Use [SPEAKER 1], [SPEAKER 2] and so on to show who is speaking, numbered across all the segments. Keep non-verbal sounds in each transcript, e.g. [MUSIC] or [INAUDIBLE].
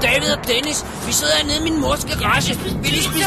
[SPEAKER 1] Dennis. Vi sidder hernede i min mors garage. Vi lige spise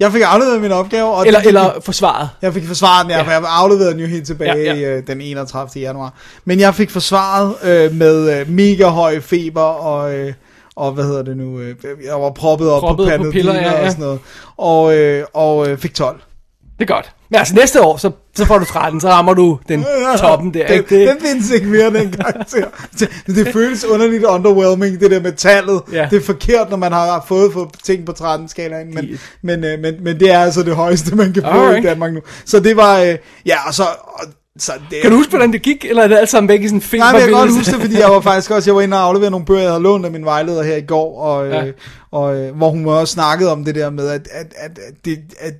[SPEAKER 2] Jeg fik afleveret min opgave, og
[SPEAKER 3] Eller, eller forsvaret.
[SPEAKER 2] Jeg fik forsvaret den, ja, for jeg afleverede den jo helt tilbage ja,
[SPEAKER 3] Ja,
[SPEAKER 2] ja.
[SPEAKER 3] ja.
[SPEAKER 2] Øh, den 31. januar. Men jeg fik forsvaret øh, med øh, mega høj feber og... Øh, og hvad hedder det nu? Øh, jeg var proppet op
[SPEAKER 3] Proppet
[SPEAKER 2] på
[SPEAKER 3] på
[SPEAKER 2] pandet
[SPEAKER 3] piller, ja, ja.
[SPEAKER 2] og sådan noget. Og, øh, og øh, fik 12.
[SPEAKER 3] Det er godt. Men altså næste år, så, så får du 13, så rammer du den [LAUGHS] toppen der.
[SPEAKER 2] Den,
[SPEAKER 3] Ikke?
[SPEAKER 2] den
[SPEAKER 3] Det,
[SPEAKER 2] findes ikke mere den
[SPEAKER 3] [LAUGHS]
[SPEAKER 2] karakter. Det føles underligt underwhelming, det der med tallet.
[SPEAKER 3] Ja.
[SPEAKER 2] Det er forkert, når man har fået for ting på 13 skalaen, men,
[SPEAKER 3] De-
[SPEAKER 2] men, øh, men, men det er altså det højeste, man kan få i
[SPEAKER 3] Alright.
[SPEAKER 2] Danmark nu. Så det var, øh, ja, og så... Og, så det,
[SPEAKER 3] kan du huske, hvordan det gik, eller er det alt sammen væk i sådan en feber?
[SPEAKER 2] Nej, men jeg kan godt huske det, fordi jeg var faktisk også, jeg var inde og afleverede nogle bøger, jeg havde lånt af min vejleder her i går, og, ja.
[SPEAKER 3] Ja.
[SPEAKER 2] øh, og øh, hvor hun også snakkede om det der med, at, at, at, at, det, at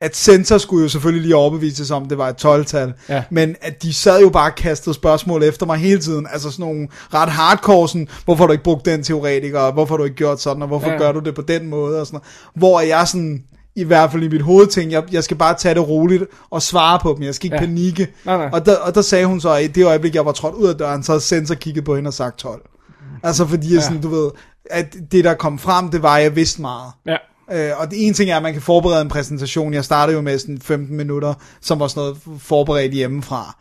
[SPEAKER 2] at sensor skulle jo selvfølgelig lige overbevises om, det var et 12-tal,
[SPEAKER 3] Ja.
[SPEAKER 2] men at de sad jo bare og kastede spørgsmål efter mig hele tiden, altså sådan nogle ret hardcore, sådan, hvorfor har du ikke brugt den teoretiker, og hvorfor har du ikke gjort sådan, og hvorfor ja.
[SPEAKER 3] Ja.
[SPEAKER 2] gør du det på den måde, og sådan noget. hvor jeg sådan, i hvert fald i mit hoved tænkte, jeg, jeg skal bare tage det roligt og svare på dem, jeg skal ikke ja.
[SPEAKER 3] Ja.
[SPEAKER 2] panikke,
[SPEAKER 3] Nej, nej.
[SPEAKER 2] og der, og der sagde hun så, at i det øjeblik, jeg var trådt ud af døren, så havde sensor kigget på hende og sagt 12. Altså fordi, ja. sådan, du ved, at det der kom frem, det var, at jeg vidste meget.
[SPEAKER 3] Ja.
[SPEAKER 2] Øh, og det ene ting er, at man kan forberede en præsentation. Jeg startede jo med sådan 15 minutter, som var sådan noget forberedt hjemmefra.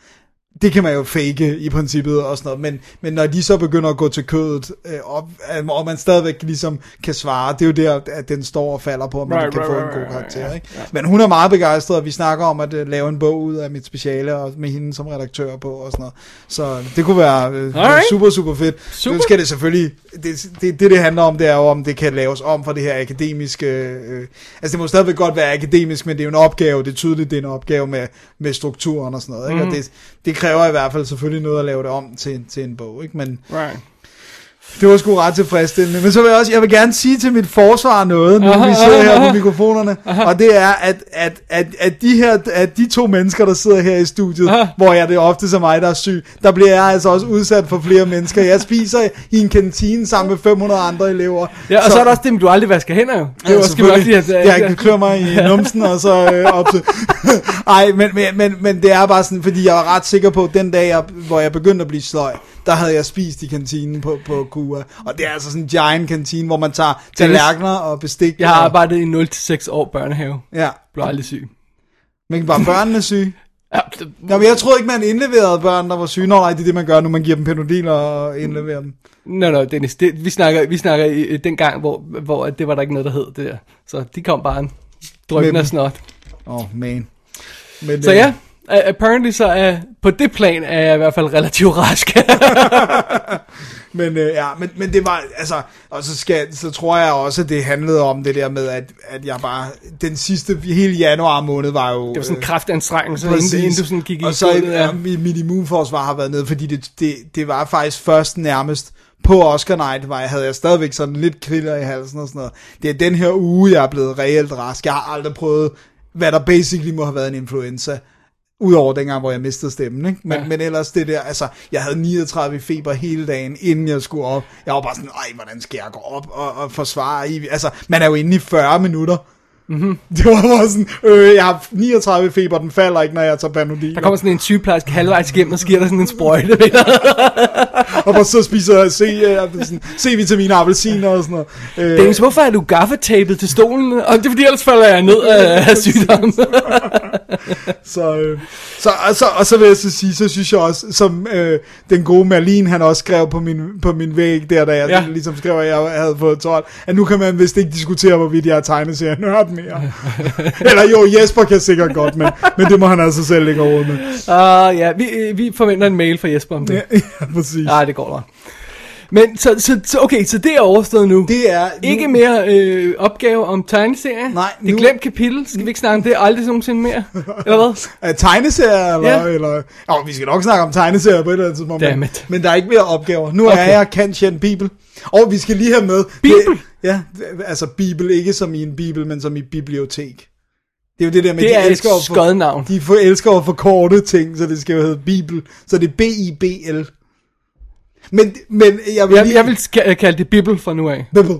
[SPEAKER 2] Det kan man jo fake i princippet og sådan noget, men, men når de så begynder at gå til kødet, øh, og, og man stadigvæk ligesom kan svare, det er jo der, at den står og falder på, om man
[SPEAKER 3] Right,
[SPEAKER 2] kan
[SPEAKER 3] right,
[SPEAKER 2] få en
[SPEAKER 3] right,
[SPEAKER 2] god
[SPEAKER 3] right,
[SPEAKER 2] karakter.
[SPEAKER 3] right,
[SPEAKER 2] ikke? Men hun er meget begejstret, og vi snakker om at øh, lave en bog ud af mit speciale, og med hende som redaktør på og sådan noget. Så det kunne være øh,
[SPEAKER 3] Alright.
[SPEAKER 2] super, super fedt. Nu
[SPEAKER 3] Super.
[SPEAKER 2] skal det selvfølgelig, det, det, det det handler om, det er jo om det kan laves om for det her akademiske, øh, altså det må stadigvæk godt være akademisk, men det er jo en opgave, det er tydeligt, det er en opgave med, med strukturen og sådan noget, ikke? Mm. og det, det kræver i hvert fald selvfølgelig noget at lave det om til, til en bog, ikke? men
[SPEAKER 3] Right.
[SPEAKER 2] det var sgu ret tilfredsstillende. Men så vil jeg også, jeg vil gerne sige til mit forsvar noget, nu vi sidder her på mikrofonerne, og det er, at, at, at, at, de her, at de to mennesker, der sidder her i studiet,
[SPEAKER 3] Aha.
[SPEAKER 2] hvor jeg det er ofte som mig, der er syg, der bliver jeg altså også udsat for flere mennesker. Jeg spiser i en kantine sammen med 500 andre elever.
[SPEAKER 3] Ja, og så, så er der også det, med, du aldrig vasker hænder jo. Det er jo også skal vi også lige have...
[SPEAKER 2] jeg kan klør
[SPEAKER 3] [LAUGHS]
[SPEAKER 2] mig i numsen, og så øh, op til... [LAUGHS] Ej, men, men, men, men det er bare sådan, fordi jeg var ret sikker på, at den dag, jeg, hvor jeg begyndte at blive sløj, der havde jeg spist i kantinen på, på Kua. Og det er altså sådan en giant kantine, hvor man tager tallerkener og bestik.
[SPEAKER 3] Jeg har
[SPEAKER 2] og,
[SPEAKER 3] arbejdet i 0-6 år børnehave.
[SPEAKER 2] Ja,
[SPEAKER 3] Blev aldrig syg.
[SPEAKER 2] men var børnene syge?
[SPEAKER 3] Ja, det-
[SPEAKER 2] Nå, men jeg troede ikke, man indleverede børn, der var syge. Nå, nej, det er det, man gør nu, man giver dem penodiler og indleverer dem.
[SPEAKER 3] Nå, nå, Dennis, det, vi snakker, vi snakker i, i den gang, hvor, hvor at det var der ikke noget, der hed det der. Så de kom bare en Drøben
[SPEAKER 2] Med
[SPEAKER 3] af
[SPEAKER 2] dem.
[SPEAKER 3] snot.
[SPEAKER 2] Åh, oh, man. Men,
[SPEAKER 3] Så
[SPEAKER 2] øh,
[SPEAKER 3] ja, a- apparently så er, på det plan er jeg i hvert fald relativt rask. [LAUGHS]
[SPEAKER 2] Men, øh, ja, men, men det var, altså, og så, skal, så tror jeg også, at det handlede om det der med, at, at jeg bare, den sidste, hele januar måned var jo...
[SPEAKER 3] det var sådan en
[SPEAKER 2] øh,
[SPEAKER 3] kraftanstrengelse, inden, inden du sådan gik i
[SPEAKER 2] og så
[SPEAKER 3] gulvet, ja.
[SPEAKER 2] ja, mit, mit immunforsvar har været nede, fordi det, det, det var faktisk først nærmest på Oscar Night, var jeg, havde jeg stadigvæk sådan lidt kriller i halsen og sådan noget. Det er den her uge, jeg er blevet reelt rask. Jeg har aldrig prøvet, hvad der basically må have været en influenza. Udover dengang, hvor jeg mistede stemmen, ikke? Men,
[SPEAKER 3] Ja.
[SPEAKER 2] ja. men ellers det der, altså, jeg havde 39 i feber hele dagen, inden jeg skulle op. Jeg var bare sådan, ej, hvordan skal jeg gå op og, og forsvare? I? Altså, man er jo inde i 40 minutter.
[SPEAKER 3] Mhm.
[SPEAKER 2] [LAUGHS] Det var bare sådan, øh, jeg har 39 i feber, den falder ikke, når jeg tager panodil.
[SPEAKER 3] Der kommer sådan en sygeplejerske halvvejs igennem, og så giver der sådan en sprøjte. [LAUGHS] ved dig.
[SPEAKER 2] Og bare så spiser jeg C-vitamin og appelsiner og sådan noget. Øh,
[SPEAKER 3] Dennis, hvorfor er du gaffetapet til stolen? Og det er fordi, ellers falder jeg ned
[SPEAKER 2] [LAUGHS]
[SPEAKER 3] af, af sygdommen. [LAUGHS]
[SPEAKER 2] så, øh, så, og, så, og så vil jeg så sige, så synes jeg også, som øh, den gode Merlin, han også skrev på min, på min væg der, da jeg
[SPEAKER 3] Ja.
[SPEAKER 2] ja. ligesom skrev, at jeg havde fået 12, at nu kan man vist ikke diskutere, hvorvidt jeg er tegneserien nørd mere. Eller jo, Jesper kan sikkert godt, men, men det må han altså selv ikke overhovedet med.
[SPEAKER 3] Ah, ja, vi, øh, vi forventer en mail fra Jesper om det.
[SPEAKER 2] Ja, ja, præcis.
[SPEAKER 3] Nej, det går nok. Men så, så, så, okay, så det er overstået nu.
[SPEAKER 2] Det er nu-
[SPEAKER 3] Ikke mere øh, opgave om tegneserie.
[SPEAKER 2] Nej,
[SPEAKER 3] Det er
[SPEAKER 2] nu-
[SPEAKER 3] glemt kapitel. Skal vi ikke snakke om det aldrig nogensinde mere? Eller
[SPEAKER 2] [LAUGHS]
[SPEAKER 3] hvad?
[SPEAKER 2] Uh, tegneserier, eller...
[SPEAKER 3] Ja.
[SPEAKER 2] Ja. eller oh, vi skal nok snakke om tegneserier på et eller andet tidspunkt. men-
[SPEAKER 3] Damn it.
[SPEAKER 2] Men der er ikke mere opgaver. Nu
[SPEAKER 3] Okay.
[SPEAKER 2] okay. er jeg Kantian Bibel. Og vi skal lige have med...
[SPEAKER 3] Bibel?
[SPEAKER 2] Det, ja, det- altså Bibel, ikke som i en bibel, men som i bibliotek. Det er jo det der med,
[SPEAKER 3] Det
[SPEAKER 2] de
[SPEAKER 3] er et
[SPEAKER 2] elsker at for-
[SPEAKER 3] skød navn.
[SPEAKER 2] De for, elsker at forkorte ting, så det skal jo hedde Bibel. Så det er B-I-B-L. Men, men jeg vil
[SPEAKER 3] Jeg,
[SPEAKER 2] lige...
[SPEAKER 3] jeg vil ska- kalde det Bibel
[SPEAKER 2] [LAUGHS]
[SPEAKER 3] fra nu af.
[SPEAKER 2] Bibel.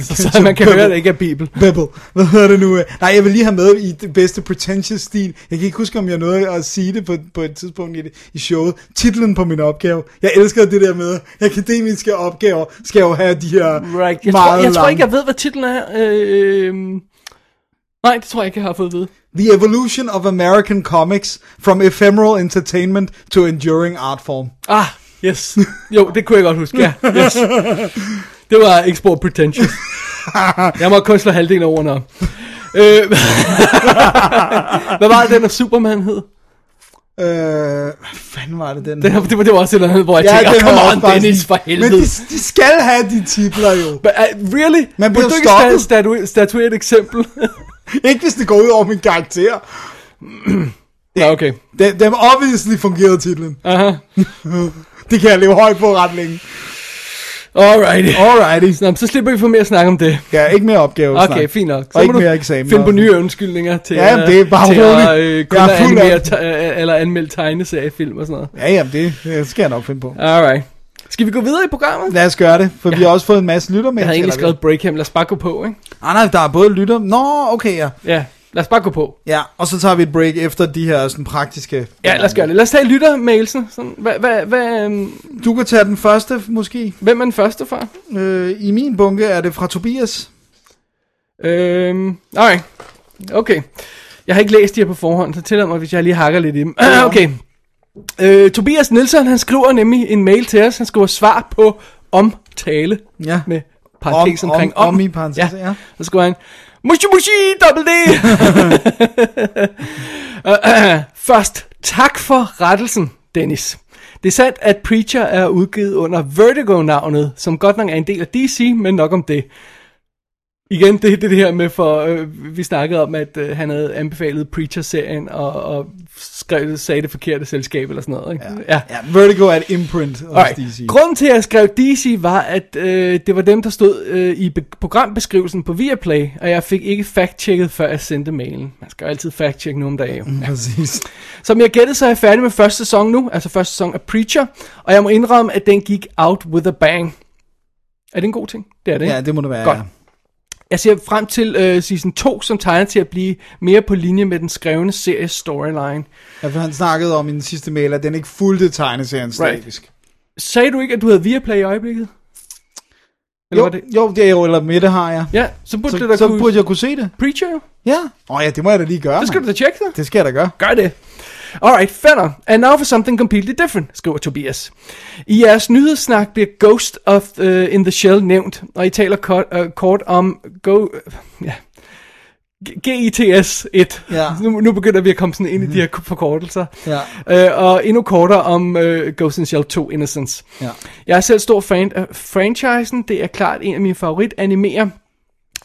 [SPEAKER 3] Så, så man kan høre, at det ikke er Bibel.
[SPEAKER 2] Bebel. Hvad hedder det nu? Nej, jeg vil lige have med i det bedste pretentious stil. Jeg kan ikke huske, om jeg nåede at sige det på, på et tidspunkt i, det, i showet. Titlen på min opgave. Jeg elsker det der med, akademiske opgaver skal jo have de her
[SPEAKER 3] Right. Jeg, tror,
[SPEAKER 2] meget
[SPEAKER 3] jeg tror
[SPEAKER 2] lange-
[SPEAKER 3] ikke, jeg ved, hvad titlen er. Øh, nej, det tror jeg ikke, jeg har fået at vide.
[SPEAKER 2] The Evolution of American Comics from Ephemeral Entertainment to Enduring Art Form.
[SPEAKER 3] Ah, yes. Jo, det kunne jeg godt huske, ja. Yes. Det var export potential. Jeg må kun slå halvdelen af ordene op. Øh, [LAUGHS] hvad var det, den af Superman hed?
[SPEAKER 2] Øh, hvad fanden var det den?
[SPEAKER 3] Den, det, var, det var også et eller andet, hvor jeg ja, tænker,
[SPEAKER 2] den var
[SPEAKER 3] come
[SPEAKER 2] også
[SPEAKER 3] on
[SPEAKER 2] bare
[SPEAKER 3] Dennis,
[SPEAKER 2] sådan-
[SPEAKER 3] for helvede.
[SPEAKER 2] Men de, de skal have de titler jo.
[SPEAKER 3] But, uh, really?
[SPEAKER 2] Man
[SPEAKER 3] Vil
[SPEAKER 2] bliver
[SPEAKER 3] du ikke
[SPEAKER 2] stoppet.
[SPEAKER 3] sta- statu- statuere et eksempel?
[SPEAKER 2] Ikke hvis det går ud over min karakter.
[SPEAKER 3] [LAUGHS] ja, okay.
[SPEAKER 2] Dem, dem obviously fungerede titlen.
[SPEAKER 3] Aha.
[SPEAKER 2] [LAUGHS] Det kan jeg leve højt på ret længe.
[SPEAKER 3] Alrighty.
[SPEAKER 2] Alrighty.
[SPEAKER 3] Nå, men så slipper vi for mere at snakke om det.
[SPEAKER 2] Ja, ikke mere opgaver.
[SPEAKER 3] Okay, fint nok. Så
[SPEAKER 2] Og ikke
[SPEAKER 3] må du
[SPEAKER 2] mere eksamener
[SPEAKER 3] Find på
[SPEAKER 2] og sådan.
[SPEAKER 3] nye undskyldninger til,
[SPEAKER 2] Ja,
[SPEAKER 3] øh,
[SPEAKER 2] det er bare
[SPEAKER 3] til
[SPEAKER 2] roligt.
[SPEAKER 3] at øh, kun
[SPEAKER 2] Jeg er
[SPEAKER 3] at
[SPEAKER 2] fuld af
[SPEAKER 3] animere
[SPEAKER 2] dem.
[SPEAKER 3] te- øh, eller anmelde tegneseriefilm og sådan noget.
[SPEAKER 2] Ja, jamen det, det skal jeg nok finde på.
[SPEAKER 3] Alright. Skal vi gå videre i programmet?
[SPEAKER 2] Lad os gøre det, for ja. vi har også fået en masse lytter med.
[SPEAKER 3] Jeg havde egentlig skrevet Breakham, lad os bare gå på, ikke?
[SPEAKER 2] Ah, nej, der er både lytter... Nå, okay, ja.
[SPEAKER 3] Ja, lad os bare gå på.
[SPEAKER 2] Ja, og så tager vi et break efter de her sådan praktiske...
[SPEAKER 3] Ja, lad os gøre det. Lad os tage lyttermailsen. Sådan, hvad, hvad, hvad, øhm,
[SPEAKER 2] Du kan tage den første, måske.
[SPEAKER 3] hvem er den første fra?
[SPEAKER 2] Øh, I min bunke er det fra Tobias.
[SPEAKER 3] Øhm, nej. Okay. Jeg har ikke læst de her på forhånd, så tillad mig, hvis jeg lige hakker lidt i dem. [CLEARS THROAT] okay. Øh, Tobias Nielsen, han skriver nemlig en mail til os. Han skriver svar på omtale
[SPEAKER 2] Ja.
[SPEAKER 3] med parentes
[SPEAKER 2] Om-
[SPEAKER 3] omkring
[SPEAKER 2] om- om i parentes, ja.
[SPEAKER 3] Så skriver han, mushi mushi, dobbelt D. Øh, øh, [CLEARS THROAT] Først, tak for rettelsen, Dennis. Det er sandt, at Preacher er udgivet under Vertigo-navnet, som godt nok er en del af DC, men nok om det. Igen, det er det her med, for øh, vi snakkede om, at øh, han havde anbefalet Preacher-serien, og, og skrev, sagde det forkerte selskab eller sådan noget. Ikke? Ja.
[SPEAKER 2] Ja, Vertigo er et imprint hos
[SPEAKER 3] Alright.
[SPEAKER 2] DC.
[SPEAKER 3] Grunden til, at jeg skrev DC, var, at øh, det var dem, der stod øh, i be- programbeskrivelsen på Viaplay, og jeg fik ikke fact-checket, før jeg sendte mailen. Man skal jo altid fact-check nu om dagen.
[SPEAKER 2] Mm. [LAUGHS]
[SPEAKER 3] jo.
[SPEAKER 2] Præcis.
[SPEAKER 3] Som jeg gættede, så er jeg færdig med første sæson nu, altså første sæson af Preacher, og jeg må indrømme, at den gik out with a bang. Er det en god ting? Det er det. ikke?
[SPEAKER 2] Ja, det må det være,
[SPEAKER 3] Godt.
[SPEAKER 2] Godt. ja.
[SPEAKER 3] Jeg ser frem til øh, season 2, som tegner til at blive mere på linje med den skrevne serie storyline.
[SPEAKER 2] Ja, for han snakkede om i den sidste mail, at den ikke fulgte tegneserien statisk.
[SPEAKER 3] Sagde du ikke, at du havde Viaplay i øjeblikket? Eller
[SPEAKER 2] Jo,
[SPEAKER 3] var det?
[SPEAKER 2] jo, det er jo, eller Mette har jeg.
[SPEAKER 3] Ja, så burde det da
[SPEAKER 2] Så, så
[SPEAKER 3] kunne...
[SPEAKER 2] burde jeg kunne se det.
[SPEAKER 3] Preacher jo.
[SPEAKER 2] Ja. Åh oh, ja, det må jeg da lige gøre.
[SPEAKER 3] Det skal du
[SPEAKER 2] mand.
[SPEAKER 3] da tjekke så.
[SPEAKER 2] det skal jeg da gøre.
[SPEAKER 3] Gør det. Alright, fænder. And now for something completely different, skriver Tobias. I jeres nyhedssnak bliver Ghost of øh, uh, in the Shell nævnt, og I taler kort, uh, kort om... Go, ja. G- GITS 1.
[SPEAKER 2] Ja.
[SPEAKER 3] Nu, nu begynder vi at komme sådan ind mm-hmm. i de her forkortelser.
[SPEAKER 2] Ja.
[SPEAKER 3] Øh, og endnu kortere om øh, Ghost in the Shell 2 Innocence.
[SPEAKER 2] Ja.
[SPEAKER 3] Jeg er selv stor fan af franchisen. Det er klart en af mine favorit animer.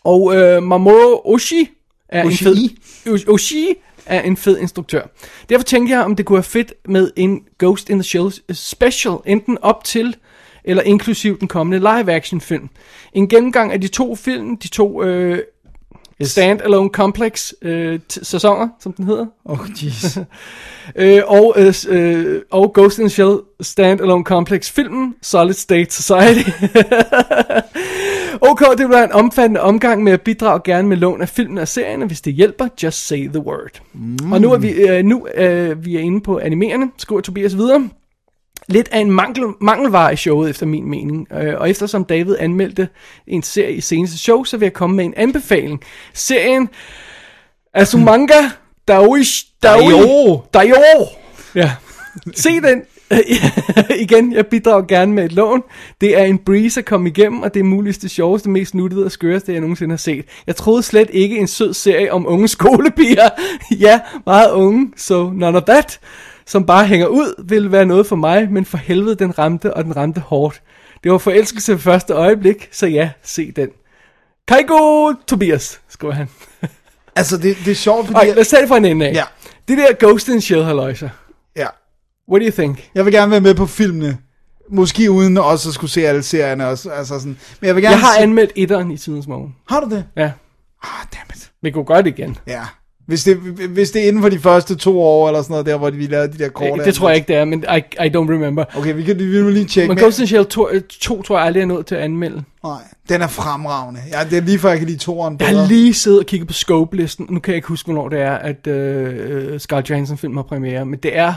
[SPEAKER 3] Og øh, Mamoru Oshii er
[SPEAKER 2] Oshii?
[SPEAKER 3] en fed... Osh- Oshii er en fed instruktør. Derfor tænkte jeg, om det kunne være fedt med en Ghost in the Shell special, enten op til eller inklusiv den kommende live-action film. En gennemgang af de to film, de to øh, stand-alone complex øh, t- sæsoner, som den hedder,
[SPEAKER 2] Oh,
[SPEAKER 3] [LAUGHS]
[SPEAKER 2] jeez.
[SPEAKER 3] øh, og, øh, s- øh, og Ghost in the Shell Stand-Alone Complex filmen Solid State Society. okay, det bliver en omfattende omgang med at bidrage gerne med lån af filmen og serien, og hvis det hjælper, just say the word. Mm. Og nu er vi, øh, nu, øh, vi er inde på animerende, skriver Tobias videre. Lidt af en mangel, mangelvare i showet, efter min mening. Øh, og eftersom David anmeldte en serie i seneste show, så vil jeg komme med en anbefaling. Serien Asumanga Daoish,
[SPEAKER 2] Daioh.
[SPEAKER 3] Daioh. Ja. Se den. [LAUGHS] Igen, jeg bidrager gerne med et lån. Det er en breeze at komme igennem, og det er muligvis det sjoveste, mest nuttede og skøreste, jeg nogensinde har set. Jeg troede slet ikke en sød serie om unge skolepiger. [LAUGHS] ja, meget unge, so none of that. Som bare hænger ud, ville være noget for mig, men for helvede, den ramte, og den ramte hårdt. Det var forelskelse ved første øjeblik, så ja, se den. Kaigo Tobias, skriver han.
[SPEAKER 2] altså, det, det er sjovt, fordi...
[SPEAKER 3] Ej, lad os tage det fra en ende af.
[SPEAKER 2] Ja.
[SPEAKER 3] Det der Ghost in the Shell, halløjsa.
[SPEAKER 2] ja.
[SPEAKER 3] What do you think?
[SPEAKER 2] Jeg vil gerne være med på filmene. Måske uden også at skulle se alle serierne. Også, altså sådan. Men jeg vil gerne
[SPEAKER 3] Jeg har
[SPEAKER 2] se...
[SPEAKER 3] anmeldt etteren i tidens morgen.
[SPEAKER 2] Har du det?
[SPEAKER 3] Ja,
[SPEAKER 2] Ah, dammit.
[SPEAKER 3] vi kunne godt igen.
[SPEAKER 2] Ja. Hvis det, hvis det er inden for de første to år, eller sådan noget, der hvor vi lavede de der korte.
[SPEAKER 3] Det, det tror jeg ikke, det er, men I, I don't remember.
[SPEAKER 2] Okay, vi kan vi må lige tjekke.
[SPEAKER 3] Men Ghost in the Shell 2, øh, 2 tror jeg aldrig, jeg er nået til at anmelde.
[SPEAKER 2] Nej, den er fremragende. Ja, det er lige før, jeg kan lide toeren
[SPEAKER 3] Jeg
[SPEAKER 2] bedre.
[SPEAKER 3] har lige siddet og kigget på scope-listen. Nu kan jeg ikke huske, hvornår det er, at øh, øh, Scarlett Johansson-film har premiere. Men det er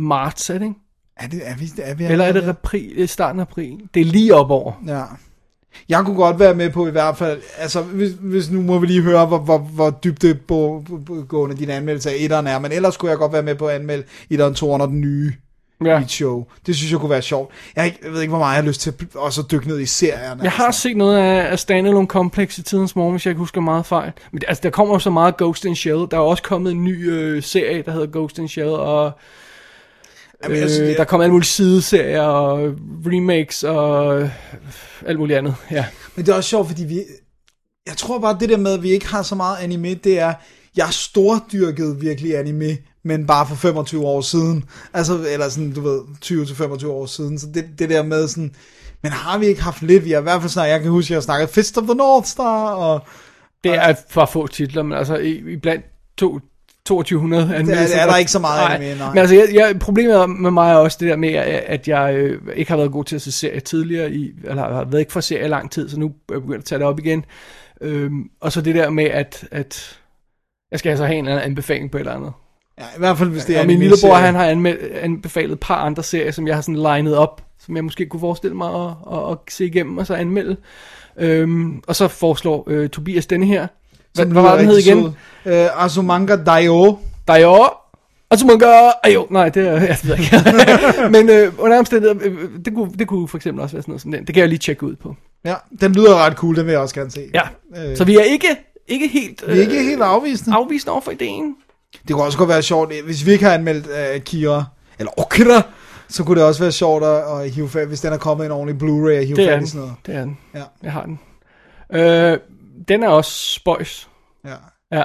[SPEAKER 3] marts, er det ikke?
[SPEAKER 2] Er, det, er, vi, er vi
[SPEAKER 3] Eller er det april, øh, starten af april? Det er lige op over.
[SPEAKER 2] Ja. Jeg kunne godt være med på i hvert fald, altså hvis, hvis nu må vi lige høre, hvor, hvor, hvor dybt på, på, gående din anmeldelse af etteren er, men ellers kunne jeg godt være med på at anmelde etteren, toeren og den nye
[SPEAKER 3] Ja.
[SPEAKER 2] i et show. Det synes jeg kunne være sjovt. Jeg, har ikke, jeg ved ikke, hvor meget jeg har lyst til at- også at dykke ned i serierne.
[SPEAKER 3] Jeg har set noget af, af Standalone Complex i tidens morgen, hvis jeg ikke husker meget fejl. Men det- altså, der kommer jo så meget Ghost in the Shell. Der er jo også kommet en ny øh, serie, der hedder Ghost in the Shell, og
[SPEAKER 2] Jamen, jeg
[SPEAKER 3] Øh,
[SPEAKER 2] synes,
[SPEAKER 3] der
[SPEAKER 2] jeg,
[SPEAKER 3] kom alle mulige sideserier og remakes og øh, alt muligt andet. Ja.
[SPEAKER 2] men det er også sjovt, fordi vi... Jeg tror bare, det der med, at vi ikke har så meget anime, det er... Jeg stordyrkede virkelig anime, men bare for 25 år siden. Altså, eller sådan, du ved, 20-25 år siden. Så det, det der med sådan... Men har vi ikke haft lidt? Vi har i hvert fald snakket... Jeg kan huske, jeg har snakket Fist of the North Star, og...
[SPEAKER 3] Det er for få titler, men altså i, i blandt to, 2200 anmeldelser.
[SPEAKER 2] er der ikke så meget
[SPEAKER 3] nej.
[SPEAKER 2] anime, nej.
[SPEAKER 3] Men altså, jeg, jeg, problemet med mig er også det der med, at at jeg øh, ikke har været god til at se serier tidligere, i, eller har været ikke fra serier i lang tid, så nu er jeg begyndt at tage det op igen. Øhm, og så det der med, at, at jeg skal altså have en eller anden anbefaling på et eller andet.
[SPEAKER 2] Ja, i hvert fald, hvis det er
[SPEAKER 3] Og min
[SPEAKER 2] anime-serier.
[SPEAKER 3] lillebror, han har anmeld, anbefalet et par andre serier, som jeg har sådan legnet op, som jeg måske kunne forestille mig at, at, at se igennem og så anmelde. Øhm, og så foreslår øh, Tobias denne her. Hvad,
[SPEAKER 2] Som
[SPEAKER 3] hvad var den hed igen?
[SPEAKER 2] Uh, Azumanga Daioh.
[SPEAKER 3] Dajo. Og så må man gøre... Ej, jo, nej, det er... [LAUGHS] Jeg ved ikke.
[SPEAKER 2] [LAUGHS]
[SPEAKER 3] Men øh, under omstændigheder, øh, det, kunne, det kunne for eksempel også være sådan noget som den. Det kan jeg lige tjekke ud på.
[SPEAKER 2] Ja, den lyder ret cool, den vil jeg også gerne se.
[SPEAKER 3] Ja.
[SPEAKER 2] Øh.
[SPEAKER 3] Så vi er ikke, ikke helt... øh,
[SPEAKER 2] Vi er ikke helt afvisende.
[SPEAKER 3] afvisende over for ideen.
[SPEAKER 2] Det kunne også godt være sjovt, eh, hvis vi ikke har anmeldt uh, Kira, eller Okira, så kunne det også være sjovt at, at hive fat, hvis den er kommet i en ordentlig Blu-ray, at hive
[SPEAKER 3] Det er
[SPEAKER 2] fat i
[SPEAKER 3] den.
[SPEAKER 2] sådan noget.
[SPEAKER 3] Det er den.
[SPEAKER 2] Ja.
[SPEAKER 3] Jeg har den. Øh, den er også spøjs.
[SPEAKER 2] Ja.
[SPEAKER 3] Ja.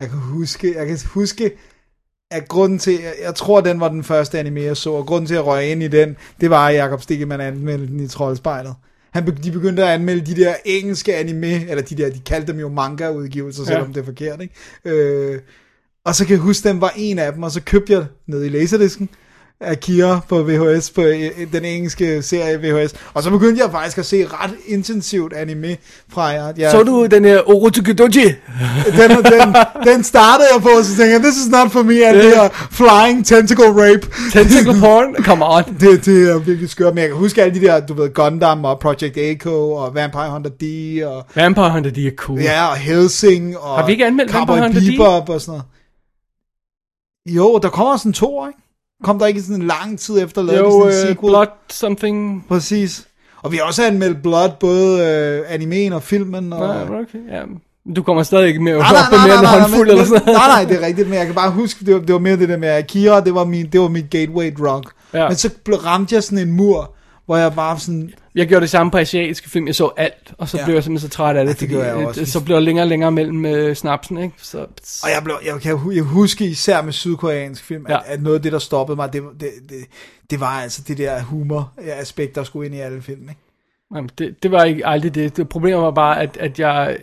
[SPEAKER 2] Jeg kan huske, jeg kan huske, at grunden til, jeg, jeg tror, den var den første anime, jeg så, og grunden til, at jeg røg ind i den, det var, at Jacob Stikkemann anmeldte den i Troldspejlet. Han, be- de begyndte at anmelde de der engelske anime, eller de der, de kaldte dem jo manga-udgivelser,
[SPEAKER 3] Ja.
[SPEAKER 2] selvom det er forkert, ikke? Øh, og så kan jeg huske, den var en af dem, og så købte jeg ned i Laserdisken, Akira på VHS, på øh, den engelske serie VHS. Og så begyndte jeg faktisk at se ret intensivt anime fra jer. Jeg,
[SPEAKER 3] Så du den her Orotukidoji?
[SPEAKER 2] den, den, den startede jeg på, og så tænkte jeg, this is not for me, at det her flying tentacle rape.
[SPEAKER 3] Tentacle porn? Come on.
[SPEAKER 2] Det, det er virkelig skørt, men jeg kan huske alle de der, du ved, Gundam og Project Echo og Vampire Hunter D og,
[SPEAKER 3] Vampire Hunter, de er cool.
[SPEAKER 2] ja, og Helsing og
[SPEAKER 3] Uh. Har vi ikke anmeldt
[SPEAKER 2] Cowboy
[SPEAKER 3] Vampire Hunter D?
[SPEAKER 2] Bebop og sådan noget. Jo, der kommer sådan to år, ikke? Kom der ikke sådan en lang tid efter, lavede de
[SPEAKER 3] Jo,
[SPEAKER 2] sådan en
[SPEAKER 3] øh,
[SPEAKER 2] sequel?
[SPEAKER 3] Blood something.
[SPEAKER 2] Præcis. Og vi har også anmeldt Blood, både øh, animen og filmen. Og,
[SPEAKER 3] Nej, okay, ja. Du kommer stadig ikke med at
[SPEAKER 2] Nej,
[SPEAKER 3] hoppe
[SPEAKER 2] nej,
[SPEAKER 3] på
[SPEAKER 2] nej, nej,
[SPEAKER 3] mere end
[SPEAKER 2] nej,
[SPEAKER 3] håndfuld
[SPEAKER 2] nej,
[SPEAKER 3] eller sådan
[SPEAKER 2] men-
[SPEAKER 3] noget.
[SPEAKER 2] nej, nej, det er rigtigt, men jeg kan bare huske, det var, det var mere det der med Akira, det var, min, det var mit gateway drug.
[SPEAKER 3] Ja.
[SPEAKER 2] Men så blev- ramte jeg sådan en mur, hvor jeg bare sådan,
[SPEAKER 3] Jeg gjorde det samme på asiatiske film, jeg så alt, og så
[SPEAKER 2] Ja.
[SPEAKER 3] blev jeg simpelthen så træt af det,
[SPEAKER 2] det gjorde jeg
[SPEAKER 3] at-
[SPEAKER 2] også.
[SPEAKER 3] så blev jeg længere og længere mellem øh, snapsen, ikke? Så,
[SPEAKER 2] Og jeg, blev, jeg kan hu- jeg huske især med sydkoreansk film, at,
[SPEAKER 3] Ja.
[SPEAKER 2] ja. at noget af det, der stoppede mig, det, det, det, det var altså det der humor-aspekt, der skulle ind i alle film. Ikke?
[SPEAKER 3] Jamen, det, det var ikke aldrig det. det problemet var bare, at, at jeg...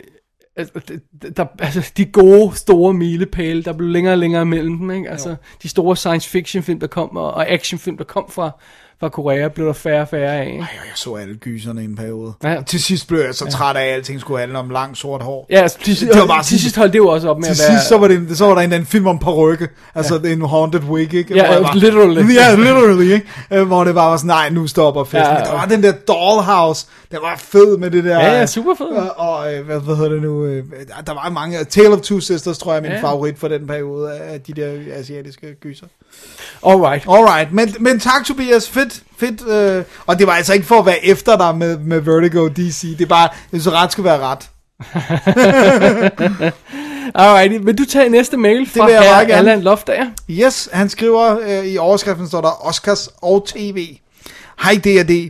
[SPEAKER 3] Altså, det- der, altså, de gode, store milepæle, der blev længere og længere imellem dem, ikke? Altså, de store science fiction film, der kom, og, og actionfilm, der kom fra, fra Korea, blev der færre og færre af, ikke?
[SPEAKER 2] Ej, og jeg så alle gyserne i en periode.
[SPEAKER 3] Ja.
[SPEAKER 2] Ja. Til sidst blev jeg så træt af, at alting skulle handle om langt sort hår.
[SPEAKER 3] Ja, altså, til,
[SPEAKER 2] Det var bare
[SPEAKER 3] til, til
[SPEAKER 2] sådan-
[SPEAKER 3] sidst holdt det jo også op med
[SPEAKER 2] Til
[SPEAKER 3] at være...
[SPEAKER 2] sidst, så var, det, så var der en eller anden film om parykke, altså ja. en haunted wig, ikke?
[SPEAKER 3] Ja,
[SPEAKER 2] Hvor jeg var-
[SPEAKER 3] literally.
[SPEAKER 2] [LAUGHS] Ja, literally, ikke? Øh, Hvor det bare var sådan, nej, nu stopper festen.
[SPEAKER 3] Ja.
[SPEAKER 2] Ja. Men der var den der dollhouse, der var fed med det der...
[SPEAKER 3] Ja, ja, super fed.
[SPEAKER 2] Og, og øh, hvad, hvad hedder det nu? øh, der- Der var mange... Tale of Two Sisters, tror jeg, er min
[SPEAKER 3] Ja.
[SPEAKER 2] ja. favorit for den periode af af de der asiatiske gyser.
[SPEAKER 3] Alright.
[SPEAKER 2] Alright, men, men tak Tobias, fedt, fedt. Øh, og det var altså ikke for at være efter dig med, med Vertigo DC, det er bare, hvis ret skulle være ret.
[SPEAKER 3] Alright, vil du tage næste mail fra
[SPEAKER 2] vil jeg meget
[SPEAKER 3] herre
[SPEAKER 2] gerne.
[SPEAKER 3] Allan Loftager?
[SPEAKER 2] Yes, han skriver øh, i overskriften, står der Oscars og TV. Hej D&D.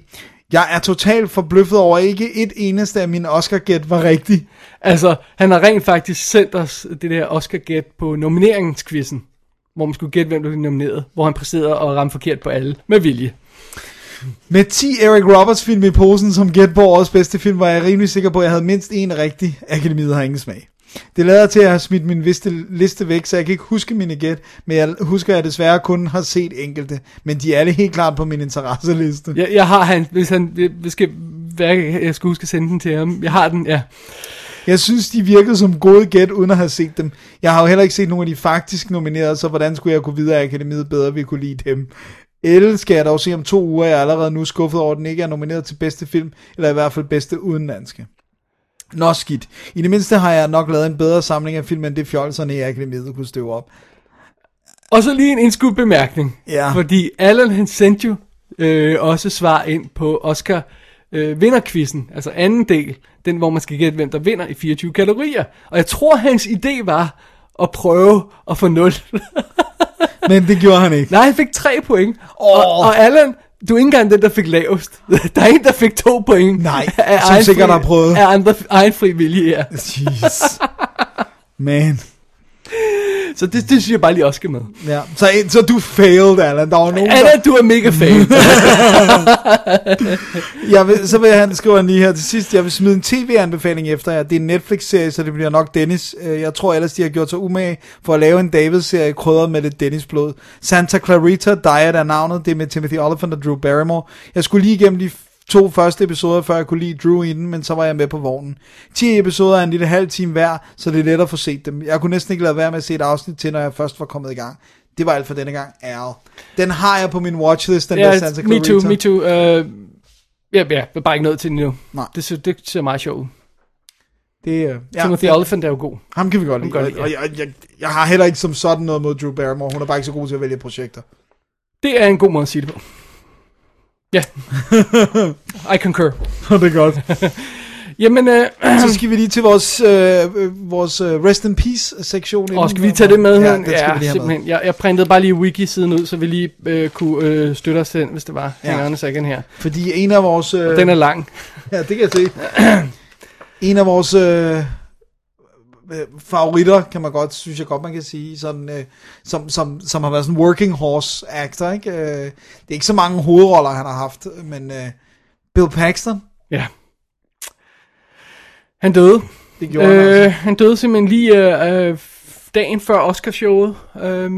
[SPEAKER 2] Jeg er totalt forbløffet over, at ikke et eneste af mine Oscar-gæt var rigtig.
[SPEAKER 3] Altså, han har rent faktisk sendt os det der Oscar-gæt på nomineringsquizzen, hvor man skulle gætte, hvem der blev nomineret, hvor han præsterede og ramte forkert på alle, med vilje.
[SPEAKER 2] Med 10 Eric Roberts film i posen som gæt på årets bedste film, var jeg rimelig sikker på, at jeg havde mindst en rigtig. Akademiet har ingen smag. Det lader til, at jeg har smidt min viste liste væk, så jeg kan ikke huske mine gæt, men jeg husker, at jeg desværre kun har set enkelte. Men de er alle helt klart på min interesseliste.
[SPEAKER 3] Jeg, jeg har han, hvis han, jeg skal, hvad, jeg skulle huske at sende den til ham. Jeg har den, ja.
[SPEAKER 2] Jeg synes, de virkede som gode gæt, uden at have set dem. Jeg har jo heller ikke set nogen af de faktisk nominerede, så hvordan skulle jeg kunne vide, at Akademiet bedre ville kunne lide dem? Eller skal jeg dog se om to uger, jeg er allerede nu skuffet over, at den ikke er nomineret til bedste film, eller i hvert fald bedste udenlandske. Nå skidt. I det mindste har jeg nok lavet en bedre samling af film, end det fjolserne i Akademiet kunne støve op.
[SPEAKER 3] Og så lige en indskudt bemærkning.
[SPEAKER 2] Ja.
[SPEAKER 3] Fordi Allan han sendte jo øh, også svar ind på Oscar øh, vinderquizzen, altså anden del, den hvor man skal gætte, hvem der vinder i 24 kategorier. Og jeg tror, hans idé var at prøve at få 0.
[SPEAKER 2] Men det gjorde han ikke.
[SPEAKER 3] Nej, han fik 3 point. Oh. Og, og Allan, du er ikke engang den, der fik lavest. [LAUGHS] Der er en, der fik 2 point.
[SPEAKER 2] Nej, [LAUGHS]
[SPEAKER 3] Af
[SPEAKER 2] som
[SPEAKER 3] egen
[SPEAKER 2] sikkert
[SPEAKER 3] fri-
[SPEAKER 2] har prøvet.
[SPEAKER 3] Af andre, egen fri vilje, ja.
[SPEAKER 2] Jeez. Man.
[SPEAKER 3] Så det, det synes jeg bare lige også skal med.
[SPEAKER 2] Ja. Så, så du failed, Allan. Der var nogen, der Mm.
[SPEAKER 3] Allan, du er mega fan. [LAUGHS]
[SPEAKER 2] jeg vil, så vil han skrive lige her til sidst, jeg vil smide en tv-anbefaling efter jer. Det er en Netflix-serie, så det bliver nok Dennis. Øh, Jeg tror ellers, de har gjort sig umage for at lave en David-serie krydret med lidt Dennis-blod. Santa Clarita Diet er navnet, det er med Timothy Oliphant og Drew Barrymore. Jeg skulle lige igennem de f- to første episoder, før jeg kunne lide Drew i den, men så var jeg med på vognen. 10 episoder er en lille halv time hver, så det er let at få set dem. Jeg kunne næsten ikke lade være med at se et afsnit til, når jeg først var kommet i gang. Det var alt for denne gang. Ærl. Den har jeg på min watchlist, den der
[SPEAKER 3] ja,
[SPEAKER 2] Santa
[SPEAKER 3] me
[SPEAKER 2] Clarita.
[SPEAKER 3] too, me too. Øh, ja, ja, jeg er bare ikke nødt til det nu.
[SPEAKER 2] Nej.
[SPEAKER 3] Det, ser, det ser meget sjovt ud.
[SPEAKER 2] Det, øh,
[SPEAKER 3] Ja. Timothy Oliphant er jo god.
[SPEAKER 2] Ham kan vi godt lide.
[SPEAKER 3] kan vi
[SPEAKER 2] Godt
[SPEAKER 3] godt
[SPEAKER 2] lide og jeg, jeg, jeg har heller ikke som sådan noget mod Drew Barrymore. Hun er bare ikke så god til at vælge
[SPEAKER 3] [CLEARS THROAT]
[SPEAKER 2] projekter.
[SPEAKER 3] Det er en god måde at sige det på.
[SPEAKER 2] [LAUGHS]
[SPEAKER 3] Ja. I concur.
[SPEAKER 2] det er godt.
[SPEAKER 3] [LAUGHS] Jamen, øh,
[SPEAKER 2] så skal vi lige til vores, øh, øh, vores øh, Rest in Peace-sektion. inden
[SPEAKER 3] og skal vi tage det med?
[SPEAKER 2] Ja,
[SPEAKER 3] her?
[SPEAKER 2] den skal ja, vi lige have med.
[SPEAKER 3] simpelthen. Jeg, jeg printede bare lige wiki-siden ud, så vi lige øh, kunne øh, støtte os ind, hvis det var.
[SPEAKER 2] Ja.
[SPEAKER 3] Ja. Hænger en second her.
[SPEAKER 2] Fordi en af vores... Øh,
[SPEAKER 3] Den er lang.
[SPEAKER 2] Ja, det kan jeg se. [CLEARS THROAT] en af vores øh, øh, favoritter, kan man godt, synes jeg godt, man kan sige, sådan, øh, som, som, som har været sådan en working horse actor. Ikke? Øh, det er ikke så mange hovedroller, han har haft, men øh, Bill Paxton,
[SPEAKER 3] Ja. Han døde.
[SPEAKER 2] det gjorde øh, han altså.
[SPEAKER 3] Øh, han døde simpelthen lige øh, øh, dagen før Oscarshowet. Øh,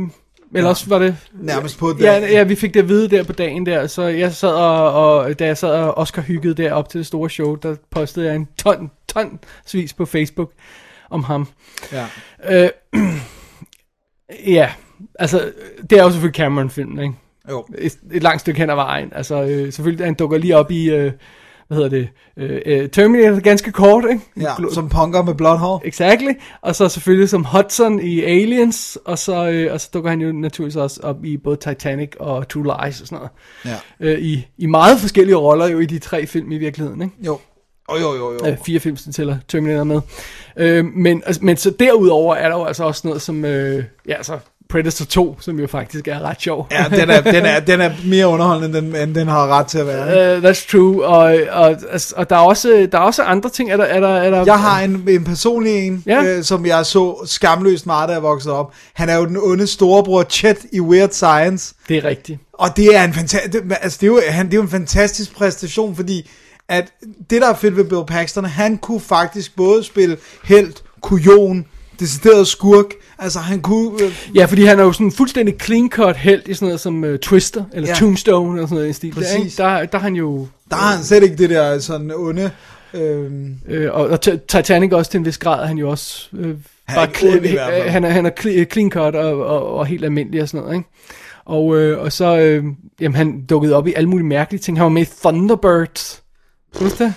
[SPEAKER 3] ellers var det...
[SPEAKER 2] Nærmest på
[SPEAKER 3] Ja,
[SPEAKER 2] den-
[SPEAKER 3] ja, vi fik det at vide der på dagen der, så jeg sad og, og da jeg sad og Oscar hyggede der op til det store show, der postede jeg en ton, ton svis på Facebook om ham.
[SPEAKER 2] Ja.
[SPEAKER 3] Øh, [CLEARS THROAT] ja, altså, det er jo selvfølgelig Cameron-filmen, ikke?
[SPEAKER 2] Jo.
[SPEAKER 3] et, et langt stykke hen ad vejen. Altså, øh, selvfølgelig, han dukker lige op i, øh, hvad hedder det, øh, øh, Terminator ganske kort, ikke?
[SPEAKER 2] Ja,
[SPEAKER 3] Glo-
[SPEAKER 2] som punker med blåt hår.
[SPEAKER 3] Exactly. Og så selvfølgelig som Hudson i Aliens, og så, øh, og så dukker han jo naturligvis også op i både Titanic og True Lies og sådan noget.
[SPEAKER 2] Ja.
[SPEAKER 3] Øh, i, I meget forskellige roller jo i de tre film i virkeligheden, ikke?
[SPEAKER 2] Jo. Jo, jo, jo, jo.
[SPEAKER 3] Øh, fire film, som tæller Terminator med. Øh, men, altså, men så derudover er der jo altså også noget som, øh, ja, altså Predator 2, som jo faktisk er ret sjov.
[SPEAKER 2] Ja, den er, den er, den er mere underholdende, end den, end den har ret til at være. ikke?
[SPEAKER 3] Uh, that's true, og, og, altså, og der, er også, der er også andre ting, er der... Er der, er der
[SPEAKER 2] Jeg har en, en personlig en,
[SPEAKER 3] Ja.
[SPEAKER 2] Øh, ja. øh, som jeg så skamløst meget, da jeg voksede op. Han er jo den onde storebror Chet i Weird Science.
[SPEAKER 3] Det er rigtigt.
[SPEAKER 2] Og det er en fantastisk, altså det er, jo, han, det er jo en fantastisk præstation, fordi at det, der er fedt ved Bill Paxton, han kunne faktisk både spille held, kujon, decideret skurk, altså han kunne, øh,
[SPEAKER 3] Ja, fordi han er jo sådan en fuldstændig clean-cut held i sådan noget som uh, Twister, eller ja.
[SPEAKER 2] Ja.
[SPEAKER 3] Tombstone, eller sådan noget i den stil. Der, ikke?
[SPEAKER 2] Præcis.
[SPEAKER 3] der, der er han jo...
[SPEAKER 2] der har han slet ikke det der sådan onde, øh,
[SPEAKER 3] Øh, og og Ti- Titanic også til en vis grad, er han jo også... Øh,
[SPEAKER 2] er
[SPEAKER 3] bare
[SPEAKER 2] ikke ond i hvert fald.
[SPEAKER 3] øh, han er, han er cl- clean cut og, og, og helt almindelig og sådan noget, ikke? Og, øh, og så, øh, jamen han dukkede op i alle mulige mærkelige ting. Han var med i Thunderbirds. Kan du huske det?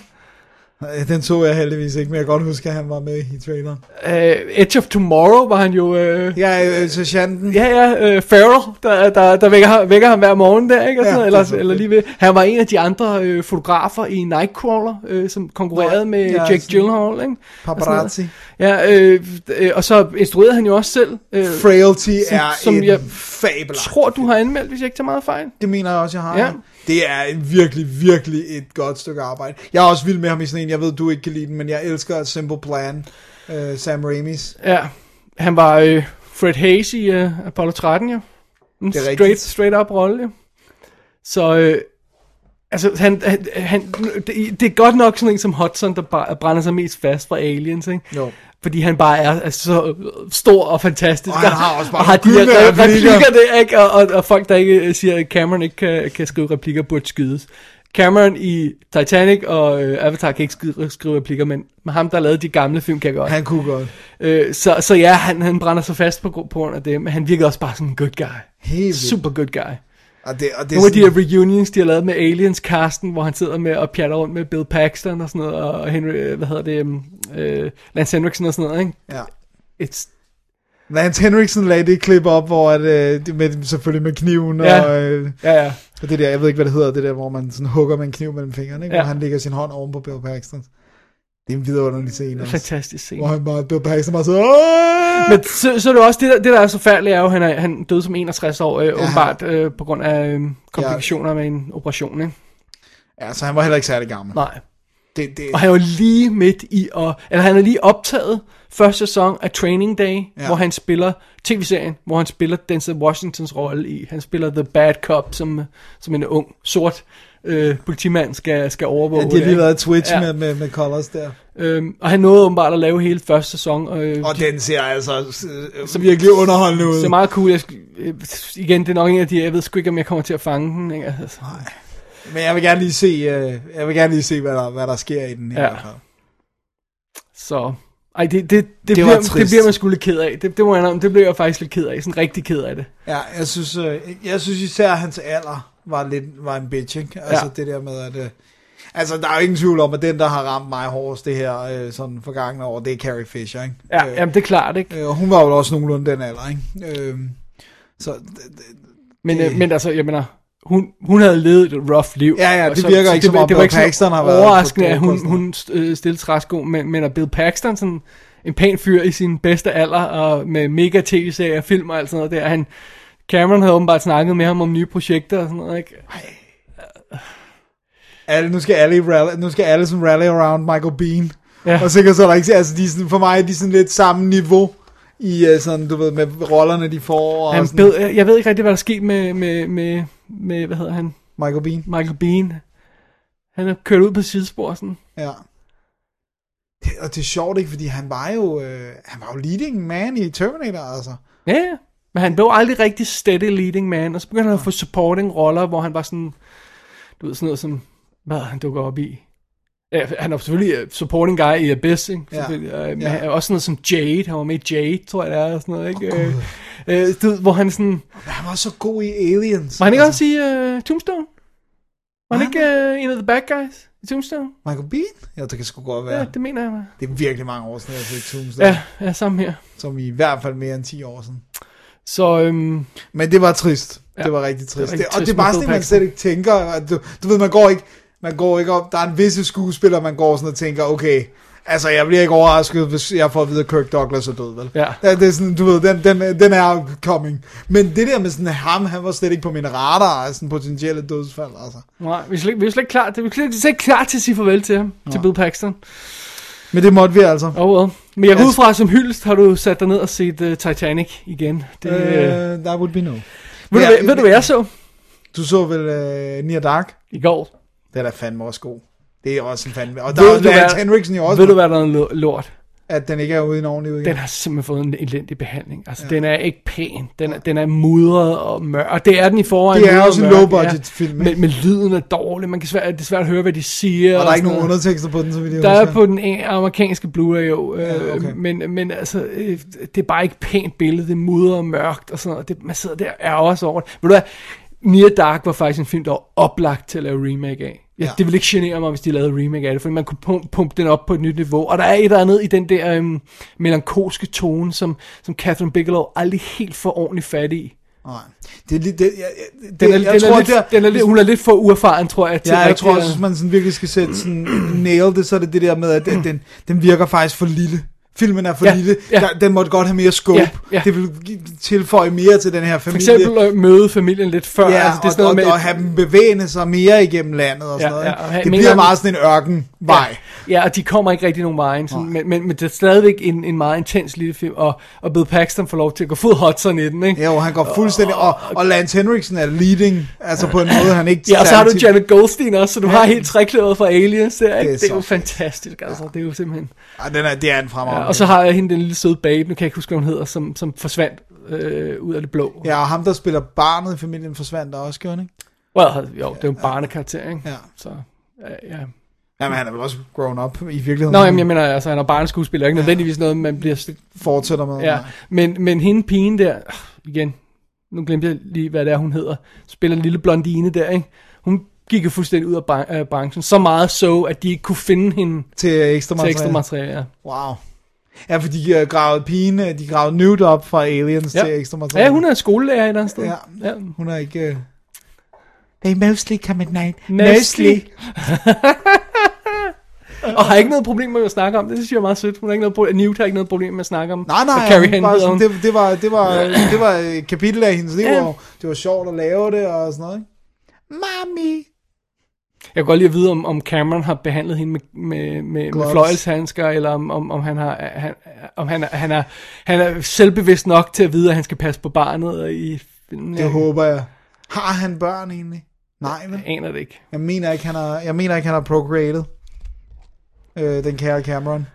[SPEAKER 2] øh, den så jeg heldigvis ikke, men jeg kan godt huske, at han var med i traileren.
[SPEAKER 3] Øh, Edge of Tomorrow var han jo... Øh,
[SPEAKER 2] Ja, øh, sergeanten,
[SPEAKER 3] Ja, ja, øh, Farrell, der, der, der vækker, ham- vækker ham hver morgen der, ikke? Og
[SPEAKER 2] Ja,
[SPEAKER 3] sådan, ja,
[SPEAKER 2] det
[SPEAKER 3] eller,
[SPEAKER 2] er så
[SPEAKER 3] eller
[SPEAKER 2] fedt.
[SPEAKER 3] lige ved. Han var en af de andre øh, fotografer i Nightcrawler, øh, som konkurrerede
[SPEAKER 2] Nå,
[SPEAKER 3] med
[SPEAKER 2] ja,
[SPEAKER 3] Jack
[SPEAKER 2] sådan-
[SPEAKER 3] Gyllenhaal, ikke? Og sådan noget.
[SPEAKER 2] paparazzi.
[SPEAKER 3] Ja, øh, øh, og så instruerede han jo også selv. Øh,
[SPEAKER 2] Frailty
[SPEAKER 3] som-
[SPEAKER 2] er
[SPEAKER 3] som
[SPEAKER 2] en
[SPEAKER 3] jeg
[SPEAKER 2] jeg fabelagt
[SPEAKER 3] tror, du har anmeldt, hvis jeg ikke tager meget fejl.
[SPEAKER 2] Det mener jeg også, jeg har.
[SPEAKER 3] Ja.
[SPEAKER 2] Ja. Det er virkelig, virkelig et godt stykke arbejde. Jeg er også vild med ham i sådan en, jeg ved, du ikke kan lide den, men jeg elsker Simple Plan, uh, Sam Raimis.
[SPEAKER 3] Ja, han var øh, Fred Hayes i øh, Apollo 13, jo. En
[SPEAKER 2] Det er
[SPEAKER 3] straight,
[SPEAKER 2] rigtigt.
[SPEAKER 3] straight up rolle, jo. Så, øh, altså, han, han, han, det, det er godt nok sådan en som Hudson, der bare brænder sig mest fast fra Aliens, ikke?
[SPEAKER 2] Jo.
[SPEAKER 3] Fordi han bare er, er så stor og fantastisk.
[SPEAKER 2] Og han har også bare
[SPEAKER 3] og har de
[SPEAKER 2] nogle
[SPEAKER 3] der
[SPEAKER 2] gyldne
[SPEAKER 3] re-
[SPEAKER 2] replikker.
[SPEAKER 3] replikker der, ikke? Og, og, og folk, der ikke øh, siger, at Cameron ikke kan, kan skrive replikker, burde skydes. Cameron i Titanic og øh, Avatar kan ikke skide, skrive replikker, men med ham, der lavede de gamle film, kan jeg godt.
[SPEAKER 2] Han kunne godt.
[SPEAKER 3] Øh, så, så ja, han, han brænder sig fast på, gru- på grund af det, men han virker også bare sådan en good guy.
[SPEAKER 2] Helt Super.
[SPEAKER 3] Super good guy.
[SPEAKER 2] Og det, og det er
[SPEAKER 3] Nogle af de her
[SPEAKER 2] sådan,
[SPEAKER 3] reunions, de har lavet med Aliens Casten, hvor han sidder med og pjatter rundt med Bill Paxton og sådan noget, og Henry, øh, hvad hedder det, øhm, øh, Lance Henriksen og sådan noget, ikke?
[SPEAKER 2] ja.
[SPEAKER 3] It's
[SPEAKER 2] Lance Henriksen lagde det klip op, hvor at, øh, det med, selvfølgelig med kniven
[SPEAKER 3] Ja.
[SPEAKER 2] ja. og, øh,
[SPEAKER 3] Ja, ja.
[SPEAKER 2] og, det der, jeg ved ikke, hvad det hedder, det der, hvor man sådan hugger med en kniv mellem fingrene, ikke?
[SPEAKER 3] Ja.
[SPEAKER 2] Ja. hvor han lægger sin hånd oven på Bill Paxton. Det er en vidunderlig scene også.
[SPEAKER 3] Fantastisk scene.
[SPEAKER 2] Hvor han bare, Bill Paxton bare så, Åh!
[SPEAKER 3] Men så, så er det også, det der, det der er så færdeligt, er jo, at han, er, han døde som 61 år, øh, åbenbart øh, på grund af øh, komplikationer ja. med en operation, ikke?
[SPEAKER 2] Ja, så han var heller ikke særlig gammel.
[SPEAKER 3] Nej.
[SPEAKER 2] Det, det,
[SPEAKER 3] Og han er jo lige midt i at, eller han er lige optaget første sæson af Training Day, ja.
[SPEAKER 2] Ja.
[SPEAKER 3] hvor han spiller tv-serien, hvor han spiller Denzel Washingtons rolle i. Han spiller The Bad Cop, som, som en ung, sort øh, politimand skal, skal overvåge.
[SPEAKER 2] Ja, de har lige
[SPEAKER 3] ikke?
[SPEAKER 2] været i Twitch
[SPEAKER 3] Ja.
[SPEAKER 2] ja. med, med, med Colors der.
[SPEAKER 3] Øhm, og han nåede åbenbart at lave hele første sæson. Øh,
[SPEAKER 2] Og den ser altså øh, så virkelig underholdende ud.
[SPEAKER 3] Det er meget cool. Jeg, sk- øh, igen, det er nok en af de, jeg ved sgu ikke, om jeg kommer til at fange den. Ikke? Altså,
[SPEAKER 2] Men jeg vil gerne lige se, øh, jeg vil gerne lige se hvad, der, hvad der sker i den her.
[SPEAKER 3] Ja.
[SPEAKER 2] Ja.
[SPEAKER 3] så... Ej, det, det, det, det,
[SPEAKER 2] var
[SPEAKER 3] bliver, det
[SPEAKER 2] trist.
[SPEAKER 3] bliver man sgu lidt ked af. Det, det, må jeg, indrømme, det blev jeg faktisk lidt ked af. Sådan rigtig ked af det.
[SPEAKER 2] ja jeg, synes, øh, jeg synes især, at hans alder var, lidt, var en bitch. Ikke? Altså
[SPEAKER 3] Ja.
[SPEAKER 2] ja. det der med, at... Øh, altså der er jo ingen tvivl om, at den, der har ramt mig hårdest det her øh, sådan forgangne år, det er Carrie Fisher. Ikke?
[SPEAKER 3] Ja,
[SPEAKER 2] Øh,
[SPEAKER 3] jamen, det er klart, ikke?
[SPEAKER 2] øh, og hun var jo også nogenlunde den alder. Ikke? Øh, så d- d-
[SPEAKER 3] Men, øh,
[SPEAKER 2] Det-
[SPEAKER 3] men altså, jeg mener, hun, hun havde levet et rough liv.
[SPEAKER 2] Ja, ja,
[SPEAKER 3] Og
[SPEAKER 2] det virker ikke, som
[SPEAKER 3] var-
[SPEAKER 2] om
[SPEAKER 3] var
[SPEAKER 2] Bill
[SPEAKER 3] ikke sådan
[SPEAKER 2] Paxton har været på
[SPEAKER 3] overraskende, at hun,
[SPEAKER 2] drogkosten.
[SPEAKER 3] hun øh, stillede sig ret god, men, men at Bill Paxton, sådan en pæn fyr i sin bedste alder, og med mega tv-serier, film og alt sådan noget der, han, Cameron havde åbenbart snakket med ham om nye projekter og sådan noget, ikke?
[SPEAKER 2] alle, nu skal alle, i rally, nu skal alle sådan rally around Michael Bean.
[SPEAKER 3] Ja.
[SPEAKER 2] Ja. Og sikkert så er der ikke, altså de er sådan, for mig er de sådan lidt samme niveau i øh, sådan, du ved, med rollerne de får og
[SPEAKER 3] Han
[SPEAKER 2] sådan,
[SPEAKER 3] bed, jeg jeg ved ikke rigtig, hvad der skete med, med, med, med, hvad hedder han,
[SPEAKER 2] Michael Bean.
[SPEAKER 3] Michael Bean. Han er kørt ud på sidespor, sådan.
[SPEAKER 2] Ja. Det, og det er sjovt, ikke? Fordi han var jo, øh, han var jo leading man i Terminator, altså.
[SPEAKER 3] Ja, ja. Men han blev aldrig rigtig steady leading man, og så begyndte han at få supporting roller, hvor han var sådan, du ved, sådan noget som, hvad han dukker op i. Ja, han er selvfølgelig øh, supporting guy i Abyss, ikke?
[SPEAKER 2] Ja.
[SPEAKER 3] Selvfølgelig, øh, Men
[SPEAKER 2] Ja.
[SPEAKER 3] han er også sådan noget som Jade, han var med i Jade, tror jeg det er, og sådan noget, ikke? Oh, øh, du ved, hvor han sådan,
[SPEAKER 2] Han var så god i Aliens.
[SPEAKER 3] var han ikke
[SPEAKER 2] altså.
[SPEAKER 3] også i øh, Tombstone? Var han
[SPEAKER 2] Var
[SPEAKER 3] ikke øh, en af the bad guys i Tombstone?
[SPEAKER 2] Michael Bean? Ja, det kan sgu godt
[SPEAKER 3] Ja,
[SPEAKER 2] være.
[SPEAKER 3] ja
[SPEAKER 2] Ja, det...
[SPEAKER 3] det mener jeg, var.
[SPEAKER 2] det er virkelig mange år siden, jeg har set Tombstone.
[SPEAKER 3] Ja,
[SPEAKER 2] Ja.
[SPEAKER 3] ja, sammen her.
[SPEAKER 2] Som i, i hvert fald mere end 10 år siden.
[SPEAKER 3] Så, øhm,
[SPEAKER 2] Men det var trist.
[SPEAKER 3] Ja.
[SPEAKER 2] Ja. Det var rigtig trist.
[SPEAKER 3] rigtig
[SPEAKER 2] Det, og
[SPEAKER 3] trist
[SPEAKER 2] det er
[SPEAKER 3] med
[SPEAKER 2] bare
[SPEAKER 3] Bill
[SPEAKER 2] sådan, at man
[SPEAKER 3] Paxton.
[SPEAKER 2] slet ikke tænker. at Du, du ved, man går ikke... Man går ikke op. Der er en visse skuespiller, man går sådan og tænker, okay, altså jeg bliver ikke overrasket, hvis jeg får at vide, at Kirk Douglas er død, vel?
[SPEAKER 3] Ja.
[SPEAKER 2] Ja, det er sådan, du ved, den, den, den er coming. Men det der med sådan, ham, han var slet ikke på min radar, sådan potentielle dødsfald, altså.
[SPEAKER 3] Nej, vi er slet, ikke- vi er slet ikke klar, vi er slet, slet ikke klar til at sige farvel til ham, til Bill Paxton.
[SPEAKER 2] Men det måtte vi altså.
[SPEAKER 3] Oh well. Men jeg går
[SPEAKER 2] Altså-
[SPEAKER 3] ud fra, som hyldest har du sat dig ned og set uh, Titanic igen. Det, øh, ved,
[SPEAKER 2] Øh, that would be no.
[SPEAKER 3] du,
[SPEAKER 2] ja,
[SPEAKER 3] hvad, ved du, hvad jeg så øh,
[SPEAKER 2] Du så vel uh, Near Dark?
[SPEAKER 3] i går?
[SPEAKER 2] Den er fandme også god. Det er også en fandme... Og der
[SPEAKER 3] Ved
[SPEAKER 2] er
[SPEAKER 3] du
[SPEAKER 2] også Lance
[SPEAKER 3] hvad-
[SPEAKER 2] Henriksen jo også,
[SPEAKER 3] Ved du, hvad der er lo- lort?
[SPEAKER 2] at den ikke er ude i en ordentlig udgave.
[SPEAKER 3] Den har simpelthen fået en elendig behandling. Altså, ja. den er ikke pæn. Den er, den er mudret og mørk. Og det er den i forvejen.
[SPEAKER 2] Det er
[SPEAKER 3] mudret
[SPEAKER 2] også en
[SPEAKER 3] og mørk,
[SPEAKER 2] low-budget film, ikke?
[SPEAKER 3] Men, men lyden er dårlig. Man kan svært, det er svært at høre, hvad de siger.
[SPEAKER 2] Og der er ikke
[SPEAKER 3] sådan
[SPEAKER 2] nogen
[SPEAKER 3] noget.
[SPEAKER 2] undertekster på den, så vidt jeg
[SPEAKER 3] Der er
[SPEAKER 2] husker.
[SPEAKER 3] på den en- amerikanske Blu-ray jo, øh,
[SPEAKER 2] Ja, okay.
[SPEAKER 3] men, men altså, øh, det er bare ikke pænt billede, det er mudret og mørkt og sådan noget, det, man sidder der og er også over det. Ved du hvad, Near Dark var faktisk en film, der var oplagt til at lave remake af. Ja,
[SPEAKER 2] Ja.
[SPEAKER 3] Det ville ikke genere mig, hvis de lavede remake af det, for man kunne pump, pumpe den op på et nyt niveau, og der er et eller andet i den der øhm, melankolske tone, som, som Catherine Bigelow aldrig helt får ordentligt fat i.
[SPEAKER 2] Nej. Det er lidt... Det, jeg, jeg, det,
[SPEAKER 3] Den er,
[SPEAKER 2] jeg
[SPEAKER 3] den
[SPEAKER 2] tror,
[SPEAKER 3] er, lidt,
[SPEAKER 2] det er,
[SPEAKER 3] den er lidt, hun er lidt for uerfaren, tror jeg. Til
[SPEAKER 2] Ja, jeg
[SPEAKER 3] rigtig
[SPEAKER 2] tror
[SPEAKER 3] at-
[SPEAKER 2] også, hvis man sådan virkelig skal sætte sådan, [CLEARS THROAT] nail det, så er det det der med, at den, den, den virker faktisk for lille. Filmen er for
[SPEAKER 3] Ja,
[SPEAKER 2] ja, lille.
[SPEAKER 3] ja.
[SPEAKER 2] Ja. Der, den måtte godt have mere scope.
[SPEAKER 3] Ja,
[SPEAKER 2] Ja,
[SPEAKER 3] ja.
[SPEAKER 2] ja. Det vil gi- tilføje mere til den her
[SPEAKER 3] For
[SPEAKER 2] familie.
[SPEAKER 3] eksempel at møde familien lidt før.
[SPEAKER 2] Ja,
[SPEAKER 3] altså, det er sådan
[SPEAKER 2] og,
[SPEAKER 3] noget
[SPEAKER 2] og,
[SPEAKER 3] med,
[SPEAKER 2] og have dem bevægende sig mere igennem landet og sådan
[SPEAKER 3] Ja,
[SPEAKER 2] ja, noget.
[SPEAKER 3] ja,
[SPEAKER 2] ikke?
[SPEAKER 3] og have-
[SPEAKER 2] det
[SPEAKER 3] mener
[SPEAKER 2] bliver
[SPEAKER 3] han-
[SPEAKER 2] meget sådan en ørkenvej.
[SPEAKER 3] Ja, og de kommer ikke rigtig nogen vejen, sådan, men, men, men det er stadigvæk en, en meget intens lille film, og, og Bill Paxton får lov til at gå fod Hudson i den, ikke?
[SPEAKER 2] Ja, jo, han går fuldstændig... Og, og Lance Henriksen er leading, altså på en måde, han ikke...
[SPEAKER 3] Ja, og så har du
[SPEAKER 2] særlig tit-
[SPEAKER 3] Janet Goldstein også, så du har helt træklæret fra Aliens der, ikke?
[SPEAKER 2] Det er
[SPEAKER 3] Det er, det er jo
[SPEAKER 2] så fedt.
[SPEAKER 3] fantastisk, altså, ja. det er jo simpelthen...
[SPEAKER 2] Ej, den er, det er en fremragende.
[SPEAKER 3] Ja, og så har jeg hende, den lille søde babe, nu kan jeg ikke huske, hvad hun hedder, som, som forsvandt øh, ud af det blå.
[SPEAKER 2] Ja, og ham, der spiller barnet i familien, forsvandt der også, gjorde han ikke?
[SPEAKER 3] Well, jo, det er jo en barnekarakter, ikke?
[SPEAKER 2] Ja.
[SPEAKER 3] Så, ja, ja.
[SPEAKER 2] Jamen, han er vel også grown up i virkeligheden.
[SPEAKER 3] Nå, jamen, jeg mener, altså, han er barneskuespiller, ikke nødvendigvis noget, man bliver
[SPEAKER 2] Fortsætter med.
[SPEAKER 3] Ja, men, men hende pigen der, øh, igen, nu glemte jeg lige, hvad det er, hun hedder, spiller en lille blondine der, ikke? Hun gik jo fuldstændig ud af bran- af branchen, så meget så, at de ikke kunne finde hende
[SPEAKER 2] Til ekstra
[SPEAKER 3] til
[SPEAKER 2] materiale.
[SPEAKER 3] ekstra materiale.
[SPEAKER 2] Wow. Ja, for de øh, gravede pigen, øh, de gravede Newt op fra Aliens
[SPEAKER 3] Ja.
[SPEAKER 2] til ekstra materiale.
[SPEAKER 3] Ja, hun er skolelærer et eller andet sted.
[SPEAKER 2] Ja.
[SPEAKER 3] ja.
[SPEAKER 2] Hun er ikke... øh, They mostly come at night.
[SPEAKER 3] Mostly. Og har ikke noget problem med at snakke om det, det synes jeg er meget sødt. Hun har ikke noget problem, Newt har ikke noget problem med at snakke om.
[SPEAKER 2] Nej,
[SPEAKER 3] og
[SPEAKER 2] nej,
[SPEAKER 3] Carrie
[SPEAKER 2] hun
[SPEAKER 3] Henry
[SPEAKER 2] var
[SPEAKER 3] hedder
[SPEAKER 2] sådan,
[SPEAKER 3] hun.
[SPEAKER 2] det, det, var, det, var, det var et kapitel af hendes liv,
[SPEAKER 3] Ja.
[SPEAKER 2] og det var sjovt at lave det og sådan noget. ikke? Mami.
[SPEAKER 3] Jeg kan godt lige vide, om, om Cameron har behandlet hende med, med, med, med
[SPEAKER 2] Gloves.
[SPEAKER 3] fløjelshandsker, eller om, om, om, han, har, han, om han, er- han, er, han er selvbevidst nok til at vide, at han skal passe på barnet og i filmen.
[SPEAKER 2] Det
[SPEAKER 3] jeg
[SPEAKER 2] håber jeg. Har han børn egentlig? Nej, men
[SPEAKER 3] aner det ikke.
[SPEAKER 2] jeg mener ikke, han har, jeg mener ikke, han har procreated. Øh, den kære Cameron.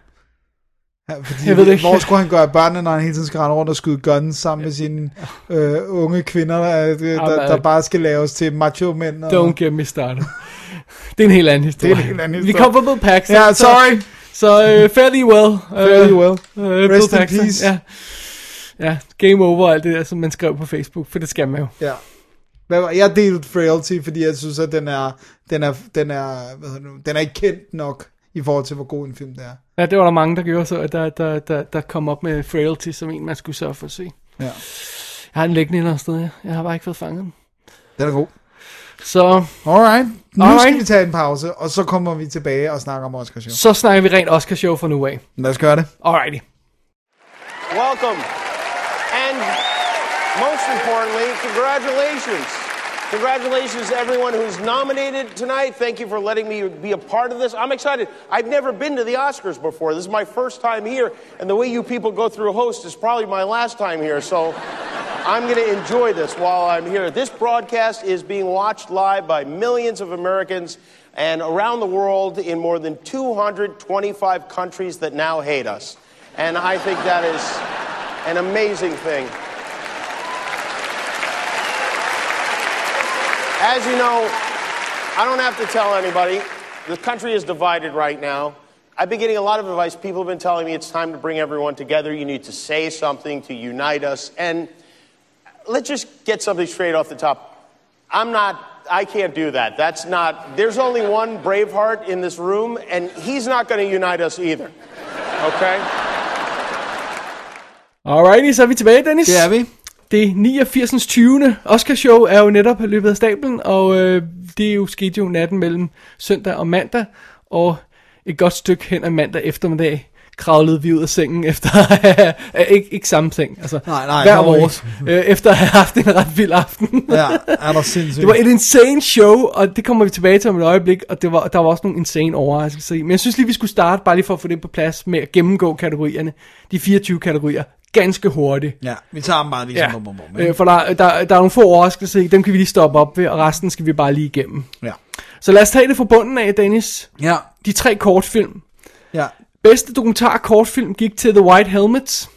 [SPEAKER 2] Ja, fordi,
[SPEAKER 3] Jeg ved det ikke.
[SPEAKER 2] Hvor skulle han gøre af børnene, når han hele tiden skal rende rundt og skyde guns sammen med sine øh, unge kvinder, der, der, der, bare skal laves til macho mænd? Og...
[SPEAKER 3] Don't get me started. det er en helt anden historie.
[SPEAKER 2] Det er en helt anden
[SPEAKER 3] Vi
[SPEAKER 2] historie.
[SPEAKER 3] kom på Bill Paxton.
[SPEAKER 2] Ja, sorry.
[SPEAKER 3] Så, så uh, fairly well. Uh,
[SPEAKER 2] Fairly well.
[SPEAKER 3] Uh,
[SPEAKER 2] Rest
[SPEAKER 3] Bill
[SPEAKER 2] in
[SPEAKER 3] Paxton.
[SPEAKER 2] peace.
[SPEAKER 3] Ja. ja, game over og alt det der, som man skrev på Facebook, for det skal man jo.
[SPEAKER 2] Ja. Hvad var- Jeg delte Frailty, fordi jeg synes, at den er, den er, den er, hvad hedder det nu, den er ikke kendt nok i forhold til, hvor god en film det er.
[SPEAKER 3] Ja, det var der mange, der gjorde så, at der, der, der, der kom op med Frailty, som en, man skulle sørge for at se.
[SPEAKER 2] Ja.
[SPEAKER 3] Jeg har den liggende et eller andet sted, ja. Jeg har bare ikke fået fanget den.
[SPEAKER 2] Den er god.
[SPEAKER 3] Så,
[SPEAKER 2] Alright. Nu Alright.
[SPEAKER 3] Alright.
[SPEAKER 2] skal vi tage en pause, og så kommer vi tilbage og snakker om Oscar Show.
[SPEAKER 3] så snakker vi rent Oscar-show fra nu af.
[SPEAKER 2] Lad os gøre det.
[SPEAKER 3] Alrighty.
[SPEAKER 4] Welcome. And most importantly, congratulations. Congratulations to everyone who's nominated tonight. Thank you for letting me be a part of this. I'm excited. I've never been to the Oscars before. This is my first time here, and the way you people go through host is probably my last time here, so I'm going to enjoy this while I'm here. This broadcast is being watched live by millions of Americans and around the world in more than 225 countries that now hate us. And I think that is an amazing thing. As you know, I don't have to tell anybody, the country is divided right now. I've been getting a lot of advice. People have been telling me it's time to bring everyone together. You need to say something to unite us. And let's just get something straight off the top. I'm not, I can't do that. That's not, there's only one Braveheart in this room, and he's not going to unite us either. Okay?
[SPEAKER 3] Alrighty, så er vi tilbage, Dennis.
[SPEAKER 2] Det er vi.
[SPEAKER 3] Det 89. 20. Oscarshow er jo netop løbet af stablen, og øh, det er jo sket jo natten mellem søndag og mandag, og et godt stykke hen af mandag eftermiddag kravlede vi ud af sengen efter [LAUGHS] at have- øh, ikke, ikke samme seng, altså
[SPEAKER 2] Nej, nej,
[SPEAKER 3] hver
[SPEAKER 2] dog
[SPEAKER 3] vores, [LAUGHS] øh, efter at have haft en ret vild aften.
[SPEAKER 2] Ja, er der sindssygt.
[SPEAKER 3] [LAUGHS] Det var et insane show, og det kommer vi tilbage til om et øjeblik, og det var, der var også nogle insane overraskelser i. Men jeg synes lige, vi skulle starte, bare lige for at få det på plads, med at gennemgå kategorierne, de 24 kategorier, ganske hurtigt.
[SPEAKER 2] Ja, vi tager dem bare lige sådan. Bum, bum, bum,
[SPEAKER 3] øh,
[SPEAKER 2] ikke?
[SPEAKER 3] for der, der, der er nogle få overraskelser i, dem kan vi lige stoppe op ved, og resten skal vi bare lige igennem.
[SPEAKER 2] Ja.
[SPEAKER 3] Så lad os tage det fra bunden af, Dennis.
[SPEAKER 2] Ja.
[SPEAKER 3] De tre kortfilm.
[SPEAKER 2] ja.
[SPEAKER 3] Bedste dokumentar kortfilm gik til The White Helmets.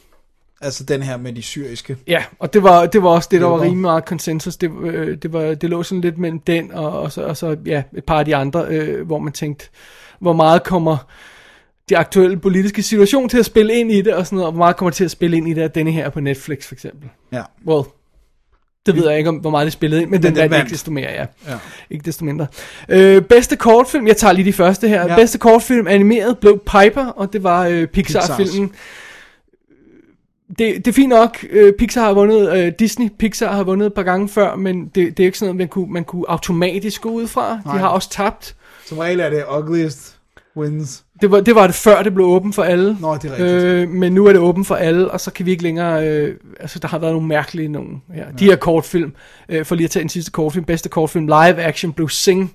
[SPEAKER 2] Altså den her med de syriske.
[SPEAKER 3] Ja, og det var, det var også det, der var
[SPEAKER 2] var-
[SPEAKER 3] rimelig meget konsensus. Det, øh, det, var, det lå sådan lidt mellem den og, og, så, og så ja, et par af de andre, øh, hvor man tænkte, hvor meget kommer de aktuelle politiske situation til at spille ind i det, og sådan noget, og hvor meget kommer til at spille ind i det, at denne her er på Netflix for eksempel.
[SPEAKER 2] Ja.
[SPEAKER 3] Well, det ved jeg ikke, om, hvor meget det spillede ind, men, den,
[SPEAKER 2] Mm. den
[SPEAKER 3] vandt
[SPEAKER 2] vandt.
[SPEAKER 3] ikke desto mere, ja.
[SPEAKER 2] Ja.
[SPEAKER 3] Ikke desto mindre. Øh, bedste kortfilm, jeg tager lige de første her. Ja.
[SPEAKER 2] Ja.
[SPEAKER 3] Bedste kortfilm animeret blev Piper, og det var øh, Pixar-filmen. Det, det er fint nok, øh, Pixar har vundet, øh, Disney Pixar har vundet et par gange før, men det, det er ikke sådan noget, man kunne, man kunne automatisk gå ud fra. De
[SPEAKER 2] Nej.
[SPEAKER 3] har også tabt.
[SPEAKER 2] Som regel er det ugliest wins.
[SPEAKER 3] Det var, det var det før, det blev åbent for alle.
[SPEAKER 2] Nå, det er rigtigt.
[SPEAKER 3] Øh, men nu er det åbent for alle, og så kan vi ikke længere... Øh, altså, der har været nogle mærkelige nogle her. Ja. De her kortfilm, øh, for lige at tage den sidste kortfilm, bedste kortfilm, live action blev Sing.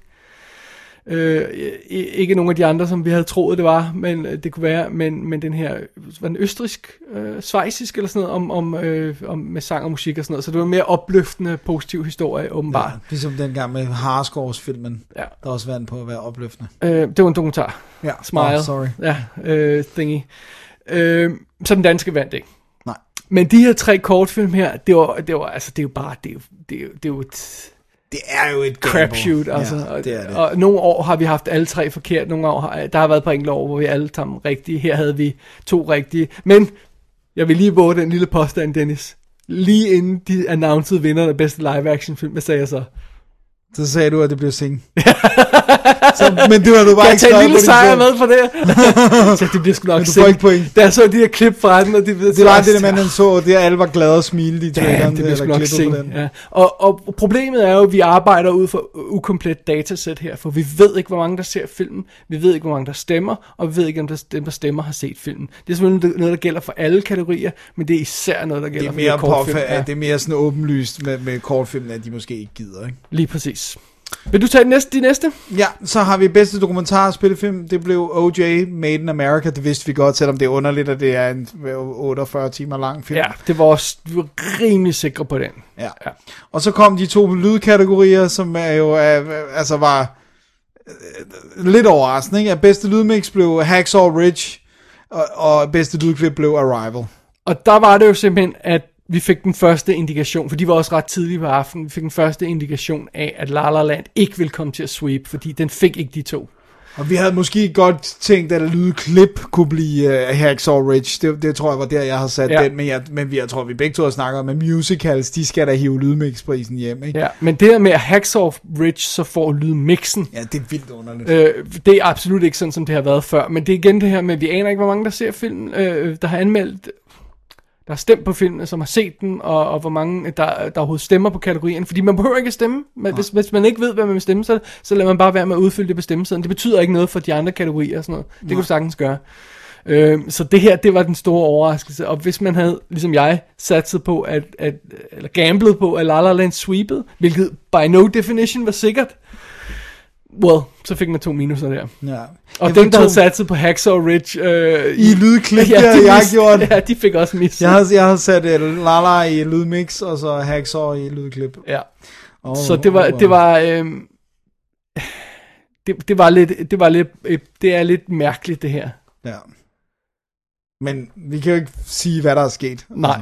[SPEAKER 3] Øh, i- ikke nogen af de andre, som vi havde troet, det var, men øh, det kunne være, men, men den her, var den østrisk, øh, svejsisk eller sådan noget, om, om, øh, om, med sang og musik og sådan noget, så det var en mere opløftende, positiv historie, åbenbart.
[SPEAKER 2] Ja, ligesom dengang med Harsgaards-filmen,
[SPEAKER 3] Ja.
[SPEAKER 2] der også vandt på at være opløftende.
[SPEAKER 3] Øh, det var en dokumentar.
[SPEAKER 2] Ja,
[SPEAKER 3] Smile.
[SPEAKER 2] Oh, sorry.
[SPEAKER 3] Ja, øh, thingy. Øh, så den danske vandt ikke.
[SPEAKER 2] Nej.
[SPEAKER 3] Men de her tre kortfilm her, det var, det var altså, det er jo bare, det er jo, det er jo, det er jo et
[SPEAKER 2] Det er jo et gamble.
[SPEAKER 3] crapshoot, altså.
[SPEAKER 2] Ja, det er det.
[SPEAKER 3] Og, og nogle år har vi haft alle tre forkert, nogle år har, der har været et par enkelte år, hvor vi alle sammen rigtige, her havde vi to rigtige. Men, jeg vil lige våge den lille påstand, Dennis. Lige inden de annoncerede vinderne af bedste live action film, hvad sagde jeg så?
[SPEAKER 2] Så sagde du, at det blev
[SPEAKER 3] [LAUGHS]
[SPEAKER 2] sing. så, men du har du bare
[SPEAKER 3] Jeg
[SPEAKER 2] ikke
[SPEAKER 3] tager
[SPEAKER 2] skrevet
[SPEAKER 3] en lille
[SPEAKER 2] på din
[SPEAKER 3] sejr
[SPEAKER 2] bog.
[SPEAKER 3] med for
[SPEAKER 2] [LAUGHS]
[SPEAKER 3] det. så det bliver sgu nok
[SPEAKER 2] Men du får
[SPEAKER 3] sent.
[SPEAKER 2] ikke point.
[SPEAKER 3] Da jeg så de her klip fra den, og det,
[SPEAKER 2] Det var det, der man den så, og det er alle var glade og smilede i
[SPEAKER 3] Damn,
[SPEAKER 2] traileren.
[SPEAKER 3] det bliver sgu
[SPEAKER 2] eller
[SPEAKER 3] nok
[SPEAKER 2] klippet på den.
[SPEAKER 3] sent. Ja. Og, og problemet er jo, at vi arbejder ud for ukomplet datasæt her, for vi ved ikke, hvor mange der ser filmen, vi ved ikke, hvor mange der stemmer, og vi ved ikke, om der, dem, der stemmer, har set filmen. Det er selvfølgelig noget, der gælder for alle kategorier, men det er især noget, der
[SPEAKER 2] Det
[SPEAKER 3] gælder
[SPEAKER 2] er, mere
[SPEAKER 3] for de her kortfilm.
[SPEAKER 2] påfald,
[SPEAKER 3] Ja,
[SPEAKER 2] det er mere sådan åbenlyst med, med kortfilmen, at de måske ikke gider, ikke?
[SPEAKER 3] Lige præcis. Vil du tage den næste, de næste?
[SPEAKER 2] Ja, så har vi bedste dokumentar og spillefilm. Det blev O.J. Made in America. Det vidste vi godt, selvom det er underligt, at det er en 48 timer lang film.
[SPEAKER 3] Ja, det var også vi var rimelig sikre på den.
[SPEAKER 2] Ja. Og så kom de to lydkategorier, som er jo er, altså var øh, lidt overraskende. Ikke? At bedste lydmix blev Hacksaw Ridge, og, og bedste lydklip blev Arrival.
[SPEAKER 3] Og der var det jo simpelthen, at vi fik den første indikation, for de var også ret tidlige på aftenen, vi fik den første indikation af, at La La Land ikke ville komme til at sweep, fordi den fik ikke de to.
[SPEAKER 2] Og vi havde måske godt tænkt, at lydklip kunne blive uh, Hacksaw Ridge. Det, det tror jeg var der, jeg har sat
[SPEAKER 3] Ja.
[SPEAKER 2] ja. den. Men, jeg, men vi, jeg tror, vi begge to har snakket om, at musicals, de skal da hive lydmixprisen hjem. Ikke?
[SPEAKER 3] Ja, men det der med at Hacksaw Ridge så får lydmixen,
[SPEAKER 2] Ja. ja, det er vildt underligt.
[SPEAKER 3] øh, det er absolut ikke sådan, som det har været før. Men det er igen det her med, at vi aner ikke, hvor mange der ser filmen, øh, der har anmeldt, der har stemt på filmen, som har set den, og, og hvor mange, der, der overhovedet stemmer på kategorien. Fordi man behøver ikke at stemme. Men hvis, hvis man ikke ved, hvad man vil stemme, så, så lader man bare være med at udfylde det på stemmesedlen. Det betyder ikke noget for de andre kategorier og sådan noget. Det kan du sagtens gøre. Øh, så det her, det var den store overraskelse. Og hvis man havde, ligesom jeg, satset på, at, at, eller gamblet på, at La La Land sweepede, hvilket by no definition var sikkert, well, så fik man to minuser der.
[SPEAKER 2] Ja.
[SPEAKER 3] Og
[SPEAKER 2] Jeg
[SPEAKER 3] dem,
[SPEAKER 2] fik
[SPEAKER 3] der
[SPEAKER 2] to-
[SPEAKER 3] havde satset på Hacksaw Ridge... Øh,
[SPEAKER 2] I
[SPEAKER 3] [LAUGHS]
[SPEAKER 2] lydklip, ja,
[SPEAKER 3] de
[SPEAKER 2] jeg har
[SPEAKER 3] mist-
[SPEAKER 2] gjort.
[SPEAKER 3] Ja, de fik også mis.
[SPEAKER 2] Jeg havde, jeg havde sat uh, Lala i lydmix, og så Hacksaw i lydklip.
[SPEAKER 3] Ja.
[SPEAKER 2] Oh,
[SPEAKER 3] Så det var... Det var øh, det, det, var lidt, det var lidt, øh, det er lidt mærkeligt det her.
[SPEAKER 2] Ja. Men vi kan jo ikke sige, hvad der er sket.
[SPEAKER 3] Nej.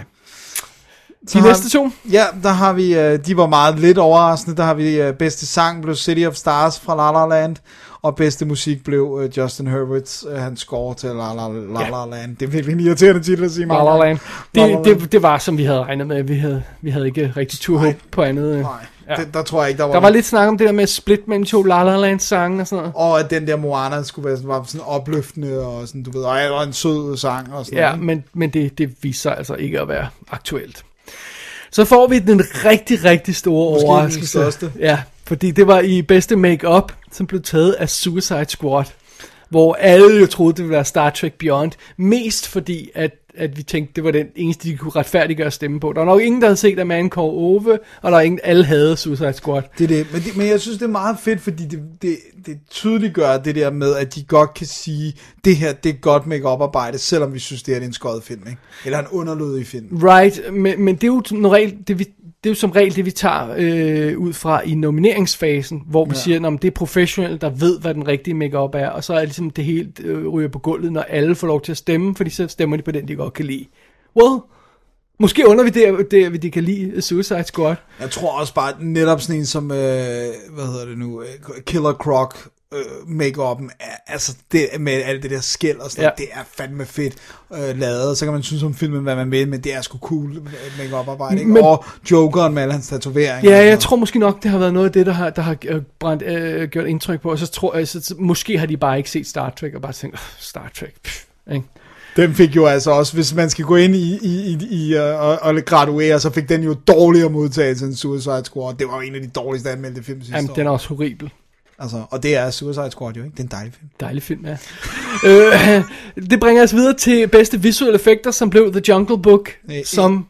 [SPEAKER 2] Så
[SPEAKER 3] De
[SPEAKER 2] har,
[SPEAKER 3] næste to,
[SPEAKER 2] Ja, der har vi, øh, de var meget lidt overraskende. Der har vi øh, bedste sang blev City of Stars fra La La Land, og bedste musik blev øh, Justin Herberts, øh, hans score til La La, La, La Land. Det er virkelig en irriterende titel at sige.
[SPEAKER 3] La
[SPEAKER 2] mange
[SPEAKER 3] La
[SPEAKER 2] gange.
[SPEAKER 3] Land.
[SPEAKER 2] La La
[SPEAKER 3] Det,
[SPEAKER 2] Land.
[SPEAKER 3] det, det, var, som vi havde regnet med. Vi havde, vi havde ikke rigtig turhåb på andet. øh.
[SPEAKER 2] Nej,
[SPEAKER 3] Ja.
[SPEAKER 2] det, der tror jeg ikke, der var,
[SPEAKER 3] Der var lidt snak om det der med at split mellem to La La Land sange og sådan noget.
[SPEAKER 2] Og at den der Moana skulle være sådan, var sådan opløftende, og sådan, du ved, og det var en sød sang og sådan
[SPEAKER 3] Ja,
[SPEAKER 2] noget.
[SPEAKER 3] men, men det, det viser sig altså ikke at være aktuelt. Så får vi den rigtig, rigtig store
[SPEAKER 2] Måske den
[SPEAKER 3] overraskelse.
[SPEAKER 2] største.
[SPEAKER 3] Ja, fordi det var i bedste makeup, som blev taget af Suicide Squad. Hvor alle jo troede, det ville være Star Trek Beyond. Mest fordi, at, at vi tænkte, det var den eneste, de kunne retfærdiggøre at stemme på. Der var nok ingen, der havde set Amancore Ove, og der var ingen, alle havde Suicide Squad.
[SPEAKER 2] Det er det. Men, det, men jeg synes, det er meget fedt, fordi det, det, det tydeliggør det der med, at de godt kan sige, det her, det er godt make arbejde selvom vi synes, det her det er en skød film, ikke? Eller en underlødig film.
[SPEAKER 3] Right, men, men det, er jo som regel, det, vi, det er jo som regel det, vi tager øh, ud fra i nomineringsfasen, hvor vi ja. siger, at det er professionelle, der ved, hvad den rigtige makeup er, og så er det ligesom det hele øh, ryger på gulvet, når alle får lov til at stemme, fordi så stemmer de på den, de godt kan lide. Well, måske undervurderer det, at de kan lide øh, Suicide Squad.
[SPEAKER 2] Jeg tror også bare, at netop sådan en som, øh, hvad hedder det nu, øh, Killer Croc, øh, make-up'en, er, altså det, med alt det der skæld og sådan
[SPEAKER 3] Ja.
[SPEAKER 2] ja. det er fandme fedt øh, lavet, så kan man synes om filmen, hvad man vil, men det er sgu cool øh, make-up arbejde, ikke?
[SPEAKER 3] Men-
[SPEAKER 2] Men, og Jokeren med alle hans tatoveringer.
[SPEAKER 3] Ja, jeg
[SPEAKER 2] og-
[SPEAKER 3] tror måske nok, det har været noget af det, der har, der har øh, brændt, øh, gjort indtryk på, og så tror jeg, så, så, måske har de bare ikke set Star Trek, og bare tænkt, "Åh, Star Trek, pff, ikke?
[SPEAKER 2] Den fik jo altså også, hvis man skal gå ind i, i, i, i øh, og, og graduere, så fik den jo dårligere modtagelse end Suicide Squad. Det var jo en af de dårligste anmeldte film sidste
[SPEAKER 3] Jamen,
[SPEAKER 2] år.
[SPEAKER 3] den er også horribel.
[SPEAKER 2] Altså, og det er Suicide Squad jo, ikke? Det er en dejlig film.
[SPEAKER 3] Dejlig film, ja. øh, [CLEARS THROAT] det bringer os videre til bedste visuelle effekter, som blev The Jungle Book,
[SPEAKER 2] Øh,
[SPEAKER 3] som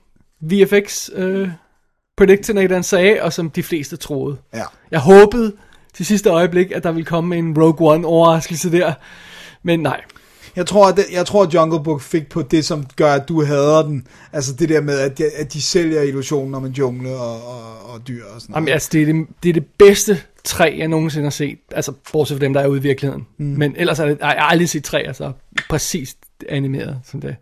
[SPEAKER 3] VFX øh, predictornatoren sagde, og som de fleste troede.
[SPEAKER 2] Ja.
[SPEAKER 3] Jeg håbede til sidste øjeblik, at der ville komme en Rogue One overraskelse der, men nej.
[SPEAKER 2] Jeg tror, at det, jeg tror, at Jungle Book fik på det, som gør, at du hader den. Altså det der med, at de, at de sælger illusionen om en jungle og, og, og dyr og sådan noget.
[SPEAKER 3] Jamen, altså, det, er det, det er det bedste træ, jeg nogensinde har set. Altså, bortset fra dem, der er ude i virkeligheden. Mm. Men ellers har jeg, jeg har aldrig set træer så præcis animeret som det.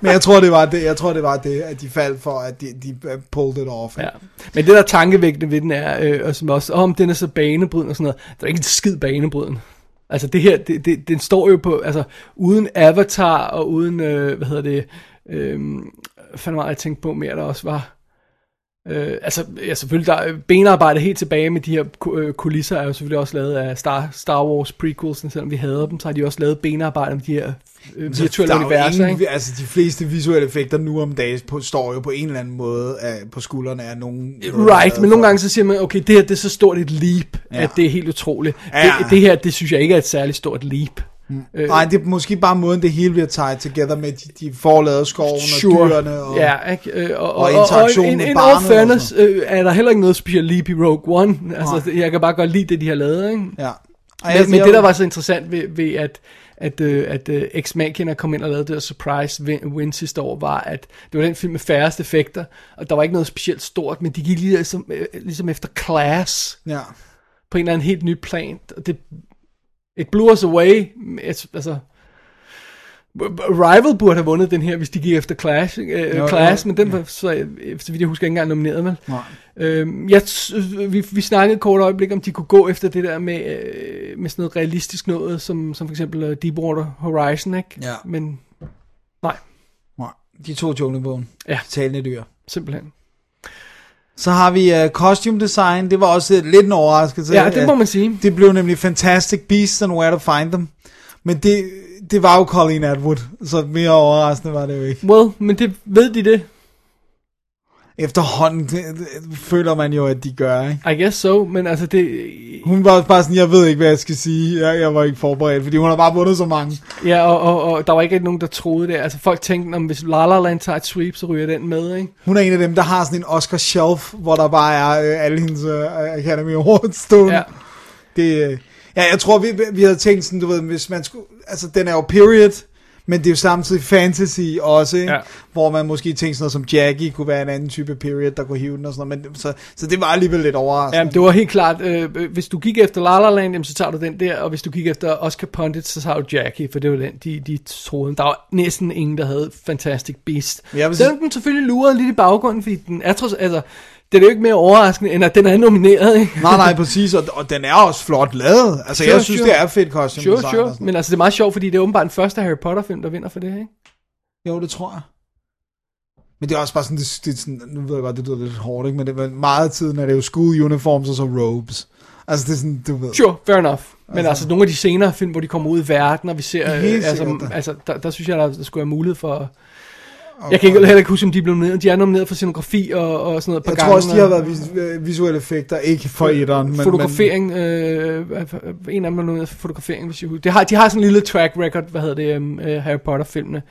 [SPEAKER 2] Men jeg tror, det var det, jeg tror, det var det, at de faldt for, at de, de pulled it off.
[SPEAKER 3] Ja. Men det, der er tankevækkende ved den er, øh, og som også, om den er så banebrydende og sådan noget, der er ikke en skid banebrydende. Altså det her, det, det, den står jo på, altså uden Avatar og uden, øh, hvad hedder det, øh, fandme meget jeg tænkte på mere, der også var. Øh, altså ja, selvfølgelig, der er benarbejde helt tilbage med de her ku- øh, kulisser, er jo selvfølgelig også lavet af Star, Star Wars prequels, selvom vi hader dem, så har de også lavet benarbejde med de her øh, virtuelle
[SPEAKER 2] Der er jo
[SPEAKER 3] universer.
[SPEAKER 2] ingen,
[SPEAKER 3] ikke?
[SPEAKER 2] altså de fleste visuelle effekter nu om dagen på, står jo på en eller anden måde af, på skuldrene af nogen.
[SPEAKER 3] Right, men nogle gange så siger man, okay, det her det er så stort et leap, ja.
[SPEAKER 2] Ja.
[SPEAKER 3] at det er helt utroligt. Ja.
[SPEAKER 2] Ja.
[SPEAKER 3] Det, det her, det synes jeg ikke er et særligt stort leap.
[SPEAKER 2] Øh, Nej, det er måske bare måden, det hele bliver tied together med de, de forladede skoven og dyrene. Og,
[SPEAKER 3] ja, ikke? Øh, Og, og, og,
[SPEAKER 2] interaktion
[SPEAKER 3] og,
[SPEAKER 2] med
[SPEAKER 3] en,
[SPEAKER 2] barnet
[SPEAKER 3] all
[SPEAKER 2] og
[SPEAKER 3] fairness øh, er der heller ikke noget specielt leap i Rogue One. Altså, det- jeg kan bare godt lide det, de har lavet, ikke?
[SPEAKER 2] ja. Ej, altså,
[SPEAKER 3] Men, men det, der var så interessant ved, ved at, at, øh, at øh, Ex Machina kom ind og lavede det der surprise win, win sidste år, var, at det var den film med færrest effekter, og der var ikke noget specielt stort, men de gik lige, ligesom, øh, ligesom efter class.
[SPEAKER 2] Ja.
[SPEAKER 3] på en eller anden helt ny plan. Og det, it blew us away. Et, altså, Rival burde have vundet den her, hvis de gik efter Clash, øh,
[SPEAKER 2] Jo,
[SPEAKER 3] jo, Clash
[SPEAKER 2] jo.
[SPEAKER 3] men den var, så, øh, så vidt jeg husker, ikke engang nomineret, vel?
[SPEAKER 2] Nej.
[SPEAKER 3] Øhm, jeg, s- øh, vi, vi snakkede et kort øjeblik, om de kunne gå efter det der med, øh, med sådan noget realistisk noget, som, som for eksempel øh, Deepwater Horizon, ikke?
[SPEAKER 2] Ja.
[SPEAKER 3] Men nej,
[SPEAKER 2] Nej. De to junglebogen.
[SPEAKER 3] Ja.
[SPEAKER 2] Talende dyr.
[SPEAKER 3] simpelthen.
[SPEAKER 2] Så har vi uh, costume design. Det var også øh, lidt en overraskelse.
[SPEAKER 3] Ja, det må
[SPEAKER 2] Øh,
[SPEAKER 3] man sige.
[SPEAKER 2] Det blev nemlig Fantastic Beasts and Where to Find Them. Men det, det var jo Colleen Atwood, så mere overraskende var det jo ikke.
[SPEAKER 3] Well, men det ved de det,
[SPEAKER 2] Efterhånden det, det, føler man jo, at de gør, ikke?
[SPEAKER 3] I guess so, men altså det,
[SPEAKER 2] Hun var bare sådan, jeg ved ikke, hvad jeg skal sige. Jeg, jeg var ikke forberedt, fordi hun har bare vundet så mange.
[SPEAKER 3] Ja, og, og, og der var ikke rigtig nogen, der troede det. Altså folk tænkte, om hvis La La Land tager et sweep, så ryger den med, ikke?
[SPEAKER 2] Hun er en af dem, der har sådan en Oscar shelf, hvor der bare er øh, alle hendes øh, Academy Awards stående.
[SPEAKER 3] Ja.
[SPEAKER 2] Ja. Det, øh, ja, jeg tror, vi, vi havde tænkt sådan, du ved, hvis man skulle... Altså, den er jo period, men det er jo samtidig fantasy også, ikke?
[SPEAKER 3] Ja.
[SPEAKER 2] Ja. hvor man måske tænkte sådan noget som Jackie kunne være en anden type period, der kunne hive den og sådan noget, men så, så det var alligevel lidt overraskende.
[SPEAKER 3] Jamen, det var helt klart, øh, øh, hvis du gik efter La La Land, jamen, så tager du den der, og hvis du gik efter Oscar Pundit, så tager du Jackie, for det var den, de, de troede. Der var næsten ingen, der havde Fantastic Beast.
[SPEAKER 2] Jeg vil
[SPEAKER 3] Selvom den selvfølgelig lurede lidt i baggrunden, fordi den er trods, altså, det er jo ikke mere overraskende, end at den er nomineret, ikke?
[SPEAKER 2] Nej, nej, præcis, og, og den er også flot lavet. Altså,
[SPEAKER 3] Sure,
[SPEAKER 2] jeg synes,
[SPEAKER 3] sure.
[SPEAKER 2] det er fedt costume
[SPEAKER 3] Sure,
[SPEAKER 2] design og
[SPEAKER 3] sure.
[SPEAKER 2] sådan
[SPEAKER 3] Men altså, det er meget sjovt, fordi det er åbenbart den første Harry Potter-film, der vinder for det, ikke?
[SPEAKER 2] Jo, det tror jeg. Men det er også bare sådan, det, det er sådan nu ved jeg godt, det lyder lidt hårdt, ikke? men det, men meget af tiden er det jo school uniforms og så robes. Altså det er sådan, du ved.
[SPEAKER 3] Sure, fair enough. Men altså, altså nogle af de senere film, hvor de kommer ud i verden, og vi ser, øh,
[SPEAKER 2] Helt
[SPEAKER 3] altså,
[SPEAKER 2] sikkert da.
[SPEAKER 3] altså der, der synes jeg, der, der skulle være mulighed for Jeg kan ikke, heller ikke huske, om de blev nomineret. De er nomineret for scenografi og, og sådan noget. et par
[SPEAKER 2] Jeg
[SPEAKER 3] gange,
[SPEAKER 2] tror også, de har
[SPEAKER 3] og-
[SPEAKER 2] været vis- øh, visuelle effekter, ikke for etteren. Men,
[SPEAKER 3] fotografering, øh, hvad- hvad- en af dem er nomineret for fotografering, hvis jeg husker. De har, de har sådan en lille track record, hvad hedder det, øhm, øh, Harry Potter-filmene.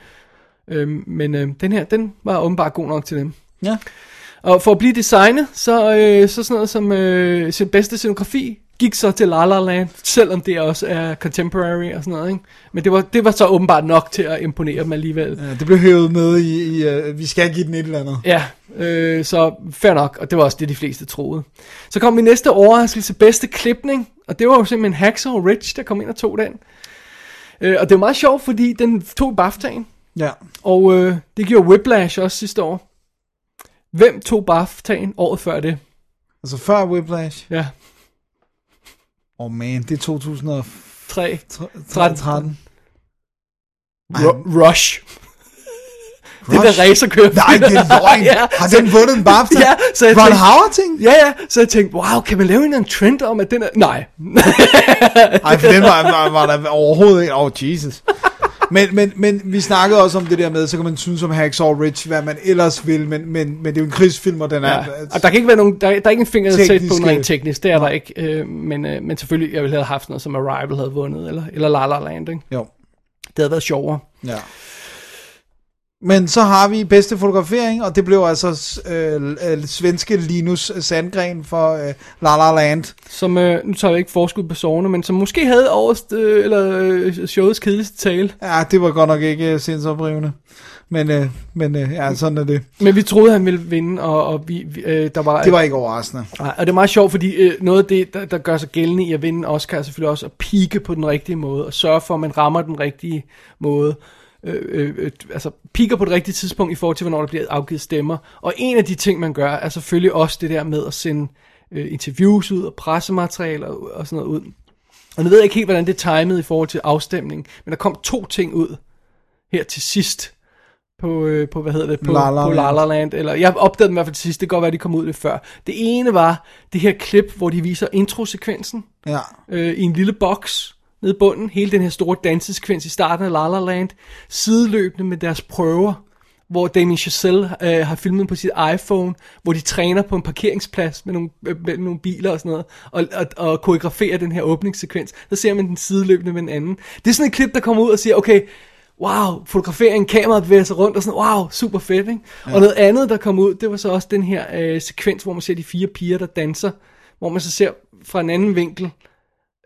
[SPEAKER 3] Øhm, men øh, den her, den var åbenbart god nok til dem.
[SPEAKER 2] Men, ja.
[SPEAKER 3] Og for at blive designet, så, øh, så sådan noget som øh, sin bedste scenografi, gik så til La La Land, selvom det også er contemporary og sådan noget, ikke? Men det var, det var så åbenbart nok til at imponere dem alligevel.
[SPEAKER 2] Ja, det blev hævet med i, i øh, vi skal give den et eller andet.
[SPEAKER 3] Ja, øh, så fair nok, og det var også det, de fleste troede. Så kom min næste overraskelse, bedste klipning, og det var jo simpelthen Hacksaw Ridge, der kom ind og tog den. Øh, og det var meget sjovt, fordi den tog BAFTA'en,
[SPEAKER 2] Ja.
[SPEAKER 3] og øh, det gjorde Whiplash også sidste år. Hvem tog BAFTA'en året før det?
[SPEAKER 2] Altså før Whiplash.
[SPEAKER 3] Ja,
[SPEAKER 2] Åh oh man, det er 2013.
[SPEAKER 3] tre.
[SPEAKER 2] 13.
[SPEAKER 3] Ru- Rush. Det er der racerkører.
[SPEAKER 2] Nej, det er løgn.
[SPEAKER 3] [LAUGHS] ja,
[SPEAKER 2] Har
[SPEAKER 3] så-
[SPEAKER 2] den vundet en BAFTA?
[SPEAKER 3] Ja, så jeg
[SPEAKER 2] Ron
[SPEAKER 3] tænkte-
[SPEAKER 2] Howard ting?
[SPEAKER 3] Ja, ja, så jeg tænkte, wow, kan man lave en eller anden trend om, at den er... Nej,
[SPEAKER 2] Ej, for den var, var, var der overhovedet ikke. Åh, oh, Jesus. Men, men, men vi snakkede også om det der med, så kan man synes om Hacksaw Ridge, hvad man ellers vil, men, men, men det er jo en krigsfilm, og den er...
[SPEAKER 3] Ja. Og der kan ikke være nogen, der, der er ikke en finger set på
[SPEAKER 2] Tekniske-
[SPEAKER 3] en rent teknisk, det er der ikke. Øh, men, øh, men selvfølgelig, jeg ville have haft noget, som Arrival havde vundet, eller, eller La La Land, ikke?
[SPEAKER 2] Jo,
[SPEAKER 3] Det havde været sjovere.
[SPEAKER 2] ja. Men så har vi bedste fotografering, og det blev altså øh, øh, svenske Linus Sandgren for øh, La La Land.
[SPEAKER 3] Som, øh, nu tager jeg ikke forskud på sovende, men som måske havde årets, øh, eller øh, showets kedeligste tale.
[SPEAKER 2] Ja, det var godt nok ikke øh, sindsoprivende. Men, øh, men øh, ja, sådan er det.
[SPEAKER 3] Men vi troede, han ville vinde, og, og vi, vi- øh, der var...
[SPEAKER 2] Det var ikke overraskende.
[SPEAKER 3] Nej, og det er meget sjovt, fordi øh, noget af det, der, der gør sig gældende i at vinde en Oscar, er selvfølgelig også at pike på den rigtige måde, og sørge for, at man rammer den rigtige måde. Øh, øh, øh, altså piker på det rigtige tidspunkt i forhold til, hvornår der bliver afgivet stemmer. Og en af de ting, man gør, er selvfølgelig også det der med at sende øh, interviews ud og pressematerialer og, og sådan noget ud. Og nu ved jeg ikke helt, hvordan det er timet i forhold til afstemningen, men der kom to ting ud her til sidst på, øh, på hvad hedder det, på
[SPEAKER 2] La La
[SPEAKER 3] på
[SPEAKER 2] Land.
[SPEAKER 3] La La Land, eller jeg opdagede dem i hvert fald til sidst, det kan godt være, de kom ud lidt før. Det ene var det her klip, hvor de viser introsekvensen
[SPEAKER 2] Ja.
[SPEAKER 3] øh, i en lille boks nede i bunden, hele den her store dansesekvens i starten af La La Land, sideløbende med deres prøver, hvor Damien Chazelle øh, har filmet på sit iPhone, hvor de træner på en parkeringsplads med nogle, øh, med nogle biler og sådan noget, og, og, og koreograferer den her åbningssekvens. Så ser man den sideløbende med den anden. Det er sådan et klip, der kommer ud og siger, okay, wow, fotografering, kameraet bevæger sig rundt, og sådan, wow, super fedt, ikke? Ja. Og noget andet, der kom ud, det var så også den her øh, sekvens, hvor man ser de fire piger, der danser, hvor man så ser fra en anden vinkel,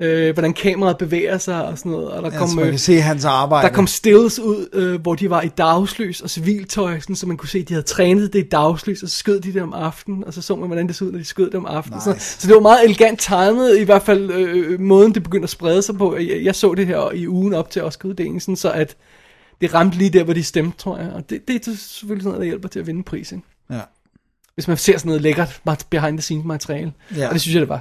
[SPEAKER 3] øh, hvordan kameraet bevæger sig og sådan noget, og der
[SPEAKER 2] Ja,
[SPEAKER 3] kom...
[SPEAKER 2] så Altså, man
[SPEAKER 3] øh,
[SPEAKER 2] kan se hans arbejde.
[SPEAKER 3] der kom stills ud, øh, hvor de var i dagslys og civiltøj, sådan, så man kunne se, at de havde trænet det i dagslys, og så skød de det om aftenen, og så så man, hvordan det så ud, når de skød det om aftenen. Nice. Så, så det var meget elegant timet, i hvert fald øh, måden, det begyndte at sprede sig på. Jeg, jeg så det her i ugen op til Oscar-uddelingen, sådan så at det ramte lige der, hvor de stemte, tror jeg. Og det, det er selvfølgelig sådan noget, der hjælper til at vinde prisen.
[SPEAKER 2] Ja.
[SPEAKER 3] Hvis man ser sådan noget lækkert behind-the-scenes materiale.
[SPEAKER 2] Ja.
[SPEAKER 3] Ja. Og det synes jeg, det var.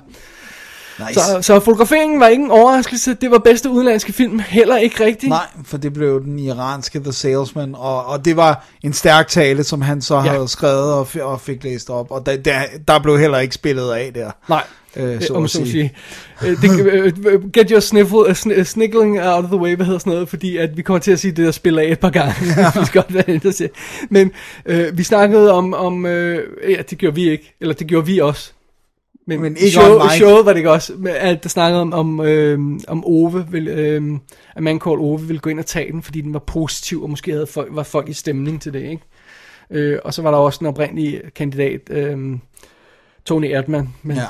[SPEAKER 2] Nice.
[SPEAKER 3] Så, øh, så fotograferingen var ingen overraskelse. Det var bedste udenlandske film heller ikke rigtigt.
[SPEAKER 2] Nej, for det blev den iranske The Salesman, og, og det var en stærk tale, som han så ja.
[SPEAKER 3] Ja.
[SPEAKER 2] havde skrevet og, fi- og fik læst op, og der, der, der blev heller ikke spillet af der.
[SPEAKER 3] Nej,
[SPEAKER 2] Øh,
[SPEAKER 3] øh,
[SPEAKER 2] så
[SPEAKER 3] så om
[SPEAKER 2] at
[SPEAKER 3] så at
[SPEAKER 2] sige.
[SPEAKER 3] sige. Øh, det, øh, get your sniffle, uh, sn- uh, snickling out of the way, hvad hedder sådan noget, fordi at vi kommer til at sige det der spil af et par
[SPEAKER 2] [LAUGHS]
[SPEAKER 3] gange. Ja. vi skal godt være inde og se. Men øh, vi snakkede om, om øh, ja, det gjorde vi ikke, eller det gjorde vi også. Men,
[SPEAKER 2] Men ikke
[SPEAKER 3] show,
[SPEAKER 2] online.
[SPEAKER 3] showet var det ikke også, med at der snakkede om, om, øh, om Ove, vil, øh, at man kaldt Ove ville gå ind og tage den, fordi den var positiv, og måske havde folk, var folk i stemning til det, ikke? Øh, og så var der også den oprindelige kandidat, øh, Tony Erdmann, men,
[SPEAKER 2] Ja.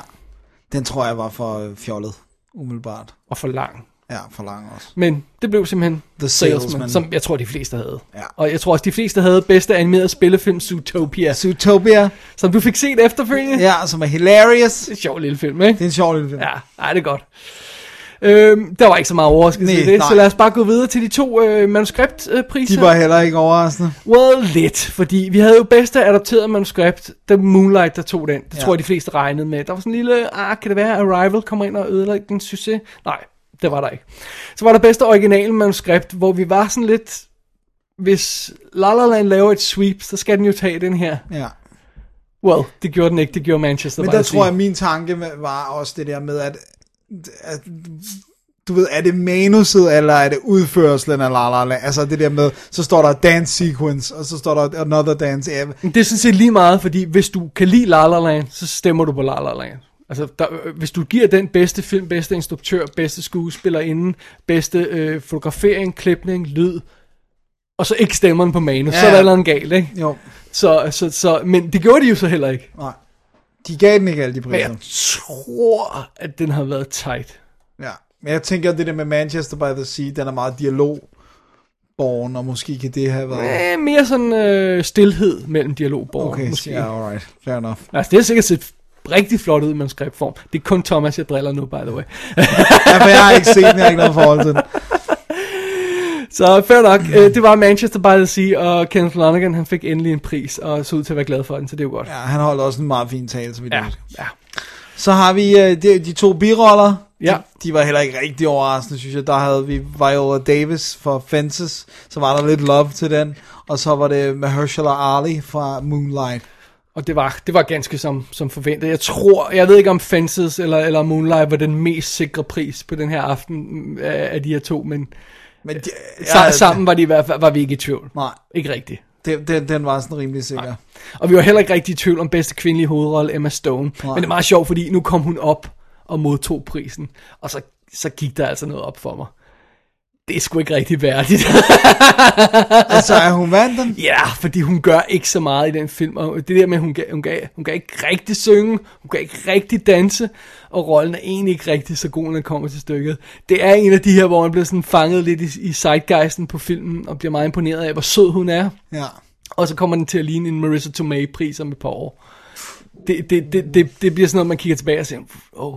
[SPEAKER 2] Den tror jeg var for øh, fjollet, umiddelbart.
[SPEAKER 3] og for lang.
[SPEAKER 2] Ja, for lang også.
[SPEAKER 3] Men det blev simpelthen
[SPEAKER 2] The
[SPEAKER 3] The
[SPEAKER 2] Salesman.
[SPEAKER 3] Salesman, Salesman som jeg tror, de fleste havde.
[SPEAKER 2] Ja.
[SPEAKER 3] Og jeg tror også, de fleste havde bedste animeret spillefilm, Zootopia,
[SPEAKER 2] Zootopia,
[SPEAKER 3] som du fik set efterfølgende. Ja.
[SPEAKER 2] ja, som er hilarious.
[SPEAKER 3] Det er en sjov lille film, ikke?
[SPEAKER 2] Det er en sjov lille film.
[SPEAKER 3] Ja, nej, det er godt. Øhm, der var ikke så meget overraskelse
[SPEAKER 2] Nej,
[SPEAKER 3] i det,
[SPEAKER 2] nej.
[SPEAKER 3] så lad os bare gå videre til de to øh, manuskriptpriser.
[SPEAKER 2] De var heller ikke overraskende.
[SPEAKER 3] Well, lidt, fordi vi havde jo bedste adopteret manuskript, The Moonlight, der tog den. Det
[SPEAKER 2] Ja.
[SPEAKER 3] tror jeg, de fleste regnede med. Der var sådan en lille, ah, kan det være, Arrival kommer ind og ødelægger den succes? Nej, det var der ikke. Så var der bedste originale manuskript, hvor vi var sådan lidt, hvis La La Land laver et sweep, så skal den jo tage den her.
[SPEAKER 2] Ja.
[SPEAKER 3] Well, det gjorde den ikke, det gjorde Manchester.
[SPEAKER 2] Men
[SPEAKER 3] var
[SPEAKER 2] der
[SPEAKER 3] at sige.
[SPEAKER 2] tror jeg, min tanke med- var også det der med, at, at du ved, er det manuset, eller er det udførslen, eller la, la, la. altså det der med, så står der dance sequence, og så står der another dance, ja,
[SPEAKER 3] Men Det er sådan set lige meget, fordi hvis du kan lide La La Land, så stemmer du på La La Land. Altså, der, øh, hvis du giver den bedste film, bedste instruktør, bedste skuespillerinde, bedste øh, fotografering, klipning, lyd, og så ikke stemmer den på manus, ja. så er
[SPEAKER 2] ja.
[SPEAKER 3] der noget galt, ikke?
[SPEAKER 2] jo,
[SPEAKER 3] Så, så, så, men det gjorde de jo så heller ikke.
[SPEAKER 2] nej. De gav den ikke alle de
[SPEAKER 3] Men
[SPEAKER 2] priser.
[SPEAKER 3] jeg tror, at den har været tight.
[SPEAKER 2] Ja, men jeg tænker, at det der med Manchester by the Sea, den er meget dialog borgen, og måske kan det have været...
[SPEAKER 3] Øh, mere sådan øh, stillhed mellem dialogborgerne,
[SPEAKER 2] Okay,
[SPEAKER 3] måske.
[SPEAKER 2] ja, alright, fair enough.
[SPEAKER 3] Altså, det har sikkert set rigtig flot ud i manuskriptform. Det er kun Thomas, jeg driller nu, by the way.
[SPEAKER 2] Ja, for jeg har ikke set den, jeg har ikke noget forhold til den.
[SPEAKER 3] Så fair nok. Øh, det var Manchester by the Sea, og Kenneth Lonergan, han fik endelig en pris, og så ud til at være glad for den, så det er jo godt.
[SPEAKER 2] Ja, han holdt også en meget fin tale, som vi ja.
[SPEAKER 3] ja. ja.
[SPEAKER 2] Så har vi øh, de, de to biroller.
[SPEAKER 3] Ja.
[SPEAKER 2] De, de var heller ikke rigtig overraskende, synes jeg. Der havde vi Viola Davis fra Fences, så var der lidt love til den. Og så var det Mahershala Ali fra Moonlight.
[SPEAKER 3] Og det var, det var ganske som, som forventet. Jeg tror, jeg ved ikke om Fences eller, eller Moonlight var den mest sikre pris på den her aften mm, af, af de her to, men
[SPEAKER 2] Men de,
[SPEAKER 3] sa- sammen var, de i hvert fald, var vi ikke i tvivl.
[SPEAKER 2] Nej,
[SPEAKER 3] Ikke rigtigt.
[SPEAKER 2] den, den, den var sådan rimelig sikker. Nej.
[SPEAKER 3] Og vi var heller ikke rigtig i tvivl om bedste kvindelige hovedrolle, Emma Stone. Nej. Men det er meget sjovt, fordi nu kom hun op og modtog prisen. Og så, så gik der altså noget op for mig. Det er sgu ikke rigtig værdigt.
[SPEAKER 2] Altså, er hun vandt den?
[SPEAKER 3] Ja, yeah, fordi hun gør ikke så meget i den film. Og det der med, at hun kan, hun, kan, hun kan ikke rigtig synge, hun kan ikke rigtig danse, og rollen er egentlig ikke rigtig så god, når det kommer til stykket. Det er en af de her, hvor man bliver sådan fanget lidt i, i zeitgeisten på filmen, og bliver meget imponeret af, hvor sød hun er.
[SPEAKER 2] Ja.
[SPEAKER 3] Og så kommer den til at ligne en Marissa Tomei-pris om et par år. Det, det, det, det, det bliver sådan noget, man kigger tilbage og siger, oh,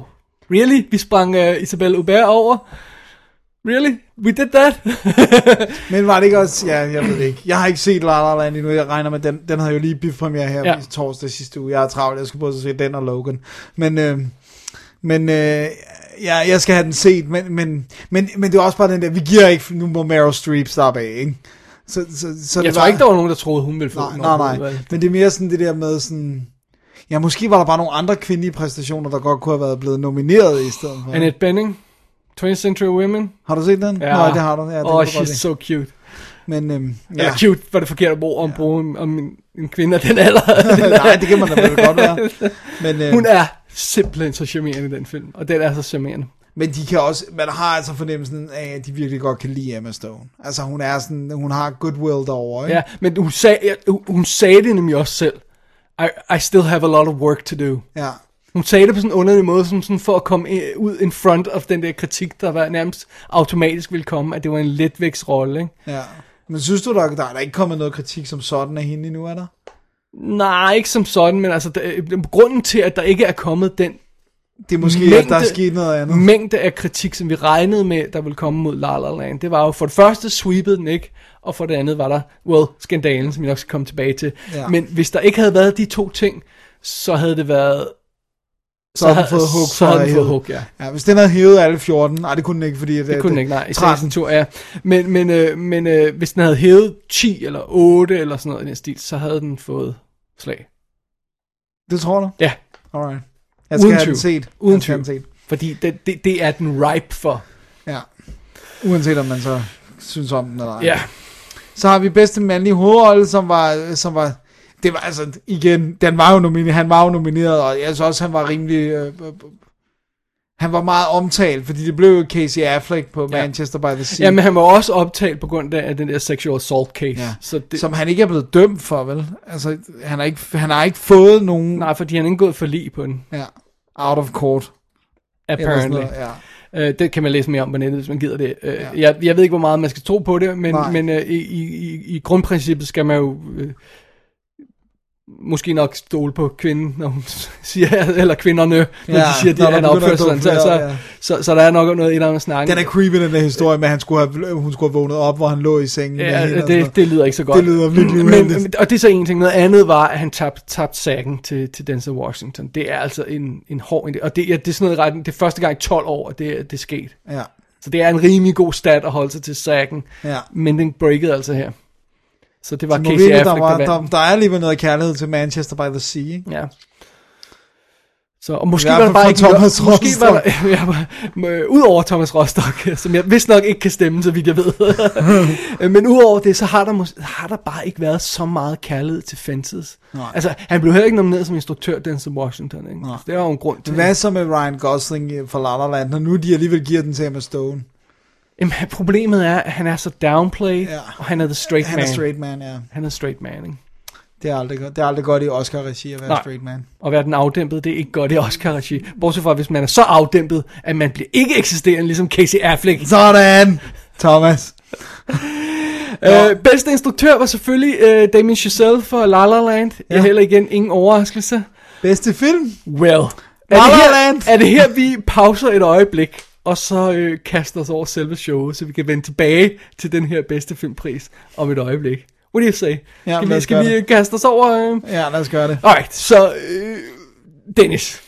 [SPEAKER 3] really? Vi sprang uh, Isabelle Aubert over? Really? We did that?
[SPEAKER 2] Men var det ikke også... Ja, jeg ved det ikke. Jeg har ikke set La La Land endnu. Jeg regner med, den, den havde jo lige biffpremiere her ja.
[SPEAKER 3] Ja.
[SPEAKER 2] i torsdag sidste uge. Jeg er travlt. Jeg skulle både se den og Logan. Men... Øh, men øh, jeg, jeg skal have den set, men, men, men, men det er også bare den der, vi giver ikke, nu må Meryl Streep stoppe af, ikke? Så, så, så
[SPEAKER 3] Jeg
[SPEAKER 2] det
[SPEAKER 3] tror
[SPEAKER 2] var-
[SPEAKER 3] ikke, der var nogen, der troede, hun ville få den
[SPEAKER 2] Nej, nej, nej.
[SPEAKER 3] overhovedet, vel?
[SPEAKER 2] Men det er mere sådan det der med sådan... Ja, måske var der bare nogle andre kvindelige præstationer, der godt kunne have været blevet nomineret i stedet for.
[SPEAKER 3] Annette Bening, 20th Century Women.
[SPEAKER 2] Har du set den? Nej, det har du. Ja, den
[SPEAKER 3] Åh, oh,
[SPEAKER 2] kan du
[SPEAKER 3] she's
[SPEAKER 2] godt lide.
[SPEAKER 3] so cute.
[SPEAKER 2] Men øhm, ja.
[SPEAKER 3] Ja. Eller cute var det forkerte ord om, bruge om en, en kvinde af den
[SPEAKER 2] [LAUGHS]
[SPEAKER 3] alder.
[SPEAKER 2] Nej, det kan man da vel godt
[SPEAKER 3] [LAUGHS]
[SPEAKER 2] være. Men, øh,
[SPEAKER 3] hun er simpelthen så charmerende i den film, og den er så charmerende.
[SPEAKER 2] Men de kan også, man har altså fornemmelsen af, at de virkelig godt kan lide Emma Stone. Altså hun er sådan, hun har goodwill derovre, ikke?
[SPEAKER 3] Ja, men hun sagde, ja, hun- hun sagde det nemlig også selv. I, I still have a lot of work to do.
[SPEAKER 2] ja.
[SPEAKER 3] Hun sagde det på sådan en underlig måde, som sådan for at komme i- ud in front of den der kritik, der var nærmest automatisk ville komme, at det var en letvægtsrolle, ikke?
[SPEAKER 2] Ja. Men synes du, der, der er der ikke kommet noget kritik som sådan af hende endnu, er der?
[SPEAKER 3] Nej, ikke som sådan, men altså, der, grunden til, at der ikke er kommet den
[SPEAKER 2] Det er måske, at der er sket noget andet.
[SPEAKER 3] mængde af kritik, som vi regnede med, der ville komme mod La La Land, det var jo for det første sweepede den ikke, og for det andet var der, well, skandalen, som vi nok skal komme tilbage til.
[SPEAKER 2] Ja.
[SPEAKER 3] Ja. Men hvis der ikke havde været de to ting, så havde det været...
[SPEAKER 2] Så har den fået hug
[SPEAKER 3] Så havde
[SPEAKER 2] fra
[SPEAKER 3] den fået hug, ja.
[SPEAKER 2] Ja, hvis den havde hævet alle 14, nej det kunne den ikke, fordi... øh,
[SPEAKER 3] Det kunne den ikke, nej. I
[SPEAKER 2] 13.
[SPEAKER 3] 13 tur, ja. Men, men, øh, men øh, hvis den havde hævet 10 eller 8 eller sådan noget i den stil, så havde den fået slag.
[SPEAKER 2] Det tror du?
[SPEAKER 3] Ja,
[SPEAKER 2] Alright. Jeg skal
[SPEAKER 3] Uden
[SPEAKER 2] have den
[SPEAKER 3] tvivl.
[SPEAKER 2] set.
[SPEAKER 3] Uden
[SPEAKER 2] Jeg skal have
[SPEAKER 3] tvivl.
[SPEAKER 2] den set.
[SPEAKER 3] fordi det, det, det er den ripe for.
[SPEAKER 2] Ja. Uanset om man så synes om den eller ej.
[SPEAKER 3] Ja,
[SPEAKER 2] Så har vi bedste mandlige hovedrolle, som var, som var det var altså, igen, den var jo nomineret, han var jo nomineret, og jeg synes også, han var rimelig, øh, øh, øh, han var meget omtalt, fordi det blev jo Casey Affleck på Manchester by the Sea,
[SPEAKER 3] ja men han var også optalt på grund af den der sexual assault case.
[SPEAKER 2] Ja.
[SPEAKER 3] Ja. Så det,
[SPEAKER 2] som han ikke er blevet dømt for, vel? Altså, han har ikke, han har ikke fået nogen
[SPEAKER 3] Nej, fordi han er indgået forlig på den,
[SPEAKER 2] ja, out of court. eller sådan
[SPEAKER 3] apparently.
[SPEAKER 2] noget, Ja.
[SPEAKER 3] Øh, det kan man læse mere om på nettet, hvis man gider det. Øh, jeg, jeg ved ikke, hvor meget man skal tro på det, men,
[SPEAKER 2] Nej.
[SPEAKER 3] men øh, i, i, i- i grundprincippet skal man jo øh, måske nok stole på kvinden, når hun [LAUGHS] siger, eller kvinderne, når
[SPEAKER 2] Ja,
[SPEAKER 3] ja, de siger,
[SPEAKER 2] når
[SPEAKER 3] at
[SPEAKER 2] der
[SPEAKER 3] han
[SPEAKER 2] begynder
[SPEAKER 3] opfører sig
[SPEAKER 2] at
[SPEAKER 3] sådan. Så,
[SPEAKER 2] dukke
[SPEAKER 3] så,
[SPEAKER 2] flere, ja.
[SPEAKER 3] så, så, så der er nok noget i der med snakken.
[SPEAKER 2] Den er creepy, den der historie med, at han skulle have, hun skulle have vågnet op, hvor han lå i sengen. med hende
[SPEAKER 3] Ja,
[SPEAKER 2] og sådan noget.
[SPEAKER 3] det, det lyder ikke så godt.
[SPEAKER 2] altså. Det lyder virkelig uheldigt.
[SPEAKER 3] men, Og det er så en ting. Noget andet var, at han tabte tabt sagen til, til Denzel Washington. Det er altså en, en hård... Og det, ja, det er sådan noget i retning- Det er første gang i 12 år, at det, det er sket.
[SPEAKER 2] Ja.
[SPEAKER 3] Så det er en rimelig god stat at holde sig til sagen.
[SPEAKER 2] Ja.
[SPEAKER 3] Men den breakede altså her. Så det var
[SPEAKER 2] Så må
[SPEAKER 3] Casey
[SPEAKER 2] virkelig,
[SPEAKER 3] Affleck,
[SPEAKER 2] der, var,
[SPEAKER 3] vandt.
[SPEAKER 2] der, der, er alligevel noget kærlighed til Manchester by the Sea, ikke?
[SPEAKER 3] Ja. Så, og måske
[SPEAKER 2] I hvert
[SPEAKER 3] var der
[SPEAKER 2] fald
[SPEAKER 3] bare
[SPEAKER 2] for
[SPEAKER 3] ikke
[SPEAKER 2] Thomas
[SPEAKER 3] nok, [LAUGHS] måske var
[SPEAKER 2] Rostock.
[SPEAKER 3] der, ja, var- øh, udover Thomas Rostock, [LAUGHS] som jeg vist nok ikke kan stemme, så vidt jeg ved.
[SPEAKER 2] [LAUGHS]
[SPEAKER 3] Øh, Men udover det, så har der, mås- har der bare ikke været så meget kærlighed til Fences. Nej. Altså, han blev heller ikke nomineret som instruktør, Denzel Washington. Ikke? Altså, det var jo en grund til
[SPEAKER 2] Hvad så med Ryan Gosling øh, fra La La Land, når nu de alligevel giver den til Emma Stone?
[SPEAKER 3] Jamen, problemet er, at han er så downplayed,
[SPEAKER 2] Ja.
[SPEAKER 3] og han er the straight
[SPEAKER 2] Han
[SPEAKER 3] man.
[SPEAKER 2] er straight man, ja.
[SPEAKER 3] Han er straight man, ikke?
[SPEAKER 2] Det er aldrig, godt- det er aldrig godt i Oscar-regi at være
[SPEAKER 3] Nej.
[SPEAKER 2] straight man.
[SPEAKER 3] At være den afdæmpede, det er ikke godt i Oscar-regi. Bortset fra, hvis man er så afdæmpet, at man bliver ikke eksisterende, ligesom Casey Affleck.
[SPEAKER 2] Sådan, Thomas.
[SPEAKER 3] Øh, bedste instruktør var selvfølgelig øh, Damien Chazelle for La La Land. Ja. Jeg heller igen ingen overraskelse.
[SPEAKER 2] Bedste film?
[SPEAKER 3] Well. Er
[SPEAKER 2] La La
[SPEAKER 3] det her,
[SPEAKER 2] Land.
[SPEAKER 3] Er det her, vi pauser et øjeblik, og så øh, kaster os over selve showet, så vi kan vende tilbage til den her bedste filmpris om et øjeblik. What do you say?
[SPEAKER 2] Ja,
[SPEAKER 3] skal
[SPEAKER 2] lad
[SPEAKER 3] vi,
[SPEAKER 2] os
[SPEAKER 3] skal
[SPEAKER 2] gøre
[SPEAKER 3] vi øh, kaste os over? Øh?
[SPEAKER 2] Ja, lad os gøre det.
[SPEAKER 3] Alright, så øh, Dennis.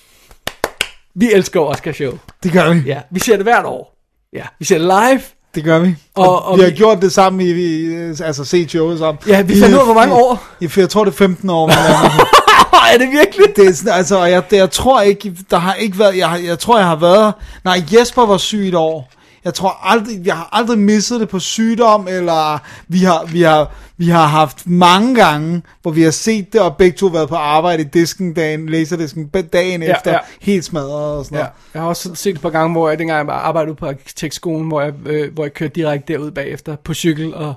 [SPEAKER 3] Vi elsker Oscar Show.
[SPEAKER 2] Det gør vi.
[SPEAKER 3] Ja, vi ser det hvert år. Ja, vi ser det live.
[SPEAKER 2] Det gør vi. Og, og,
[SPEAKER 3] Og- og
[SPEAKER 2] vi har
[SPEAKER 3] vi-
[SPEAKER 2] gjort det sammen i, vi, altså set showet sammen.
[SPEAKER 3] Ja, vi fandt ud af, hvor mange
[SPEAKER 2] i-
[SPEAKER 3] år.
[SPEAKER 2] I, jeg tror, det er 15 år. men, øh,
[SPEAKER 3] Åh, er det virkelig?
[SPEAKER 2] det er sådan, altså, og jeg, det, jeg tror ikke, der har ikke været, jeg, har- jeg tror, jeg har været, nej, Jesper var syg et år. Jeg tror aldrig, jeg har aldrig misset det på sygdom, eller vi har, vi har, vi har haft mange gange, hvor vi har set det, og begge to været på arbejde i disken dagen, laserdisken dagen
[SPEAKER 3] Ja,
[SPEAKER 2] ja, efter,
[SPEAKER 3] ja.
[SPEAKER 2] ja. helt smadret og sådan
[SPEAKER 3] Ja.
[SPEAKER 2] noget.
[SPEAKER 3] Jeg har også set et par gange, hvor jeg dengang jeg arbejdede på arkitektskolen, hvor jeg, øh, hvor jeg kørte direkte derud bagefter på cykel og
[SPEAKER 2] Jamen,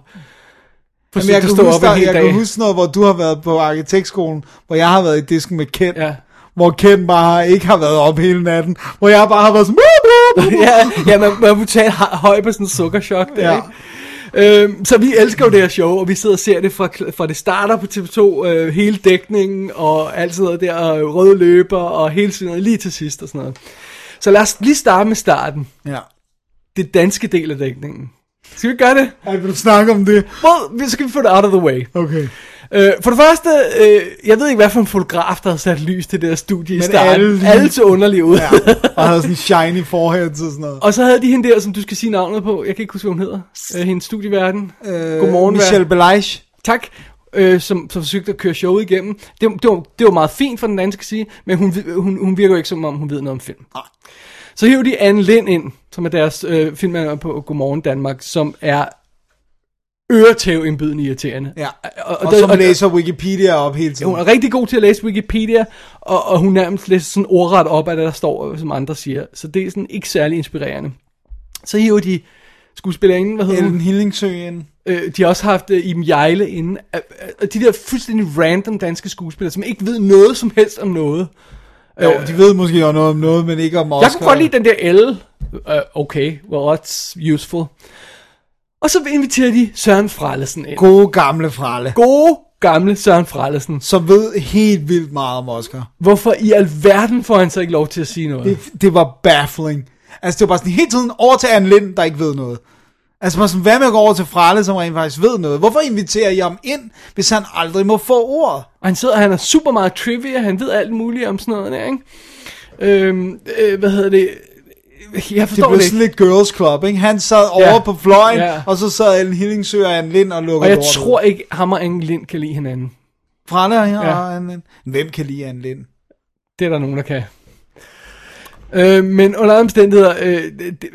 [SPEAKER 3] forsøgte
[SPEAKER 2] jeg,
[SPEAKER 3] at
[SPEAKER 2] kan
[SPEAKER 3] stå op
[SPEAKER 2] huske,
[SPEAKER 3] en
[SPEAKER 2] dig,
[SPEAKER 3] hel
[SPEAKER 2] jeg
[SPEAKER 3] dag.
[SPEAKER 2] kan huske noget, hvor du har været på arkitektskolen, hvor jeg har været i disken med Ken,
[SPEAKER 3] Ja. [LAUGHS]
[SPEAKER 2] hvor Ken bare ikke har været op hele natten, hvor jeg bare har været sådan, "Wup, wup, wup."
[SPEAKER 3] ja, ja, man, man kunne tage høj på sådan en sukkerchok der,
[SPEAKER 2] Ja.
[SPEAKER 3] ja. ikke? Øhm, så vi elsker jo det her show, og vi sidder og ser det fra, kl- fra det starter på TV2, øh, hele dækningen og alt sådan noget der, og røde løber og hele tiden lige til sidst og sådan noget. Så lad os lige starte med starten.
[SPEAKER 2] ja.
[SPEAKER 3] Det danske del af dækningen. Skal vi gøre det?
[SPEAKER 2] Ej, vil du snakke om det?
[SPEAKER 3] Well, vi- så kan vi få det out of the way.
[SPEAKER 2] Okay.
[SPEAKER 3] Øh, for det første, øh, jeg ved ikke, hvad for en fotograf, der havde sat lys til det der studie i starten. Alle,
[SPEAKER 2] alle-
[SPEAKER 3] alle til underlig ud. Ja.
[SPEAKER 2] Ja. Og havde sådan shiny foreheads og sådan noget.
[SPEAKER 3] [LAUGHS] Og så havde de hende der, som du skal sige navnet på. Jeg kan ikke huske, hvad hun hedder. Øh, hendes studieverden. Øh, Godmorgen,
[SPEAKER 2] Michelle
[SPEAKER 3] Michelle.
[SPEAKER 2] Belage.
[SPEAKER 3] Tak. Øh, som, som forsøgte at køre showet igennem. Det, det, var, det var meget fint for den danske sige, men hun, vi- hun, hun virker jo ikke, som om hun ved noget om film. Så hiver de Anne Lind ind, som er deres øh, filmanmelder på Godmorgen Danmark, som er øretæv indbydende irriterende.
[SPEAKER 2] Ja.
[SPEAKER 3] Og,
[SPEAKER 2] Og, og som læser Wikipedia op hele
[SPEAKER 3] Hun
[SPEAKER 2] tiden.
[SPEAKER 3] er rigtig god til at læse Wikipedia, og, og hun nærmest læser sådan ordret op af det, der står, øh, som andre siger. Så det er sådan ikke særlig inspirerende. Så hiver de skuespillerinden, hvad hedder
[SPEAKER 2] Ellen
[SPEAKER 3] hun?
[SPEAKER 2] Hillingsø ind.
[SPEAKER 3] Øh, de har også haft øh, Iben Jejle inden. Øh, øh, de der fuldstændig random danske skuespillere, som ikke ved noget som helst om noget.
[SPEAKER 2] Jo, de ved måske også noget om noget, men ikke om Oscar.
[SPEAKER 3] Øh, Jeg kunne godt lide den der L. Øh, okay, well that's useful. Og så inviterer de Søren Frellesen ind.
[SPEAKER 2] Gode gamle Frale,
[SPEAKER 3] Gode gamle Søren Frellesen.
[SPEAKER 2] som ved helt vildt meget om Oscar.
[SPEAKER 3] Hvorfor i alverden får han så ikke lov til at sige noget?
[SPEAKER 2] Det, det var baffling. Altså, det var bare sådan hele tiden over til Anne Lind, der ikke ved noget. Altså, bare sådan, hvad med at gå over til Frale, som rent faktisk ved noget? Hvorfor inviterer I ham ind, hvis han aldrig må få ordet?
[SPEAKER 3] Og han sidder, og han har super meget trivia, han ved alt muligt om sådan noget der, ikke? Øhm, øh, hvad hedder det? Jeg
[SPEAKER 2] Det
[SPEAKER 3] forstår det,
[SPEAKER 2] blev
[SPEAKER 3] det
[SPEAKER 2] sådan
[SPEAKER 3] ikke.
[SPEAKER 2] lidt girls club, ikke? Han sad
[SPEAKER 3] Ja.
[SPEAKER 2] ja. over på fløjen,
[SPEAKER 3] Ja.
[SPEAKER 2] ja. og så sad Ellen Hillingsø og Anne Lind og lukkede
[SPEAKER 3] Og jeg
[SPEAKER 2] lortet.
[SPEAKER 3] tror ikke, ham og Inge Lind kan lide hinanden.
[SPEAKER 2] Frale og, ja.
[SPEAKER 3] Ja.
[SPEAKER 2] og Anne Lind. Hvem kan lide Anne Lind?
[SPEAKER 3] Det er der nogen, der kan. Øh, men under alle omstændigheder, øh, det, det,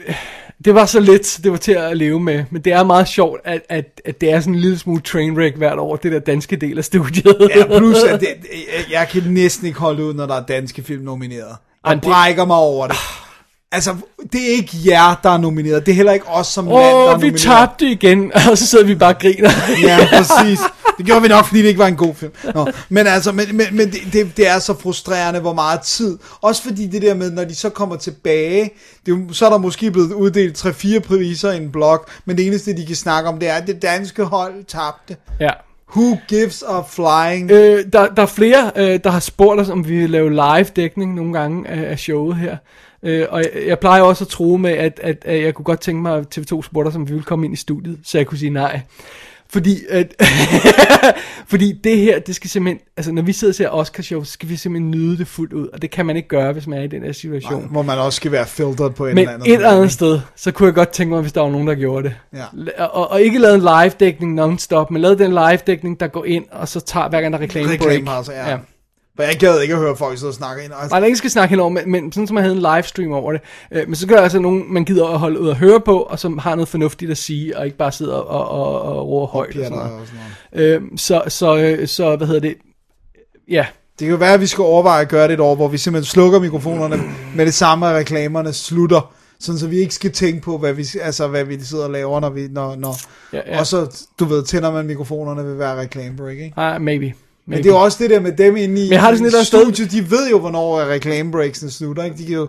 [SPEAKER 3] det var så lidt, så det var til at leve med. Men det er meget sjovt, at, at, at det er sådan en lille smule trainwreck hvert år, det der danske del af studiet.
[SPEAKER 2] Ja, plus, at det, jeg- jeg kan næsten ikke holde ud, når der er danske film nomineret. Jeg
[SPEAKER 3] Jamen, det-
[SPEAKER 2] brækker mig over det. Altså, det er ikke jer, der er nomineret. Det er heller ikke os som land, der er
[SPEAKER 3] [LAUGHS] Åh, vi
[SPEAKER 2] nomineret.
[SPEAKER 3] tabte igen, [LAUGHS] og så sidder vi bare og griner.
[SPEAKER 2] Ja, præcis. Det gjorde vi nok, fordi det ikke var en god film. Nå. Men altså, men, men, men det, det, det er så frustrerende, hvor meget tid. Også fordi det der med, når de så kommer tilbage, det, er jo- så er der måske blevet uddelt 3-4 priser i en blog, men det eneste, de kan snakke om, det er, at det danske hold tabte.
[SPEAKER 3] Ja.
[SPEAKER 2] Who gives a flying?
[SPEAKER 3] Øh, der, der er flere, øh, der har spurgt os, om vi vil lave live-dækning nogle gange af, af showet her. Øh, og jeg, jeg plejer også at tro med, at, at, at jeg kunne godt tænke mig, at TV2 spurgte os, om vi ville komme ind i studiet, så jeg kunne sige nej. Fordi, at, [LAUGHS] fordi det her, det skal simpelthen, altså når vi sidder og ser Oscar show, så skal vi simpelthen nyde det fuldt ud, og det kan man ikke gøre, hvis man er i den her situation.
[SPEAKER 2] Hvor man også skal være filteret på en
[SPEAKER 3] Men
[SPEAKER 2] eller anden
[SPEAKER 3] et eller andet sted, så kunne jeg godt tænke mig, hvis der var nogen, der gjorde det.
[SPEAKER 2] Ja.
[SPEAKER 3] La- Og, og ikke lavede en live-dækning non-stop, men lavede den live-dækning, der går ind, og så tager hver gang der er reklame break.
[SPEAKER 2] Reklamepause, altså, ja. For jeg gad ikke at høre folk sidde og snakke ind.
[SPEAKER 3] Nej, der er ingen der skal snakke henover, men, men sådan som man havde en livestream over det. Øh, men så gør der altså nogen, man gider at holde ud og høre på, og som har noget fornuftigt at sige, og ikke bare sidder og, og, og råber højt og sådan noget.
[SPEAKER 2] og sådan noget.
[SPEAKER 3] Øh, så, så, øh, så, hvad hedder det? Ja,
[SPEAKER 2] Det kan jo være, at vi skal overveje at gøre det et år, hvor vi simpelthen slukker mikrofonerne med det samme, at reklamerne slutter. Sådan, så vi ikke skal tænke på, hvad vi, altså, hvad vi sidder og laver, når vi... Når, når.
[SPEAKER 3] Ja,
[SPEAKER 2] Ja,
[SPEAKER 3] ja.
[SPEAKER 2] ja. Og så, du ved, tænder man mikrofonerne ved hver reklamebreak, ikke?
[SPEAKER 3] ah, maybe. maybe.
[SPEAKER 2] Men det er jo også det der med dem inde i
[SPEAKER 3] jeg har det sådan lidt også stadig-
[SPEAKER 2] studiet, de ved jo, hvornår reklamebreaksene slutter, ikke? De kan jo,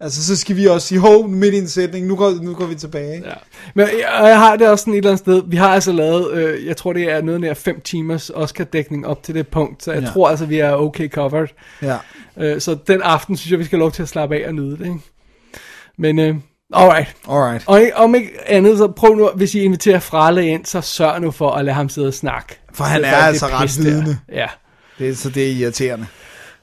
[SPEAKER 2] altså, så skal vi også sige, hov, midt i en sætning, nu går, nu går vi tilbage, ikke?
[SPEAKER 3] Ja. Men jeg, og jeg har det også sådan et eller andet sted. Vi har altså lavet, øh, jeg tror det er noget nær 5 timers Oscar-dækning op til det punkt, så jeg ja.
[SPEAKER 2] Ja.
[SPEAKER 3] tror altså, vi er okay covered.
[SPEAKER 2] Ja.
[SPEAKER 3] Øh, så den aften synes jeg, vi skal have lov til at slappe af og nyde det. Ikke? Men øh, alright.
[SPEAKER 2] Alright.
[SPEAKER 3] Og i- om ikke andet, så prøv nu, hvis I inviterer Frale ind, så sørg nu for at lade ham sidde og snakke.
[SPEAKER 2] For han
[SPEAKER 3] Det
[SPEAKER 2] er
[SPEAKER 3] bare det
[SPEAKER 2] altså ret
[SPEAKER 3] pis der.
[SPEAKER 2] vidende.
[SPEAKER 3] Ja.
[SPEAKER 2] Det, er- så det er irriterende.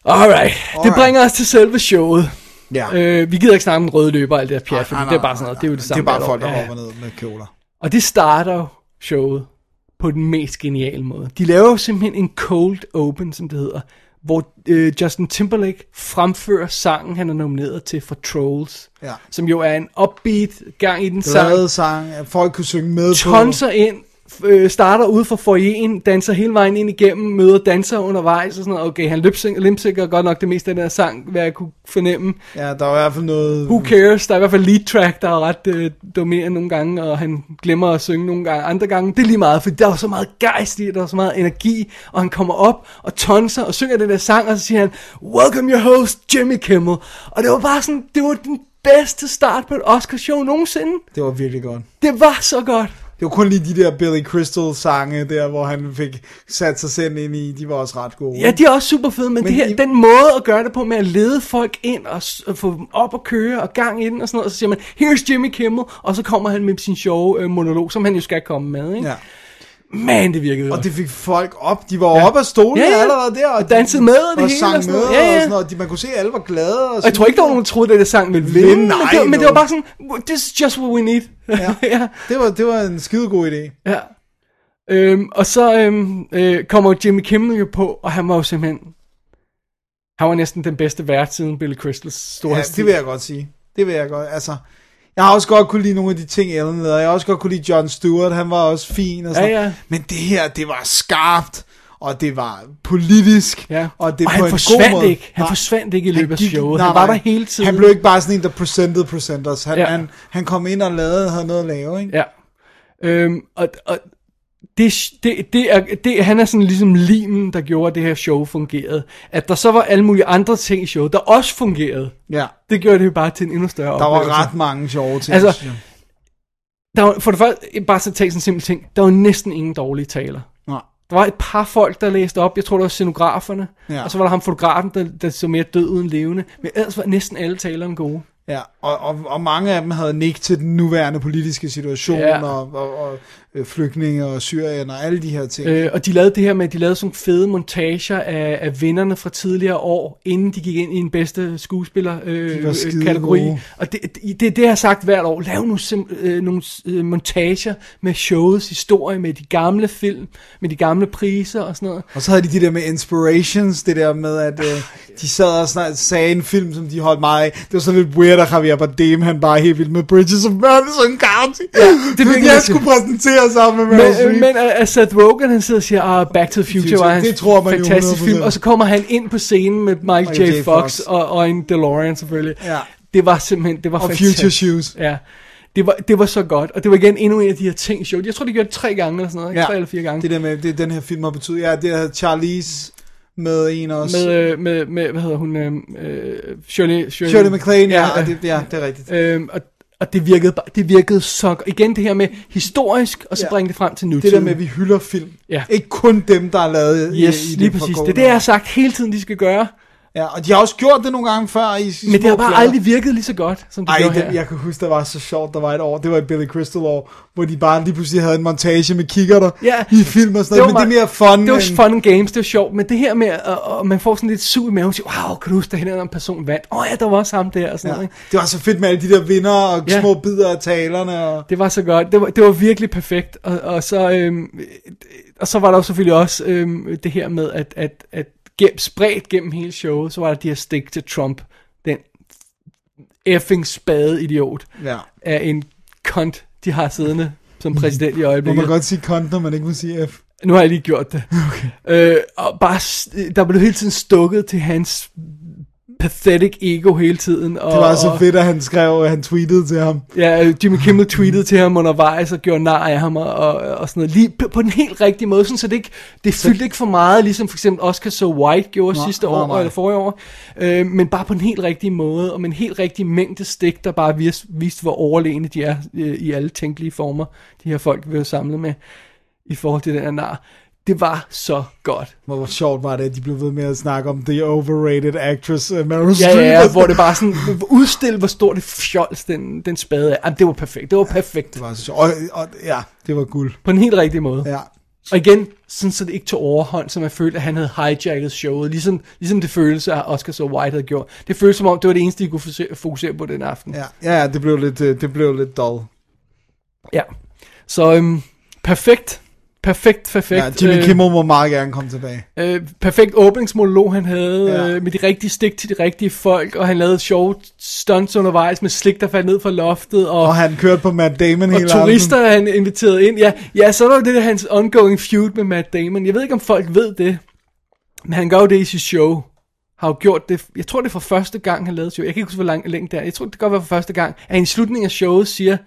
[SPEAKER 3] Alright. Det
[SPEAKER 2] Alright.
[SPEAKER 3] bringer os til selve showet.
[SPEAKER 2] Ja.
[SPEAKER 3] Øh, vi gider ikke snakke om den røde løber og alt det her pjat, fordi
[SPEAKER 2] Nej, nej,
[SPEAKER 3] det er bare
[SPEAKER 2] nej,
[SPEAKER 3] sådan noget.
[SPEAKER 2] nej,
[SPEAKER 3] Det er jo det
[SPEAKER 2] nej.
[SPEAKER 3] samme.
[SPEAKER 2] Det er
[SPEAKER 3] hvert
[SPEAKER 2] bare
[SPEAKER 3] år.
[SPEAKER 2] folk, der
[SPEAKER 3] Ja.
[SPEAKER 2] hopper ned med kjoler.
[SPEAKER 3] Og det starter jo showet på den mest geniale måde. De laver jo simpelthen en cold open, som det hedder, hvor øh, Justin Timberlake fremfører sangen, han er nomineret til for Trolls,
[SPEAKER 2] Ja.
[SPEAKER 3] som jo er en upbeat gang i den sang.
[SPEAKER 2] Glade sang, at folk kunne synge med på.
[SPEAKER 3] Tonser ind, øh, starter ude fra foyeren, danser hele vejen ind igennem, møder danser undervejs og sådan noget. Okay, han lipsyn- limsikker godt nok det meste af den her sang, hvad jeg kunne fornemme.
[SPEAKER 2] Ja, der var i hvert fald noget...
[SPEAKER 3] Who cares? Der er i hvert fald lead track, der er ret øh, dominerende nogle gange, og han glemmer at synge nogle gange, andre gange. Det er lige meget, for der er så meget gejst i, det, der er så meget energi, og han kommer op og tonser og synger den der sang, og så siger han, Welcome your host, Jimmy Kimmel. Og det var bare sådan, det var den bedste start på et Oscar-show nogensinde.
[SPEAKER 2] Det var virkelig godt.
[SPEAKER 3] Det var så godt.
[SPEAKER 2] Det var kun lige de der Billy Crystal sange der, hvor han fik sat sig selv ind i. De var også ret gode.
[SPEAKER 3] Ja, de er også super fede, men, men
[SPEAKER 2] Men
[SPEAKER 3] det
[SPEAKER 2] I-
[SPEAKER 3] her, den måde at gøre det på med at lede folk ind og, s- og få dem op og køre og gang i den og sådan noget, og så siger man, here's Jimmy Kimmel, og så kommer han med sin sjove øh, monolog, som han jo skal komme med, ikke?
[SPEAKER 2] ja.
[SPEAKER 3] Man, det virkede
[SPEAKER 2] Og
[SPEAKER 3] godt.
[SPEAKER 2] det fik folk op. De var ja. oppe af stolen
[SPEAKER 3] Ja,
[SPEAKER 2] ja,
[SPEAKER 3] ja.
[SPEAKER 2] ja. allerede der.
[SPEAKER 3] Og dansede med og det hele
[SPEAKER 2] sang
[SPEAKER 3] og sådan
[SPEAKER 2] med
[SPEAKER 3] noget.
[SPEAKER 2] og
[SPEAKER 3] Ja, ja.
[SPEAKER 2] sådan noget. De, man kunne se, at alle var glade. Og,
[SPEAKER 3] Og jeg tror ikke, der var nogen, der troede, at det sang ville vinde,
[SPEAKER 2] Vinde?
[SPEAKER 3] men,
[SPEAKER 2] Nej,
[SPEAKER 3] det, var- men det
[SPEAKER 2] jo.
[SPEAKER 3] var bare sådan, this is just what we need.
[SPEAKER 2] Ja.
[SPEAKER 3] [LAUGHS] ja.
[SPEAKER 2] Det var, det var en skide god idé.
[SPEAKER 3] ja. Øhm, og så øhm, øh, kommer Jimmy Kimmel jo på, og han var jo simpelthen, han var næsten den bedste vært siden Billy Crystals store
[SPEAKER 2] Ja, det vil jeg godt sige. Det vil jeg godt. Altså, jeg har også godt kunne lide nogle af de ting, Ellen lavede. Jeg har også godt kunne lide John Stewart. Han var også fin. Og sådan.
[SPEAKER 3] Ja, ja.
[SPEAKER 2] noget. Men det her, det var skarpt. Og det var politisk.
[SPEAKER 3] Ja.
[SPEAKER 2] Og, det
[SPEAKER 3] og
[SPEAKER 2] på
[SPEAKER 3] han
[SPEAKER 2] en
[SPEAKER 3] forsvandt
[SPEAKER 2] god måde.
[SPEAKER 3] ikke. Han
[SPEAKER 2] Nej.
[SPEAKER 3] forsvandt ikke i løbet af
[SPEAKER 2] gik-
[SPEAKER 3] showet.
[SPEAKER 2] nej,
[SPEAKER 3] Han var
[SPEAKER 2] nej.
[SPEAKER 3] der hele tiden.
[SPEAKER 2] Han blev ikke bare sådan en, der presented presenters. Han,
[SPEAKER 3] Ja.
[SPEAKER 2] ja. han, han kom ind og lavede, havde noget at lave, ikke?
[SPEAKER 3] Ja. Øhm, og, og det, det, det er, det, han er sådan ligesom limen, der gjorde, at det her show fungerede. At der så var alle mulige andre ting i showet, der også fungerede.
[SPEAKER 2] ja.
[SPEAKER 3] Det gjorde det jo bare til en endnu større
[SPEAKER 2] Der var
[SPEAKER 3] oplevelse.
[SPEAKER 2] ret mange sjove ting.
[SPEAKER 3] Altså,
[SPEAKER 2] synes jeg.
[SPEAKER 3] Der var, for det første, bare så tage sådan en simpel ting. Der var næsten ingen dårlige taler.
[SPEAKER 2] Nej.
[SPEAKER 3] Der var et par folk, der læste op. Jeg tror, det var scenograferne.
[SPEAKER 2] Ja.
[SPEAKER 3] Og så var der ham fotografen, der, der så mere død uden levende. Men ellers var næsten alle talerne gode.
[SPEAKER 2] Ja, og, og, og mange af dem havde nik til den nuværende politiske situation,
[SPEAKER 3] Ja.
[SPEAKER 2] ja. og, og, og øh, flygtninge og Syrien og alle de her ting. Øh.
[SPEAKER 3] Øh, og de lavede det her med, at de lavede sådan nogle fede montager af, af vinderne fra tidligere år, inden de gik ind i en bedste skuespiller øh,
[SPEAKER 2] var
[SPEAKER 3] øh,
[SPEAKER 2] skide
[SPEAKER 3] kategori.
[SPEAKER 2] gode.
[SPEAKER 3] Og det, det, det, er det jeg har sagt hvert år. Lav nogle, sim, øh, nogle øh, montager med showets historie, med de gamle film, med de gamle priser og sådan noget.
[SPEAKER 2] Og så havde de de der med inspirations, det der med, at øh, de sad og snart sagde en film, som de holdt meget af. Det var sådan lidt weird, at Javier Bardem, han bare er helt vild med Bridges of Madison County. Ja, [LAUGHS]
[SPEAKER 3] det
[SPEAKER 2] det
[SPEAKER 3] virkelig
[SPEAKER 2] ville jeg
[SPEAKER 3] rigtigt.
[SPEAKER 2] skulle præsentere sammen med Meryl
[SPEAKER 3] Men, øh,
[SPEAKER 2] Streep.
[SPEAKER 3] men at at Seth Rogen han sidder og siger, ah, Back to the Future
[SPEAKER 2] Future,
[SPEAKER 3] var hans
[SPEAKER 2] det tror man jo
[SPEAKER 3] fantastisk
[SPEAKER 2] 100%.
[SPEAKER 3] film, og så kommer han ind på scenen med Michael J.
[SPEAKER 2] Michael
[SPEAKER 3] J.
[SPEAKER 2] J.
[SPEAKER 3] Fox
[SPEAKER 2] Fox.
[SPEAKER 3] og, og en DeLorean selvfølgelig.
[SPEAKER 2] Ja.
[SPEAKER 3] Det var simpelthen, det var
[SPEAKER 2] Og
[SPEAKER 3] fantastisk.
[SPEAKER 2] Future Shoes.
[SPEAKER 3] Ja. Det var, det var så godt, og det var igen endnu en af de her ting i showet. Jeg tror, de gjorde det tre gange eller sådan noget, ikke? tre eller fire gange.
[SPEAKER 2] Det der med, det den her film har betydet. Ja, det havde Charlize med en også.
[SPEAKER 3] med, øh, med, med, hvad hedder hun, øh, øh, Shirley, Shirley,
[SPEAKER 2] Shirley MacLaine, ja, ja,
[SPEAKER 3] øh,
[SPEAKER 2] det, ja, det er rigtigt.
[SPEAKER 3] øh, og, og det virkede, bare- det virkede så godt. Igen det her med historisk, og så ja.
[SPEAKER 2] Ja.
[SPEAKER 3] bringe det frem til nutiden.
[SPEAKER 2] Det der med, at vi hylder film.
[SPEAKER 3] Ja.
[SPEAKER 2] Ikke kun dem, der er lavet
[SPEAKER 3] Yes,
[SPEAKER 2] i, i
[SPEAKER 3] lige
[SPEAKER 2] det
[SPEAKER 3] præcis. Det er
[SPEAKER 2] forgående
[SPEAKER 3] det, jeg har sagt hele tiden, de skal gøre.
[SPEAKER 2] Ja, og de har også gjort det nogle gange før. I, i
[SPEAKER 3] Men det har
[SPEAKER 2] små
[SPEAKER 3] bare
[SPEAKER 2] plader.
[SPEAKER 3] aldrig virket lige så godt, som det Ej,
[SPEAKER 2] Ej,
[SPEAKER 3] gjorde her.
[SPEAKER 2] det, jeg kan huske, der var så sjovt, der var et år, det var et Billy Crystal år, hvor de bare lige pludselig havde en montage med kikkerter
[SPEAKER 3] Ja.
[SPEAKER 2] i film og sådan noget, men det er mere fun.
[SPEAKER 3] Det var
[SPEAKER 2] end-
[SPEAKER 3] fun and games, det var sjovt, men det her med, at og man får sådan lidt sug i maven, og siger, wow, kan du huske, der hende en person vandt? Åh oh, ja, der var også ham der, og sådan ja. noget.
[SPEAKER 2] Ja.
[SPEAKER 3] ikke?
[SPEAKER 2] Det var så fedt med alle de der vinder og
[SPEAKER 3] Ja.
[SPEAKER 2] ja. små bidder af talerne. Og...
[SPEAKER 3] Det var så godt, det var, det var virkelig perfekt, og, og, så, øhm, og så var der jo selvfølgelig også øhm, det her med, at, at, at gem, spredt gennem hele showet, så var der de her stik til Trump. Den effing spade idiot
[SPEAKER 2] Ja.
[SPEAKER 3] af en kont, de har siddende som præsident i
[SPEAKER 2] Må
[SPEAKER 3] øjeblikket.
[SPEAKER 2] man godt sige kont, når man ikke må sige F?
[SPEAKER 3] Nu har jeg lige gjort det. Okay. Øh, og bare, s- der blev hele tiden stukket til hans pathetic ego hele tiden. Og,
[SPEAKER 2] Det var altså så
[SPEAKER 3] og-
[SPEAKER 2] fedt, at han skrev, at han tweetede til ham.
[SPEAKER 3] Ja, øh, Jimmy Kimmel tweetede til ham undervejs og gjorde nar af ham og, og, og sådan noget. Lige på, på den helt rigtige måde, sådan, så det, ikke, det fyldte ikke for meget, ligesom for eksempel Oscar So White gjorde
[SPEAKER 2] Nej,
[SPEAKER 3] sidste
[SPEAKER 2] nej,
[SPEAKER 3] år
[SPEAKER 2] nej.
[SPEAKER 3] eller forrige år. Øh, men bare på den helt rigtige måde og med en helt rigtig mængde stik, der bare vis, viste, hvor overlegne de er øh, i alle tænkelige former, de her folk vi var samlet med i forhold til den her nar. Det var så godt.
[SPEAKER 2] Hvor hvor sjovt var det, at de blev ved med at snakke om The Overrated Actress uh, Meryl
[SPEAKER 3] Ja,
[SPEAKER 2] Streep.
[SPEAKER 3] ja, ja, hvor det bare sådan udstil, hvor stort det fjols, den, den spade er. Jamen, det var perfekt, det var perfekt.
[SPEAKER 2] Det var så sjovt. Og, og, ja, det var guld.
[SPEAKER 3] På den helt rigtige måde.
[SPEAKER 2] Ja.
[SPEAKER 3] Og igen, sådan så det ikke tog overhånd, så man følte, at han havde hijacket showet, ligesom, ligesom det følelse, at Oscar så White havde gjort. Det føltes som om, det var det eneste, de kunne fokusere- fokusere på den aften.
[SPEAKER 2] Ja, ja, ja det, blev lidt, øh, det blev lidt dull.
[SPEAKER 3] ja. Så øhm, perfekt, perfekt, perfekt.
[SPEAKER 2] Ja, Jimmy
[SPEAKER 3] øh,
[SPEAKER 2] Kimmel må meget gerne komme tilbage.
[SPEAKER 3] Øh, perfekt åbningsmonolog, han havde,
[SPEAKER 2] Ja.
[SPEAKER 3] ja. øh, med de rigtige stik til de rigtige folk, og han lavede sjove stunts undervejs med slik, der faldt ned fra loftet, og,
[SPEAKER 2] Og han kørte på Matt Damon
[SPEAKER 3] Og
[SPEAKER 2] hele
[SPEAKER 3] turister er han inviteret ind. Ja, ja, så er der jo det der hans ongoing feud med Matt Damon. Jeg ved ikke, om folk ved det, men han gør jo det i sit show. Har jo gjort det, jeg tror det er for første gang, han lavede show. Jeg kan ikke huske, hvor lang, længe det er. Jeg tror, det kan godt være for første gang, at han i slutningen af showet siger,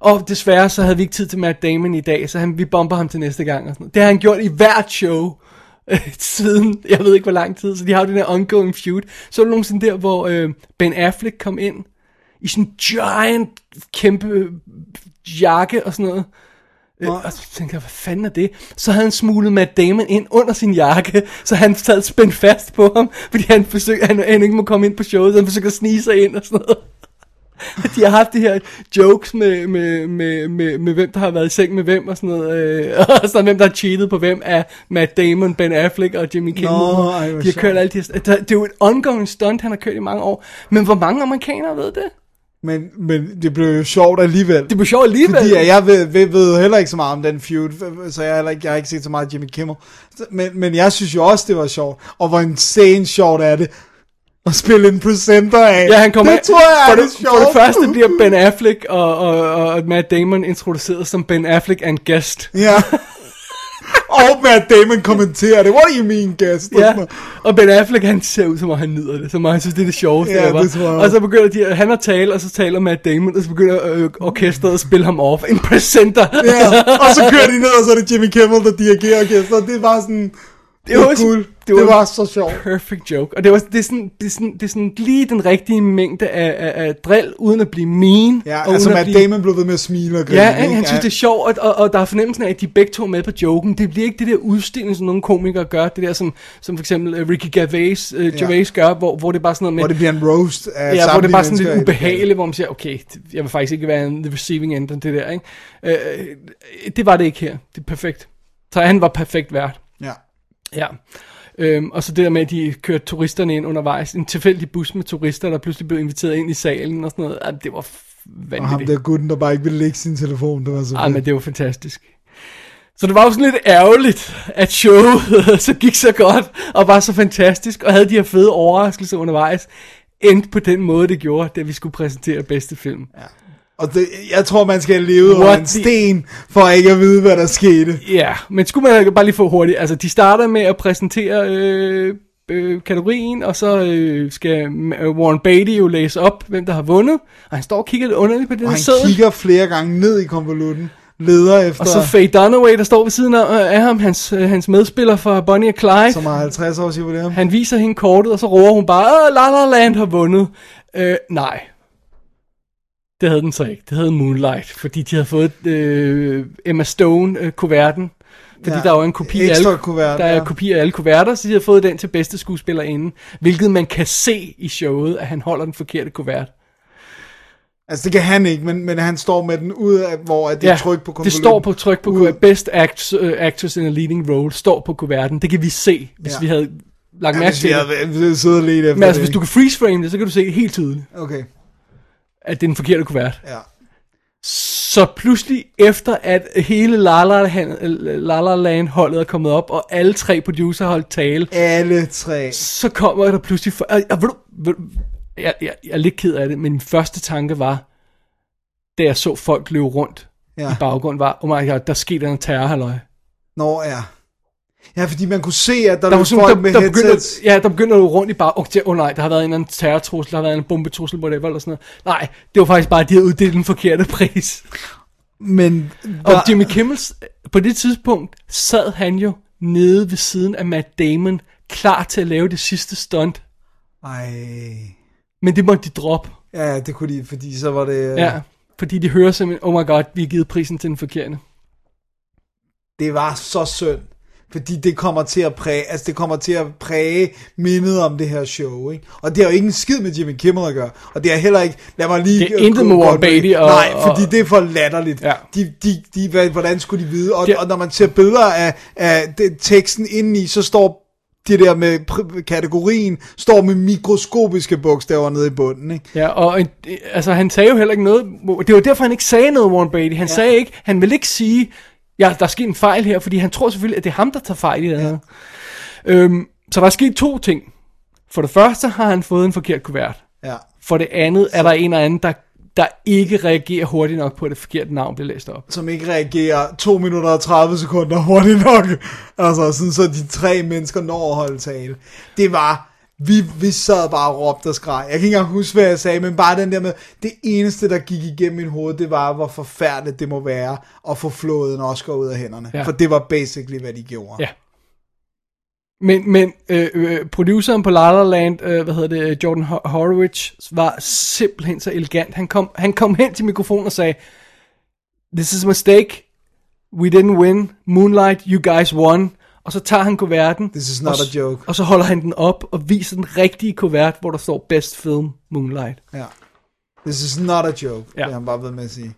[SPEAKER 3] og oh, desværre så havde vi ikke tid til Matt Damon i dag, så han, vi bomber ham til næste gang. Og sådan noget. Det har han gjort i hvert show [LAUGHS] øh, siden, jeg ved ikke hvor lang tid, så de har jo den her ongoing feud. Så var det nogensinde der, hvor øh, Ben Affleck kom ind, i sådan en giant, kæmpe øh, jakke og sådan noget. Øh, og så tænkte jeg, hvad fanden er det? Så havde han smuglet Matt Damon ind under sin jakke, så han sad spændt fast på ham, fordi han, forsøgte, han, han ikke må komme ind på showet, så han forsøgte at snige sig ind og sådan noget. [LAUGHS] De har haft de her jokes med, med, med, med, med hvem der har været i seng med hvem og sådan noget, øh, [LAUGHS] og sådan noget, hvem der har cheatet på hvem af Matt Damon, Ben Affleck og Jimmy Kimmel.
[SPEAKER 2] ej, hvor
[SPEAKER 3] de har kørt
[SPEAKER 2] sjovt.
[SPEAKER 3] alle de her, det er jo et ongoing stunt, han har kørt i mange år. Men hvor mange amerikanere ved det?
[SPEAKER 2] Men, men det blev jo sjovt alligevel.
[SPEAKER 3] Det blev sjovt alligevel.
[SPEAKER 2] Fordi at jeg ved, ved, ved heller ikke så meget om den feud, så jeg, har heller ikke, jeg har ikke set så meget Jimmy Kimmel. Så- Men, men jeg synes jo også, det var sjovt. Og hvor insane sjovt er det at spille en presenter af.
[SPEAKER 3] Ja, han kommer
[SPEAKER 2] det tror jeg
[SPEAKER 3] for
[SPEAKER 2] er
[SPEAKER 3] det,
[SPEAKER 2] det, sjovt.
[SPEAKER 3] For det første bliver Ben Affleck og, og, og Matt Damon introduceret som Ben Affleck and guest. [LAUGHS]
[SPEAKER 2] Ja. Og Matt Damon kommenterer det. What do you mean, guest? Og sådan
[SPEAKER 3] Ja,
[SPEAKER 2] noget.
[SPEAKER 3] og Ben Affleck han ser ud som om han nyder det, som om han synes det er det sjoveste
[SPEAKER 2] Ja,
[SPEAKER 3] ever.
[SPEAKER 2] det tror jeg.
[SPEAKER 3] Og så begynder de, han at tale, og så taler Matt Damon, og så begynder øh, orkestret at spille ham off. En presenter.
[SPEAKER 2] Ja. Og så kører de ned, og så er det Jimmy Kimmel, der dirigerer orkestret. Det var sådan... Det
[SPEAKER 3] var
[SPEAKER 2] var,
[SPEAKER 3] også-
[SPEAKER 2] cool.
[SPEAKER 3] det
[SPEAKER 2] det
[SPEAKER 3] var-
[SPEAKER 2] var, det var så sjovt.
[SPEAKER 3] Perfect joke. Og det, var, det, er sådan, det, er sådan, det er sådan lige den rigtige mængde af, af, af drill, uden at blive mean.
[SPEAKER 2] Ja,
[SPEAKER 3] og
[SPEAKER 2] altså
[SPEAKER 3] uden at
[SPEAKER 2] Matt
[SPEAKER 3] blive-
[SPEAKER 2] Damon blev ved med at smile og grine.
[SPEAKER 3] Ja, ikke? han
[SPEAKER 2] Ja.
[SPEAKER 3] synes, det er sjovt, og, og, og der er fornemmelsen af, at de begge to er med på joken. Det bliver ikke det der udstilling, som nogle komikere gør. Det der, som, som for eksempel øh, Ricky Gervais, øh, Gervais gør, hvor, hvor det er bare sådan noget med...
[SPEAKER 2] Hvor det bliver en roast af
[SPEAKER 3] Ja, hvor det er
[SPEAKER 2] samtlige
[SPEAKER 3] bare sådan
[SPEAKER 2] mennesker
[SPEAKER 3] lidt
[SPEAKER 2] i lokalet.
[SPEAKER 3] ubehageligt, hvor man siger, okay, det- jeg vil faktisk ikke være en the receiving end af det der, ikke? Øh, det var det ikke her. Det er perfekt. Så han var perfekt vært.
[SPEAKER 2] Ja.
[SPEAKER 3] Ja. Øhm, og så det der med, at de kørte turisterne ind undervejs. En tilfældig bus med turister, der pludselig blev inviteret ind i salen og sådan noget. Jamen, det var f- vanvittigt.
[SPEAKER 2] Og ham der gutten, der bare ikke ville lægge sin telefon, det var så
[SPEAKER 3] Ej,
[SPEAKER 2] fedt.
[SPEAKER 3] men det var fantastisk. Så det var jo sådan lidt ærgerligt, at showet [LAUGHS] så gik så godt, og var så fantastisk, og havde de her fede overraskelser undervejs, endte på den måde, det gjorde, da vi skulle præsentere bedste film. Ja,
[SPEAKER 2] Og det, jeg tror, man skal leve over
[SPEAKER 3] What
[SPEAKER 2] en
[SPEAKER 3] the-
[SPEAKER 2] sten, for ikke at vide, hvad der skete.
[SPEAKER 3] yeah. men skulle man bare lige få hurtigt, altså de starter med at præsentere øh, øh, kategorien, og så øh, skal øh, Warren Beatty jo læse op, hvem der har vundet, og han står og kigger lidt underligt på det
[SPEAKER 2] Og
[SPEAKER 3] der
[SPEAKER 2] han
[SPEAKER 3] sædel.
[SPEAKER 2] kigger flere gange ned i konvolutten, leder efter,
[SPEAKER 3] Og så Faye Dunaway, der står ved siden af, af ham, hans, øh, hans medspiller fra Bonnie og Clyde.
[SPEAKER 2] som har 50 års jubilæum.
[SPEAKER 3] Han viser hende kortet, og så råber hun bare, Åh, La La Land har vundet. Øh, nej. Det havde den så ikke. Det havde Moonlight, fordi de havde fået øh, Emma Stone-kuverten. Fordi
[SPEAKER 2] Ja,
[SPEAKER 3] ja, der er jo en kopi af
[SPEAKER 2] ekstra
[SPEAKER 3] alle,
[SPEAKER 2] kuvert,
[SPEAKER 3] der er
[SPEAKER 2] ja.
[SPEAKER 3] en kopi af alle kuverter, så de har fået den til bedste skuespillerinde. Hvilket man kan se i showet, at han holder den forkerte kuvert.
[SPEAKER 2] Altså, det kan han ikke, men, men han står med den ud af, hvor at det er tryk på
[SPEAKER 3] det
[SPEAKER 2] konvolutten.
[SPEAKER 3] står på tryk på
[SPEAKER 2] Ud.
[SPEAKER 3] kuverten. Best act, uh, Actress in a Leading Role står på kuverten. Det kan vi se, hvis
[SPEAKER 2] Ja.
[SPEAKER 3] vi havde lagt
[SPEAKER 2] Ja,
[SPEAKER 3] mærke
[SPEAKER 2] hvis
[SPEAKER 3] til
[SPEAKER 2] vi
[SPEAKER 3] det.
[SPEAKER 2] havde siddet og lidt efter
[SPEAKER 3] Men altså,
[SPEAKER 2] det,
[SPEAKER 3] hvis du
[SPEAKER 2] ikke?
[SPEAKER 3] kan freeze frame det, så kan du se det helt tydeligt.
[SPEAKER 2] Okay,
[SPEAKER 3] at det er den forkerte kuvert.
[SPEAKER 2] ja.
[SPEAKER 3] Så pludselig efter at hele La La, Han- La La Land holdet er kommet op, og alle tre producer holdt tale,
[SPEAKER 2] Alle tre.
[SPEAKER 3] så kommer der pludselig... For, og, og, ved du, ved, du- jeg, jeg, jeg er lidt ked af det, men min første tanke var, da jeg så folk løbe rundt
[SPEAKER 2] Ja.
[SPEAKER 3] ja. i baggrunden, var, oh my god, der skete en terrorhalløj.
[SPEAKER 2] Nå ja. Ja, fordi man kunne se, at der,
[SPEAKER 3] Der var
[SPEAKER 2] var
[SPEAKER 3] sådan,
[SPEAKER 2] folk
[SPEAKER 3] der,
[SPEAKER 2] med
[SPEAKER 3] der,
[SPEAKER 2] headsets.
[SPEAKER 3] begynder, ja, der begynder du rundt i bare, okay, oh nej, der har været en eller anden terrortrussel, der har været en bombetrussel, whatever, eller sådan noget. Nej, det var faktisk bare, at de havde uddelt den forkerte pris.
[SPEAKER 2] Men
[SPEAKER 3] Og
[SPEAKER 2] der,
[SPEAKER 3] [LAUGHS] Jimmy Kimmel, på det tidspunkt, sad han jo nede ved siden af Matt Damon, klar til at lave det sidste stunt.
[SPEAKER 2] Ej.
[SPEAKER 3] Men det måtte de droppe.
[SPEAKER 2] Ja, det kunne de, fordi så var det...
[SPEAKER 3] Ja, fordi de hører simpelthen, oh my god, vi har givet prisen til den forkerte.
[SPEAKER 2] Det var så synd. Fordi det kommer til at præge, altså det kommer til at præge mindet om det her show, ikke? Og det har jo ikke en skid med Jimmy Kimmel at gøre, og det er heller ikke, lad mig lige...
[SPEAKER 3] Det er intet med Warren Beatty og-
[SPEAKER 2] Nej,
[SPEAKER 3] og-
[SPEAKER 2] fordi det er for latterligt.
[SPEAKER 3] Ja.
[SPEAKER 2] De, de, de, hvad- hvordan skulle de vide? Og,
[SPEAKER 3] Det-
[SPEAKER 2] og når man ser billeder af, af det, teksten indeni, så står det der med pr- kategorien, står med mikroskopiske bogstaver nede i bunden, ikke?
[SPEAKER 3] Ja, og en, altså, han sagde jo heller ikke noget. Det var derfor, han ikke sagde noget, Warren Beatty. Han ja. sagde ikke, han ville ikke sige, ja, der er sket en fejl her, fordi han tror selvfølgelig, at det er ham, der tager fejl i det her. Øhm, så der er sket to ting. For det første har han fået en forkert kuvert.
[SPEAKER 2] Ja.
[SPEAKER 3] For det andet så. er der en eller anden, der, der ikke reagerer hurtigt nok på, at det forkerte navn bliver læst op.
[SPEAKER 2] som ikke reagerer 2 minutter og 30 sekunder hurtigt nok. Altså, sådan så de tre mennesker når at holde tale. Det var, vi, vi sad bare og råbte og skreg. Jeg kan ikke engang huske, hvad jeg sagde, men bare den der med, det eneste, der gik igennem min hoved, det var, hvor forfærdeligt det må være at få flået en Oscar ud af hænderne.
[SPEAKER 3] Ja.
[SPEAKER 2] Ja. For det var basically, hvad de gjorde.
[SPEAKER 3] Ja. Men, men øh, øh, produceren på La La Land, øh, hvad hedder det, Jordan Ho- Horowitz, var simpelthen så elegant. Han kom, han kom hen til mikrofonen og sagde, This is a mistake. We didn't win. Moonlight, you guys won. Og så tager han kuverten.
[SPEAKER 2] This is not
[SPEAKER 3] og,
[SPEAKER 2] a
[SPEAKER 3] s-
[SPEAKER 2] joke.
[SPEAKER 3] Og så holder han den op og viser den rigtige kuvert, hvor der står Best Film Moonlight.
[SPEAKER 2] Ja. This is not a joke,
[SPEAKER 3] Ja.
[SPEAKER 2] ja. det har han bare ved med at sige.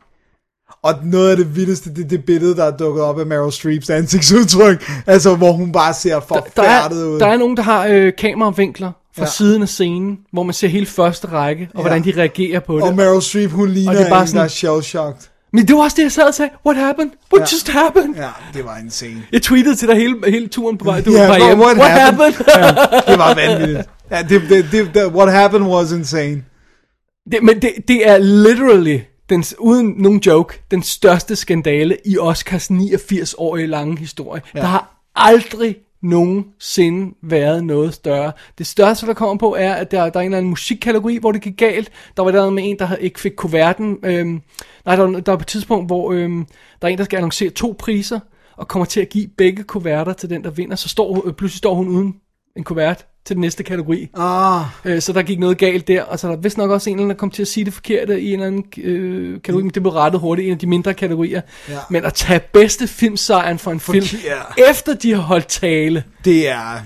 [SPEAKER 2] Og noget af det vildeste, det er det billede, der er dukket op af Meryl Streeps ansigtsudtryk. Altså, hvor hun bare ser
[SPEAKER 3] der, er,
[SPEAKER 2] forfærdet ud.
[SPEAKER 3] der er nogen, der har øh, kameravinkler fra ja.
[SPEAKER 2] Ja.
[SPEAKER 3] siden af scenen, hvor man ser hele første række, og ja.
[SPEAKER 2] Ja.
[SPEAKER 3] hvordan de reagerer på det.
[SPEAKER 2] Og Meryl Streep, hun ligner
[SPEAKER 3] det er bare
[SPEAKER 2] en,
[SPEAKER 3] sådan-
[SPEAKER 2] der er shell-shocked.
[SPEAKER 3] Men det var også det, jeg sad og sagde, what happened? What ja.
[SPEAKER 2] Ja.
[SPEAKER 3] just happened? Ja.
[SPEAKER 2] Ja, det var en scene.
[SPEAKER 3] Jeg tweetede til dig hele, hele turen på vej, du
[SPEAKER 2] Ja,
[SPEAKER 3] yeah, var
[SPEAKER 2] hvor-
[SPEAKER 3] hjemme.
[SPEAKER 2] what
[SPEAKER 3] what happened?
[SPEAKER 2] happened? Det var vanvittigt. Ja, det, det, det, det, what happened was insane.
[SPEAKER 3] det, men det, det er literally, den, uden nogen joke, den største skandale i Oscars 89-årige lange historie. Ja. Der har aldrig nogensinde været noget større. Det største, der kommer på, er, at der, der er en eller anden musikkategori, hvor det gik galt. Der var der med en, der havde- ikke fik kuverten. Øhm, nej, der, var- der var på et tidspunkt, hvor øhm, der er en, der skal annoncere to priser, og kommer til at give begge kuverter til den, der vinder. Så står, øh, pludselig står hun uden en kuvert til den næste kategori.
[SPEAKER 2] Ah,
[SPEAKER 3] Øh, så der gik noget galt der, og så er der vist nok også en eller anden, der kom til at sige det forkerte i en eller anden øh, kategori, men det blev rettet hurtigt, en af de mindre kategorier.
[SPEAKER 2] Mm. Ja.
[SPEAKER 3] Men at tage bedste filmsejren for en film,
[SPEAKER 2] ja.
[SPEAKER 3] efter de har holdt tale.
[SPEAKER 2] det er...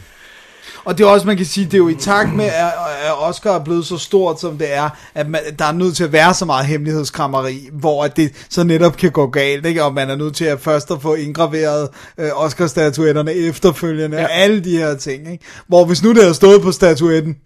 [SPEAKER 2] Og det er også, man kan sige, det er jo i takt med, at at Oscar er blevet så stort, som det er, at man, der er nødt til at være så meget hemmelighedskrammeri, hvor at det så netop kan gå galt, ikke? og man er nødt til at først at få indgraveret øh, Oscar-statuetterne efterfølgende, ja. og alle de her ting. Ikke? Hvor hvis nu det havde stået på statuetten,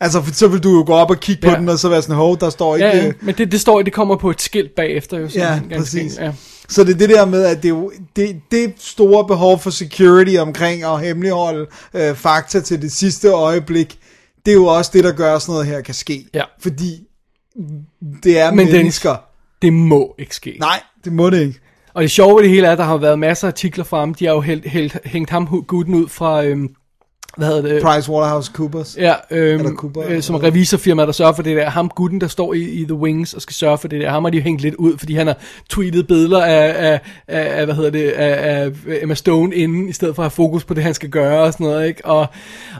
[SPEAKER 2] altså så vil du jo gå op og kigge på
[SPEAKER 3] Ja.
[SPEAKER 2] den, og så være sådan, hov, der står ikke...
[SPEAKER 3] Ja, ja,
[SPEAKER 2] øh,
[SPEAKER 3] men det, det står, det kommer på et skilt bagefter. Jo, sådan
[SPEAKER 2] Ja,
[SPEAKER 3] ganske
[SPEAKER 2] præcis.
[SPEAKER 3] enkelt, Ja.
[SPEAKER 2] Så det er det der med, at det, er jo- det, det store behov for security omkring at hemmeligholde øh, fakta til det sidste øjeblik, det er jo også det, der gør at sådan noget her kan ske.
[SPEAKER 3] Ja.
[SPEAKER 2] Fordi det er
[SPEAKER 3] Men
[SPEAKER 2] Men
[SPEAKER 3] Dennis-
[SPEAKER 2] mennesker. Den...
[SPEAKER 3] Det må ikke ske.
[SPEAKER 2] Nej, det må det ikke.
[SPEAKER 3] Og det sjove ved det hele er, at der har været masser af artikler fra ham. De har jo hældt, hældt, hængt ham hu- gutten ud fra, øhm, hvad hedder det?
[SPEAKER 2] Price Waterhouse Coopers.
[SPEAKER 3] Ja, øhm,
[SPEAKER 2] Eller Cooper,
[SPEAKER 3] øh, som
[SPEAKER 2] eller-
[SPEAKER 3] revisorfirma, der sørger for det der. Ham gutten, der står i, i The Wings og skal sørge for det der. Ham har de jo hængt lidt ud, fordi han har tweetet billeder af, af, af, af hvad hedder det, af, af Emma Stone inden, i stedet for at have fokus på det, han skal gøre og sådan noget, ikke? Og,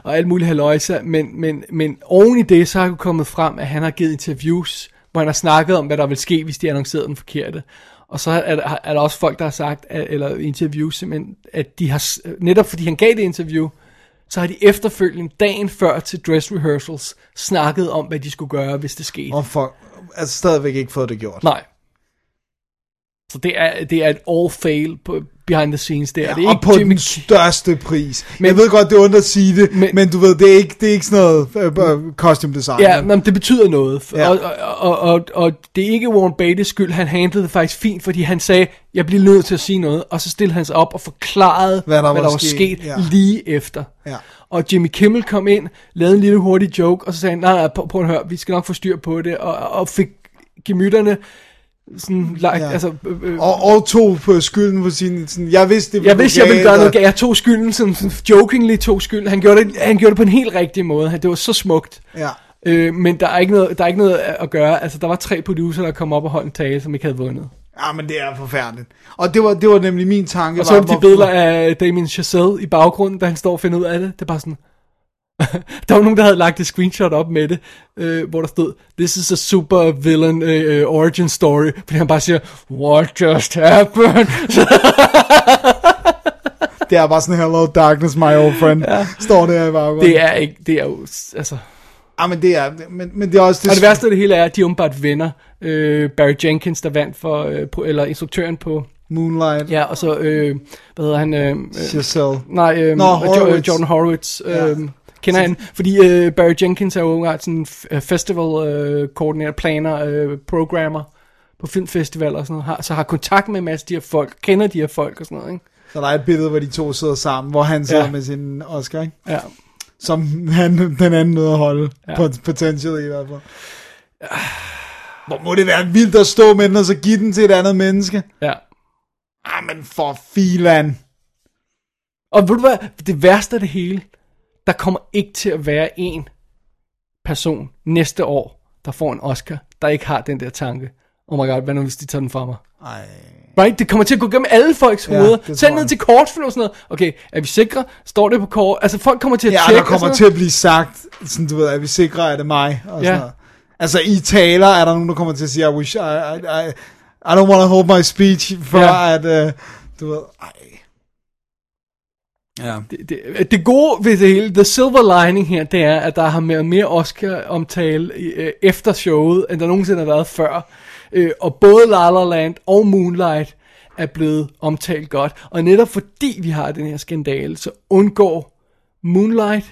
[SPEAKER 3] og alt muligt haløjsa. Men, men, men oven i det, så har det kommet frem, at han har givet interviews, hvor han har snakket om, hvad der vil ske, hvis de annoncerede den forkerte. Og så er der, er der også folk, der har sagt, at, eller i interviews simpelthen, at de har, s- netop fordi han gav det interview, så har de efterfølgende dagen før til dress rehearsals snakket om, hvad de skulle gøre, hvis det skete.
[SPEAKER 2] Og for, altså stadigvæk ikke fået det gjort.
[SPEAKER 3] Nej. Så det er, det er et all fail på, behind the scenes der. det er
[SPEAKER 2] og
[SPEAKER 3] ikke
[SPEAKER 2] på
[SPEAKER 3] Jimmy-
[SPEAKER 2] den største pris. Men,
[SPEAKER 3] Men-
[SPEAKER 2] jeg ved godt, det er ondt at sige det, men,
[SPEAKER 3] Men-
[SPEAKER 2] men du ved, det er ikke, det er ikke sådan noget øh, øh, costume design.
[SPEAKER 3] Ja, men det betyder noget.
[SPEAKER 2] Ja.
[SPEAKER 3] Ja. Og, og, og, og, og det er ikke Warren Beatty's skyld, han handlede det faktisk fint, fordi han sagde, jeg bliver nødt til at sige noget, og så stillede han sig op og forklarede, hvad der, hvad der var sket,
[SPEAKER 2] ja.
[SPEAKER 3] lige efter.
[SPEAKER 2] Ja.
[SPEAKER 3] Og Jimmy Kimmel kom ind, lavede en lille hurtig joke, og så sagde han, nej, nej, prøv, prøv at høre, vi skal nok få styr på det, og, og fik gemytterne sådan, like,
[SPEAKER 2] Ja.
[SPEAKER 3] ja. altså, øh, øh,
[SPEAKER 2] Og, og tog på skylden på sin... Sådan, jeg vidste, det ville
[SPEAKER 3] jeg
[SPEAKER 2] gå
[SPEAKER 3] vidste, jeg ville
[SPEAKER 2] galt,
[SPEAKER 3] gøre noget
[SPEAKER 2] og-
[SPEAKER 3] galt. Jeg tog skylden, sådan, sådan jokingly tog skylden. Han gjorde, det, han gjorde det på en helt rigtig måde. Han- Det var så smukt.
[SPEAKER 2] Ja.
[SPEAKER 3] Øh, men der er, ikke noget, der er ikke noget at at gøre. Altså, der var tre producer, der kom op og holdt en tale, som ikke havde vundet.
[SPEAKER 2] Ja, men det er forfærdeligt. Og det var, det var nemlig min tanke.
[SPEAKER 3] Og så er
[SPEAKER 2] var,
[SPEAKER 3] der de
[SPEAKER 2] hvorfor-
[SPEAKER 3] billeder af Damien Chazelle i baggrunden, da han står og finder ud af det. Det er bare sådan... [LAUGHS] der var nogen, der havde lagt et screenshot op med det, øh, hvor der stod, This is a super villain øh, øh, origin story. Fordi han bare siger, What just happened? [LAUGHS]
[SPEAKER 2] Det er bare sådan, hello darkness, my old friend. ja. Står der i baggrunden.
[SPEAKER 3] det er ikke... Det er jo... Altså,
[SPEAKER 2] Ja, men det er... Men, men det er også...
[SPEAKER 3] Og det værste af det hele er, at de åbenbart venner. Øh, Barry Jenkins, der vandt for, øh, på, eller instruktøren på,
[SPEAKER 2] Moonlight.
[SPEAKER 3] ja, og så, øh, hvad hedder han, øh, øh,
[SPEAKER 2] Yourself.
[SPEAKER 3] nej, øh,
[SPEAKER 2] Nå, Horowitz.
[SPEAKER 3] Jordan Horowitz, øh,
[SPEAKER 2] Ja.
[SPEAKER 3] kender han, fordi øh, Barry Jenkins er jo åbenbart sådan en f- festival øh, koordinator, planer, øh, programmer på filmfestivaler og sådan noget, har, så har kontakt med en masse af de her folk, kender de her folk og sådan noget, ikke?
[SPEAKER 2] Så der er et billede, hvor de to sidder sammen, hvor han sidder ja.
[SPEAKER 3] Ja.
[SPEAKER 2] med sin Oscar, ikke?
[SPEAKER 3] Ja.
[SPEAKER 2] Som han, den anden nødt at holde. Ja.
[SPEAKER 3] Ja.
[SPEAKER 2] Potentially i hvert fald. Hvor må det være vildt at stå med den, og så give den til et andet menneske?
[SPEAKER 3] ja.
[SPEAKER 2] Ah, men for filan.
[SPEAKER 3] Og ved du hvad, det værste af det hele, der kommer ikke til at være en person næste år, der får en Oscar, der ikke har den der tanke. Oh my god, hvad nu hvis de tager den fra mig?
[SPEAKER 2] Ej.
[SPEAKER 3] Right? Det kommer til at gå gennem alle folks
[SPEAKER 2] Ja,
[SPEAKER 3] hoveder.
[SPEAKER 2] det tror
[SPEAKER 3] Selv
[SPEAKER 2] jeg.
[SPEAKER 3] ned til kortfilm og sådan noget. Okay, er vi sikre? Står det på kort? Altså folk kommer til at
[SPEAKER 2] Ja,
[SPEAKER 3] tjekke.
[SPEAKER 2] der kommer
[SPEAKER 3] og
[SPEAKER 2] til
[SPEAKER 3] sådan
[SPEAKER 2] at blive sagt, sådan du ved, er vi sikre, er det mig? Og sådan
[SPEAKER 3] Ja.
[SPEAKER 2] noget. Altså i taler er der nogen, der kommer til at sige, I wish, I, I, I, I don't want to hold my speech, for
[SPEAKER 3] Ja.
[SPEAKER 2] at, uh, du ved, ej. Ja.
[SPEAKER 3] noget. det, det, det gode ved det hele, the silver lining her, det er, at der har været mere Oscar-omtale øh, efter showet, end der nogensinde har været før. Øh, og både La La Land og Moonlight er blevet omtalt godt. Og netop fordi vi har den her skandale, så undgår Moonlight,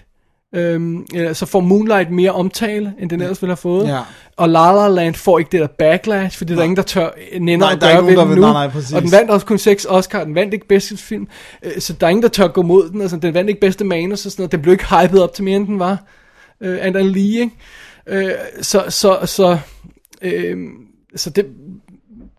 [SPEAKER 3] øhm, eller så får Moonlight mere omtale, end den ellers ville have fået.
[SPEAKER 2] Ja.
[SPEAKER 3] Og La La Land får ikke det der backlash, fordi der er ingen, der tør øh, nænde
[SPEAKER 2] Nej,
[SPEAKER 3] at
[SPEAKER 2] der er
[SPEAKER 3] gøre
[SPEAKER 2] ikke
[SPEAKER 3] ved
[SPEAKER 2] nogen,
[SPEAKER 3] den
[SPEAKER 2] der
[SPEAKER 3] nu.
[SPEAKER 2] vil- nej, nej, præcis.
[SPEAKER 3] og den vandt også kun seks Oscar, den vandt ikke bedste film, øh, så der er ingen, der tør gå mod den. Altså, den vandt ikke bedste manus og sådan noget. Den blev ikke hyped op til mere, end den var. Øh, and and lige, ikke? Øh, så, så, så, øh, så det,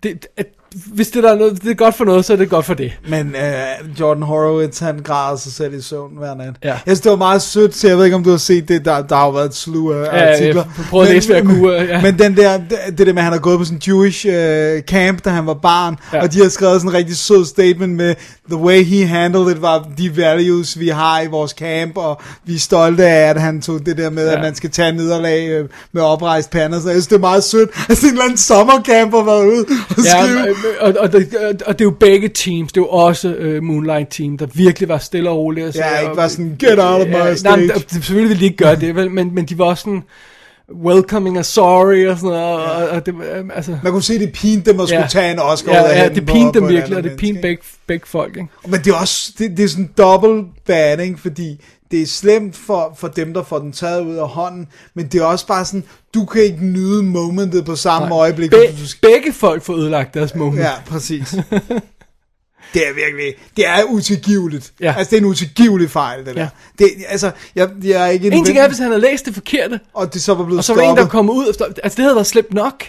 [SPEAKER 3] det, at, hvis det, der er noget, det er godt for noget, så er det godt for det.
[SPEAKER 2] Men øh, Jordan Horowitz, han græder sig selv i søvn hver nat.
[SPEAKER 3] Ja.
[SPEAKER 2] Jeg synes, det var meget sødt, så jeg ved ikke, om du har set det. Der, der har jo været et slew af
[SPEAKER 3] Ja,
[SPEAKER 2] artikler.
[SPEAKER 3] jeg prøvede at læse, hvad jeg kunne, øh, ja.
[SPEAKER 2] Men den der, det, det der med, at han har gået på sådan en Jewish øh, camp, da han var barn, ja.
[SPEAKER 3] Ja.
[SPEAKER 2] og de har skrevet sådan en rigtig sød statement med, the way he handled it var de values, vi har i vores camp, og vi er stolte af, at han tog det der med, ja.
[SPEAKER 3] Ja.
[SPEAKER 2] at man skal tage nederlag øh, med oprejst pander. Så jeg synes, det er meget sødt, at sådan en eller anden sommercamp har været ude og
[SPEAKER 3] Ja, øh,
[SPEAKER 2] skrive.
[SPEAKER 3] og, og, og, det, og det er jo begge teams, det er jo også uh, Moonlight Team, der virkelig var stille og roligt. Og så,
[SPEAKER 2] Ja, ikke
[SPEAKER 3] og,
[SPEAKER 2] bare sådan, get out of my
[SPEAKER 3] Ja,
[SPEAKER 2] stage.
[SPEAKER 3] øh, Nej, men der- selvfølgelig ville de ikke gøre det, vel, men, men de var også sådan, welcoming og sorry og sådan noget, og, og det, øh, altså...
[SPEAKER 2] Man kunne se, det pinte dem at skulle
[SPEAKER 3] Ja.
[SPEAKER 2] tage en Oscar ud af
[SPEAKER 3] Ja, ja,
[SPEAKER 2] hænden
[SPEAKER 3] det
[SPEAKER 2] på- på
[SPEAKER 3] pinte dem
[SPEAKER 2] et andet
[SPEAKER 3] virkelig, og det
[SPEAKER 2] menneske,
[SPEAKER 3] pinte
[SPEAKER 2] ikke?
[SPEAKER 3] begge, begge folk, ikke?
[SPEAKER 2] Men det er også, det, det er sådan dobbelt bad, ikke? fordi det er slemt for, for dem, der får den taget ud af hånden, men det er også bare sådan, du kan ikke nyde momentet på samme Nej. øjeblik.
[SPEAKER 3] Be,
[SPEAKER 2] fordi du skal-
[SPEAKER 3] begge folk får ødelagt deres moment.
[SPEAKER 2] Ja,
[SPEAKER 3] [LAUGHS]
[SPEAKER 2] præcis. det er virkelig, det er utilgiveligt.
[SPEAKER 3] Ja.
[SPEAKER 2] Altså, det er en utilgivelig fejl, det der.
[SPEAKER 3] Ja.
[SPEAKER 2] Det, altså, jeg, jeg er ikke en
[SPEAKER 3] En ting
[SPEAKER 2] ven,
[SPEAKER 3] er, hvis han havde læst det forkerte,
[SPEAKER 2] og det så var blevet
[SPEAKER 3] og så var der en, der
[SPEAKER 2] stoppet.
[SPEAKER 3] kom ud og stoppede. Altså, det havde været slemt nok.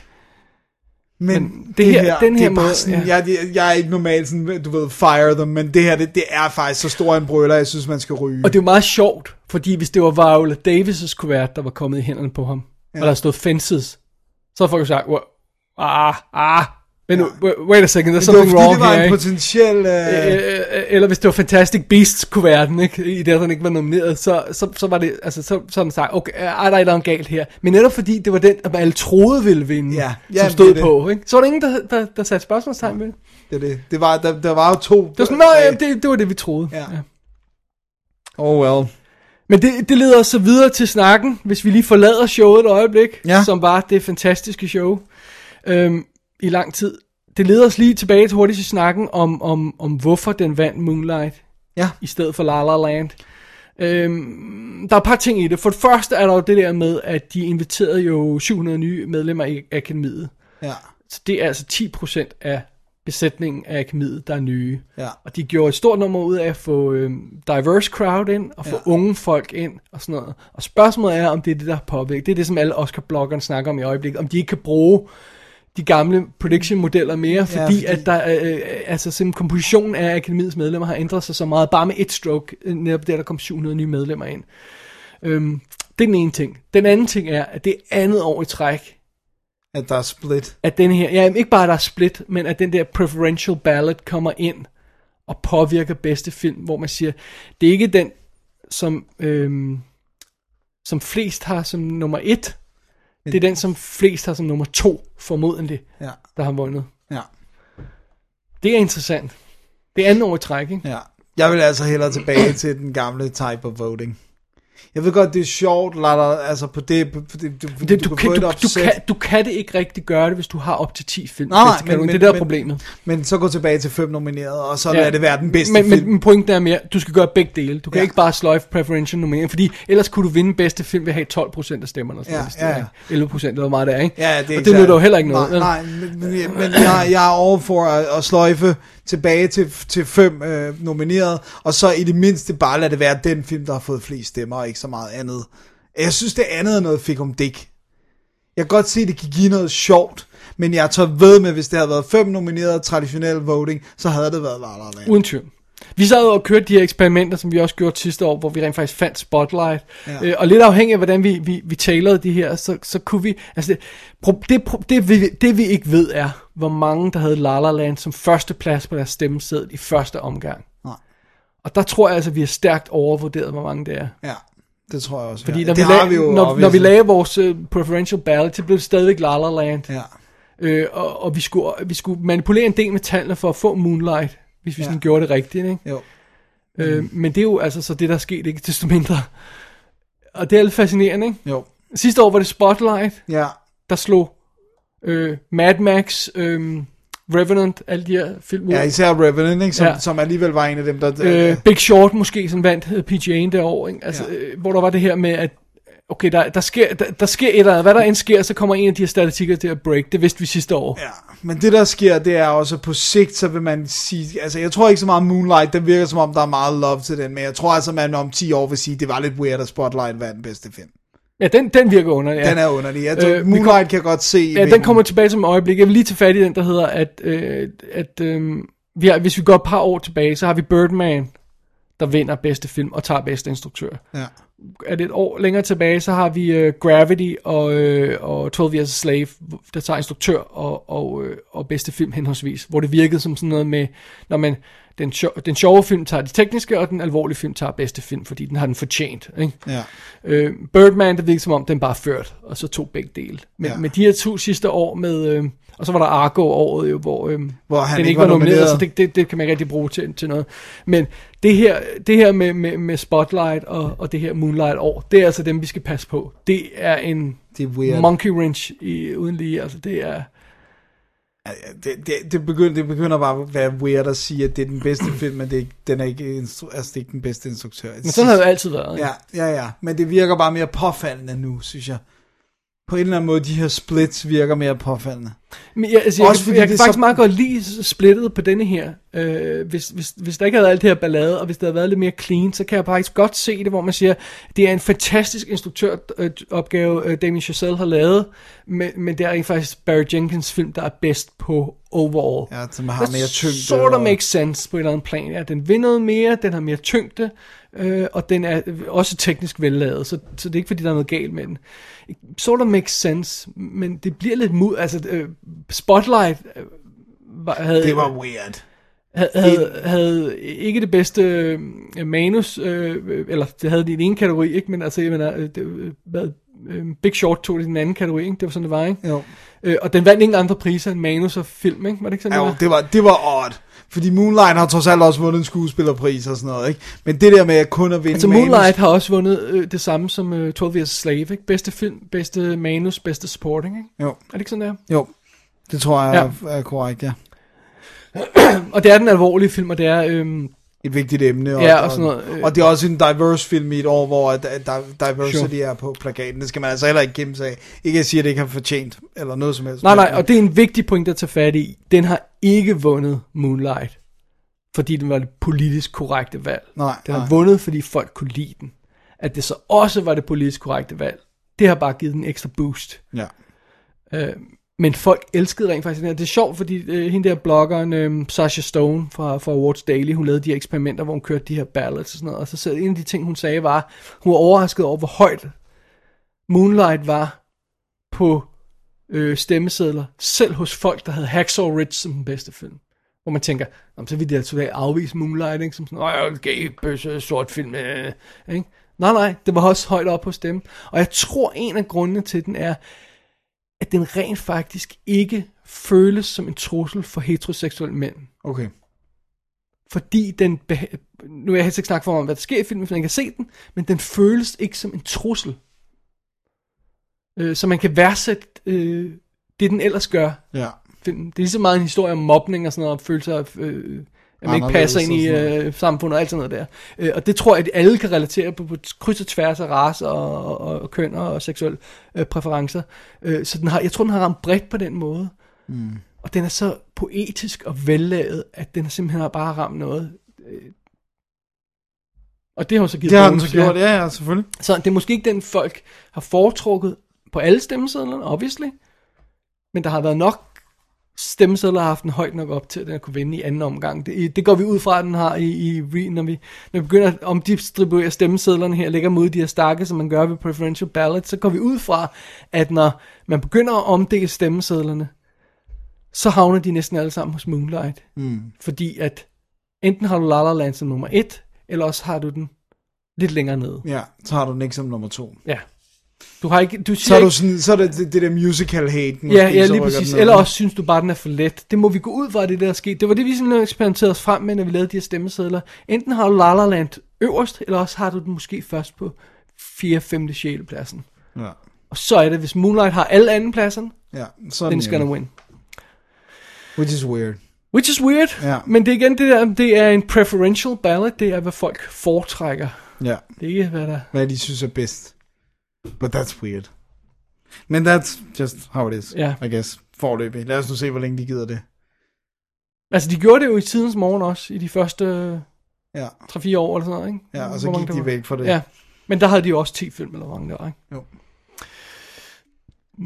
[SPEAKER 2] Men,
[SPEAKER 3] Men det her- den her
[SPEAKER 2] det er bare
[SPEAKER 3] måde,
[SPEAKER 2] sådan,
[SPEAKER 3] ja.
[SPEAKER 2] jeg, jeg, jeg er ikke normalt sådan, du ved, fire them, men det her, det, det er faktisk så stor en brøler, jeg synes, man skal ryge.
[SPEAKER 3] Og det er jo meget sjovt, fordi hvis det var Viola Davis' kuvert, der var kommet i hænderne på ham, ja. og der stod fences, så havde folk jo sagt, "Wow, ah, ah, men nu, wait- wait a second, there's
[SPEAKER 2] det var
[SPEAKER 3] something
[SPEAKER 2] fordi, det
[SPEAKER 3] wrong
[SPEAKER 2] var
[SPEAKER 3] here,
[SPEAKER 2] en
[SPEAKER 3] ikke?
[SPEAKER 2] potentiel... Øh,
[SPEAKER 3] Øh, øh, Eller hvis det var Fantastic Beasts kuverten, ikke? I det, at den ikke var nomineret, så, så, så var det, altså, så, så man sagt, okay, er der er et eller andet galt her. Men netop fordi det var den, at alle troede ville vinde,
[SPEAKER 2] Ja, ja,
[SPEAKER 3] som
[SPEAKER 2] det
[SPEAKER 3] stod
[SPEAKER 2] er
[SPEAKER 3] på, ikke? Så var der ingen, der, der, der satte spørgsmålstegn ved det.
[SPEAKER 2] det, er det, det var, der, der var jo to...
[SPEAKER 3] Det var sådan, nej, ja, det, det var det, vi troede.
[SPEAKER 2] Ja. Oh well.
[SPEAKER 3] Men det, det leder os så videre til snakken, hvis vi lige forlader showet et øjeblik,
[SPEAKER 2] Ja.
[SPEAKER 3] som var det fantastiske show øhm, i lang tid. det leder os lige tilbage til hurtigt til snakken om, om, om hvorfor den vandt Moonlight
[SPEAKER 2] Ja.
[SPEAKER 3] i stedet for La La Land. Øhm, der er et par ting i det. For det første er der jo det der med, at de inviterede jo 700 nye medlemmer i akademiet.
[SPEAKER 2] Ja.
[SPEAKER 3] Så det er altså 10% af besætningen af akademiet, der er nye.
[SPEAKER 2] Ja.
[SPEAKER 3] Og de gjorde et stort nummer ud af at få øh, diverse crowd ind, og få ja. unge folk ind, og sådan noget. Og spørgsmålet er, om det er det, der har påvirket. Det er det, som alle Oscar-bloggerne snakker om i øjeblikket. Om de ikke kan bruge de gamle prediction-modeller mere, fordi, ja, fordi...
[SPEAKER 2] fordi-
[SPEAKER 3] at der, øh, altså, simpelthen kompositionen af akademiets medlemmer har ændret sig så meget, bare med et stroke, øh, netop der, der kom 700 nye medlemmer ind. Øhm, det er den ene ting. Den anden ting er, at det er andet år i træk,
[SPEAKER 2] At der er split.
[SPEAKER 3] at den her, ja, ikke bare at der er split, men at den der preferential ballot kommer ind og påvirker bedste film, hvor man siger, det er ikke den, som, øhm, som flest har som nummer et, det er den, som flest har som nummer to, formodentlig,
[SPEAKER 2] Ja.
[SPEAKER 3] der har vundet.
[SPEAKER 2] Ja.
[SPEAKER 3] Det er interessant. Det er andet år i træk, ikke?
[SPEAKER 2] Ja. Jeg vil altså hellere tilbage til den gamle type of voting. Jeg ved godt, det er sjovt, lader, altså på det, på det, du,
[SPEAKER 3] Det,
[SPEAKER 2] du
[SPEAKER 3] du,
[SPEAKER 2] kan få
[SPEAKER 3] kan, du,
[SPEAKER 2] et
[SPEAKER 3] du,
[SPEAKER 2] opsæt,
[SPEAKER 3] kan, du kan det ikke rigtig gøre det, hvis du har op til 10 film.
[SPEAKER 2] Nej,
[SPEAKER 3] Hvis det
[SPEAKER 2] men-
[SPEAKER 3] kan du- det er
[SPEAKER 2] men-
[SPEAKER 3] der er
[SPEAKER 2] men-
[SPEAKER 3] problemet.
[SPEAKER 2] men så gå tilbage til fem nominerede, og så ja. lad det være den bedste
[SPEAKER 3] men,
[SPEAKER 2] film.
[SPEAKER 3] Men pointen er mere, du skal gøre begge dele. Du kan ja.
[SPEAKER 2] Ja.
[SPEAKER 3] ikke bare sløjfe preferential nominering, fordi ellers kunne du vinde bedste film ved at have 12% af stemmerne. Og sådan
[SPEAKER 2] Ja,
[SPEAKER 3] noget, hvis det er,
[SPEAKER 2] ja,
[SPEAKER 3] ikke? 11% eller hvor meget det er, ikke?
[SPEAKER 2] Ja, det er
[SPEAKER 3] og
[SPEAKER 2] ikke
[SPEAKER 3] det
[SPEAKER 2] særlig-
[SPEAKER 3] nytter jo heller ikke noget.
[SPEAKER 2] Nej,
[SPEAKER 3] vel?
[SPEAKER 2] nej men, men, men jeg, jeg er over for at, at sløjfe tilbage til, til fem øh, nominerede, og så i det mindste bare lade det være den film, der har fået flest stemmer, og ikke så meget andet. Jeg synes, det andet er noget fik om dæk. Jeg kan godt se, at det kan give noget sjovt, men jeg tør ved med, hvis det havde været fem nominerede traditionel voting, så havde det været La La Land.
[SPEAKER 3] Uden tvivl. Vi sad jo og kørte de her eksperimenter, som vi også gjorde sidste år, hvor vi rent faktisk fandt Spotlight. Ja.
[SPEAKER 2] Ja.
[SPEAKER 3] Øh, og lidt afhængig af, hvordan vi, vi, vi tailede de her, så, så kunne vi... Altså, det, pro, det, pro, det, vi, det vi ikke ved er, hvor mange der havde La La Land som første plads på deres stemmeseddel i første omgang.
[SPEAKER 2] Nej.
[SPEAKER 3] Og der tror jeg altså, vi er stærkt overvurderet, hvor mange det er.
[SPEAKER 2] Ja, det tror jeg også.
[SPEAKER 3] Fordi
[SPEAKER 2] ja.
[SPEAKER 3] når,
[SPEAKER 2] det
[SPEAKER 3] vi,
[SPEAKER 2] har
[SPEAKER 3] lag,
[SPEAKER 2] vi jo
[SPEAKER 3] når, når vi
[SPEAKER 2] obviously.
[SPEAKER 3] lagde vores uh, preferential ballot, så blev det stadigvæk La La Land. Ja.
[SPEAKER 2] Ja,
[SPEAKER 3] Øh, og, og vi, skulle, vi skulle manipulere en del med tallene for at få Moonlight, hvis
[SPEAKER 2] Ja. Mhm.
[SPEAKER 3] vi ja. sådan gjorde det rigtigt. Ikke?
[SPEAKER 2] jo.
[SPEAKER 3] Mm. Øh, men det er jo altså så det, der er sket, ikke desto mindre. Og det er lidt fascinerende, ikke?
[SPEAKER 2] Jo.
[SPEAKER 3] Sidste år var det Spotlight,
[SPEAKER 2] Ja,
[SPEAKER 3] der slog øh, Mad Max, øh, Revenant, alle de her film ud.
[SPEAKER 2] ja især Revenant, ikke, som,
[SPEAKER 3] Ja.
[SPEAKER 2] ja. som alligevel var en af dem, der...
[SPEAKER 3] øh, Big Short måske, som vandt øh, PGA'en derovre, ikke? Altså, ja.
[SPEAKER 2] Ja.
[SPEAKER 3] øh, hvor der var det her med, at okay, der, der, sker, der, der sker et eller andet, hvad der end sker, så kommer en af de her statistikker til at break, det vidste vi sidste år.
[SPEAKER 2] Ja, men det der sker, det er også at på sigt, så vil man sige, altså jeg tror ikke så meget Moonlight, den virker som om, der er meget love til den, men jeg tror altså, man om 10 år vil sige, det var lidt weird, at Spotlight var den bedste film.
[SPEAKER 3] Ja, den, den virker underlig.
[SPEAKER 2] Ja.
[SPEAKER 3] Ja.
[SPEAKER 2] Den er underlig. Jeg tror,
[SPEAKER 3] Øh, vi
[SPEAKER 2] øh, Moonlight kan jeg godt se.
[SPEAKER 3] ja, den
[SPEAKER 2] hvilken-
[SPEAKER 3] kommer tilbage som et øjeblik. Jeg vil lige tage fat i den, der hedder, at, øh, at øh, vi har, hvis vi går et par år tilbage, så har vi Birdman, der vinder bedste film og tager bedste instruktør.
[SPEAKER 2] Ja.
[SPEAKER 3] er det et år længere tilbage, så har vi øh, Gravity og, øh, og 12 Years a Slave, der tager instruktør og, og, øh, og bedste film henholdsvis, hvor det virkede som sådan noget med, når man, den, sjo- den sjove film tager det tekniske, og den alvorlige film tager bedste film, fordi den har den fortjent. Ikke?
[SPEAKER 2] Ja.
[SPEAKER 3] Øh, Birdman, det virkede som om, den bare ført, og så tog begge dele. Men ja.
[SPEAKER 2] Ja.
[SPEAKER 3] med de her to sidste år med, øh, og så var der Argo året jo, hvor, øh,
[SPEAKER 2] Hvor han
[SPEAKER 3] den
[SPEAKER 2] ikke var nomineret.
[SPEAKER 3] så det, det, det kan man ikke rigtig bruge til, til noget. Men det her, det her med, med, med Spotlight og, og det her Moonlight år, det er altså dem, vi skal passe på. Det er en
[SPEAKER 2] Det er weird.
[SPEAKER 3] monkey wrench i, uden lige, altså det er...
[SPEAKER 2] Det, det, det, begynder, det begynder bare at være weird at sige, at det er den bedste film, men det er ikke, den er ikke, instru- altså, det er ikke den bedste instruktør.
[SPEAKER 3] Men sådan har det jo altid været. ikke?
[SPEAKER 2] Ja, ja, ja. Men det virker bare mere påfaldende nu, synes jeg. På en eller anden måde, de her splits virker mere påfaldende.
[SPEAKER 3] Men jeg, altså, jeg,
[SPEAKER 2] Også
[SPEAKER 3] kan-
[SPEAKER 2] fordi
[SPEAKER 3] jeg kan
[SPEAKER 2] det er
[SPEAKER 3] faktisk så...
[SPEAKER 2] så-
[SPEAKER 3] meget godt lide splittet på denne her. Øh, hvis, hvis, hvis der ikke havde været alt det her ballade, og hvis der havde været lidt mere clean, så kan jeg faktisk godt se det, hvor man siger, det er en fantastisk instruktøropgave, øh, Damien Chazelle har lavet, men, men det er rent faktisk Barry Jenkins film, der er bedst på overall.
[SPEAKER 2] Ja, som har mere tyngde.
[SPEAKER 3] Sort of
[SPEAKER 2] og-
[SPEAKER 3] makes sense på et eller andet plan. Ja, den vinder noget mere, den har mere tyngde, øh, og den er også teknisk vellavet, så, så det er ikke fordi, der er noget galt med den. Sort of makes sense, men det bliver lidt mud. Altså, øh, Spotlight øh, var- havde,
[SPEAKER 2] Det var weird.
[SPEAKER 3] havde, havde ikke det bedste øh, manus, øh, eller det havde de i den ene kategori, ikke? men altså, jeg mener, øh, det, hvad, øh, Big Short tog det i den anden kategori, ikke? det var sådan, det var, ikke?
[SPEAKER 2] Jo.
[SPEAKER 3] Øh, og den vandt ingen andre priser end manus og film, ikke? Var det ikke sådan,
[SPEAKER 2] Ja,
[SPEAKER 3] det
[SPEAKER 2] jo,
[SPEAKER 3] var?
[SPEAKER 2] det var, det var odd. Fordi Moonlight har trods alt også vundet en skuespillerpris og sådan noget, ikke? Men det der med at kun at vinde
[SPEAKER 3] Altså
[SPEAKER 2] manus-
[SPEAKER 3] Moonlight har også vundet øh, det samme som øh, 12 Years a Slave, ikke? Bedste film, bedste manus, bedste supporting, ikke?
[SPEAKER 2] Jo,
[SPEAKER 3] Er det ikke sådan der?
[SPEAKER 2] jo. Det tror jeg ja. er korrekt, ja.
[SPEAKER 3] Og det er den alvorlige film, og det er... Øhm,
[SPEAKER 2] Et vigtigt emne. Og,
[SPEAKER 3] Ja, og sådan noget, øh.
[SPEAKER 2] og det er også en diverse film i et år, hvor at- at di- diversity sure. er på plakaten. Det skal man altså heller ikke gemme sig af. Ikke at sige, at det ikke har fortjent, eller noget som helst.
[SPEAKER 3] nej, nej,
[SPEAKER 2] Men-
[SPEAKER 3] og det er en vigtig point at tage fat i. Den har ikke vundet Moonlight, fordi den var det politisk korrekte valg.
[SPEAKER 2] Nej,
[SPEAKER 3] den har
[SPEAKER 2] nej.
[SPEAKER 3] vundet, fordi folk kunne lide den. At det så også var det politisk korrekte valg, det har bare givet den en ekstra boost.
[SPEAKER 2] Ja.
[SPEAKER 3] Øh, Men folk elskede rent faktisk den her. Det er sjovt, fordi øh, hende der bloggeren, øh, Sasha Stone fra, fra Awards Daily, hun lavede de her eksperimenter, hvor hun kørte de her ballads og sådan noget. Og så sad, en af de ting, hun sagde, var, hun var overrasket over, hvor højt Moonlight var på øh, stemmesedler, selv hos folk, der havde Hacksaw Ridge som den bedste film. Hvor man tænker, "Nå, men så vil de altså afvise Moonlight, ikke? som sådan, åh, gay, bøsse, sort film, øh, ikke? Nej, nej, det var også højt op hos dem. Og jeg tror, en af grundene til den er, at den rent faktisk ikke føles som en trussel for heteroseksuelle mænd.
[SPEAKER 2] Okay.
[SPEAKER 3] Fordi den, beha- nu er jeg helst ikke snakke for om, hvad der sker i filmen, hvis man kan se den, men den føles ikke som en trussel. Øh, så man kan værdsætte øh, det, den ellers gør.
[SPEAKER 2] Ja.
[SPEAKER 3] Filmen. Det er lige så meget en historie om mobning og sådan noget, og følelser af, øh, at man ikke
[SPEAKER 2] Anderledes
[SPEAKER 3] passer ind
[SPEAKER 2] og
[SPEAKER 3] i
[SPEAKER 2] sådan noget.
[SPEAKER 3] øh, samfundet og alt sådan noget der. Øh, og det tror jeg, at alle kan relatere på, på kryds og tværs af race og, og, og, køn og seksuelle øh, præferencer. Øh, så den har, jeg tror, den har ramt bredt på den måde. Mm. Og den er så poetisk og vellavet, at den simpelthen har bare ramt noget. Øh, og det har hun så givet
[SPEAKER 2] Det har den
[SPEAKER 3] bonus,
[SPEAKER 2] så gjort, ja, ja, selvfølgelig.
[SPEAKER 3] så det er måske ikke den, folk har foretrukket på alle stemmesedlerne, obviously. Men der har været nok stemmesedler, der har haft den højt nok op til, at den har kunne vinde i anden omgang. Det, det går vi ud fra, at den har i, i re- når, vi, når vi begynder at omdistribuere stemmesedlerne her, lægger mod de her stakke, som man gør ved preferential ballot, så går vi ud fra, at når man begynder at omdele stemmesedlerne, så havner de næsten alle sammen hos Moonlight. Mm. Fordi at enten har du La La Land som nummer et, eller også har du den lidt længere nede.
[SPEAKER 2] Ja, så har du den ikke som nummer to.
[SPEAKER 3] Ja. Du har ikke, du siger
[SPEAKER 2] Så er, du
[SPEAKER 3] ikke,
[SPEAKER 2] sådan, så er det det, det der musical hate.
[SPEAKER 3] Ja, ja, lige præcis. Eller også synes du bare, den er for let. Det må vi gå ud fra, det der er sket. Det var det, vi sådan eksperimenterede os frem med, når vi lavede de her stemmesedler. Enten har du La La Land øverst, eller også har du den måske først på 4. 5. 6. pladsen.
[SPEAKER 2] Ja,
[SPEAKER 3] Og så er det, hvis Moonlight har alle anden pladsen,
[SPEAKER 2] ja så er
[SPEAKER 3] then
[SPEAKER 2] den
[SPEAKER 3] it's gonna
[SPEAKER 2] hjemme.
[SPEAKER 3] win.
[SPEAKER 2] Which is weird.
[SPEAKER 3] Which is weird,
[SPEAKER 2] Ja.
[SPEAKER 3] men det er igen det der, det er en preferential ballot, det er hvad folk foretrækker.
[SPEAKER 2] Ja,
[SPEAKER 3] Det er ikke, hvad der...
[SPEAKER 2] hvad de synes er bedst. But that's weird. Men that's just how it is,
[SPEAKER 3] Ja.
[SPEAKER 2] I guess. Forløbig. Lad os nu se, hvor længe de gider det.
[SPEAKER 3] Altså, de gjorde det jo i tidens morgen også, i de første øh,
[SPEAKER 2] Ja,
[SPEAKER 3] 3-4 år eller sådan noget, ikke?
[SPEAKER 2] ja og
[SPEAKER 3] Hvor
[SPEAKER 2] så
[SPEAKER 3] mange
[SPEAKER 2] gik
[SPEAKER 3] der var.
[SPEAKER 2] de væk fra det.
[SPEAKER 3] Ja, men der havde de jo også 10 film eller hvor mange der, var, ikke?
[SPEAKER 2] Jo.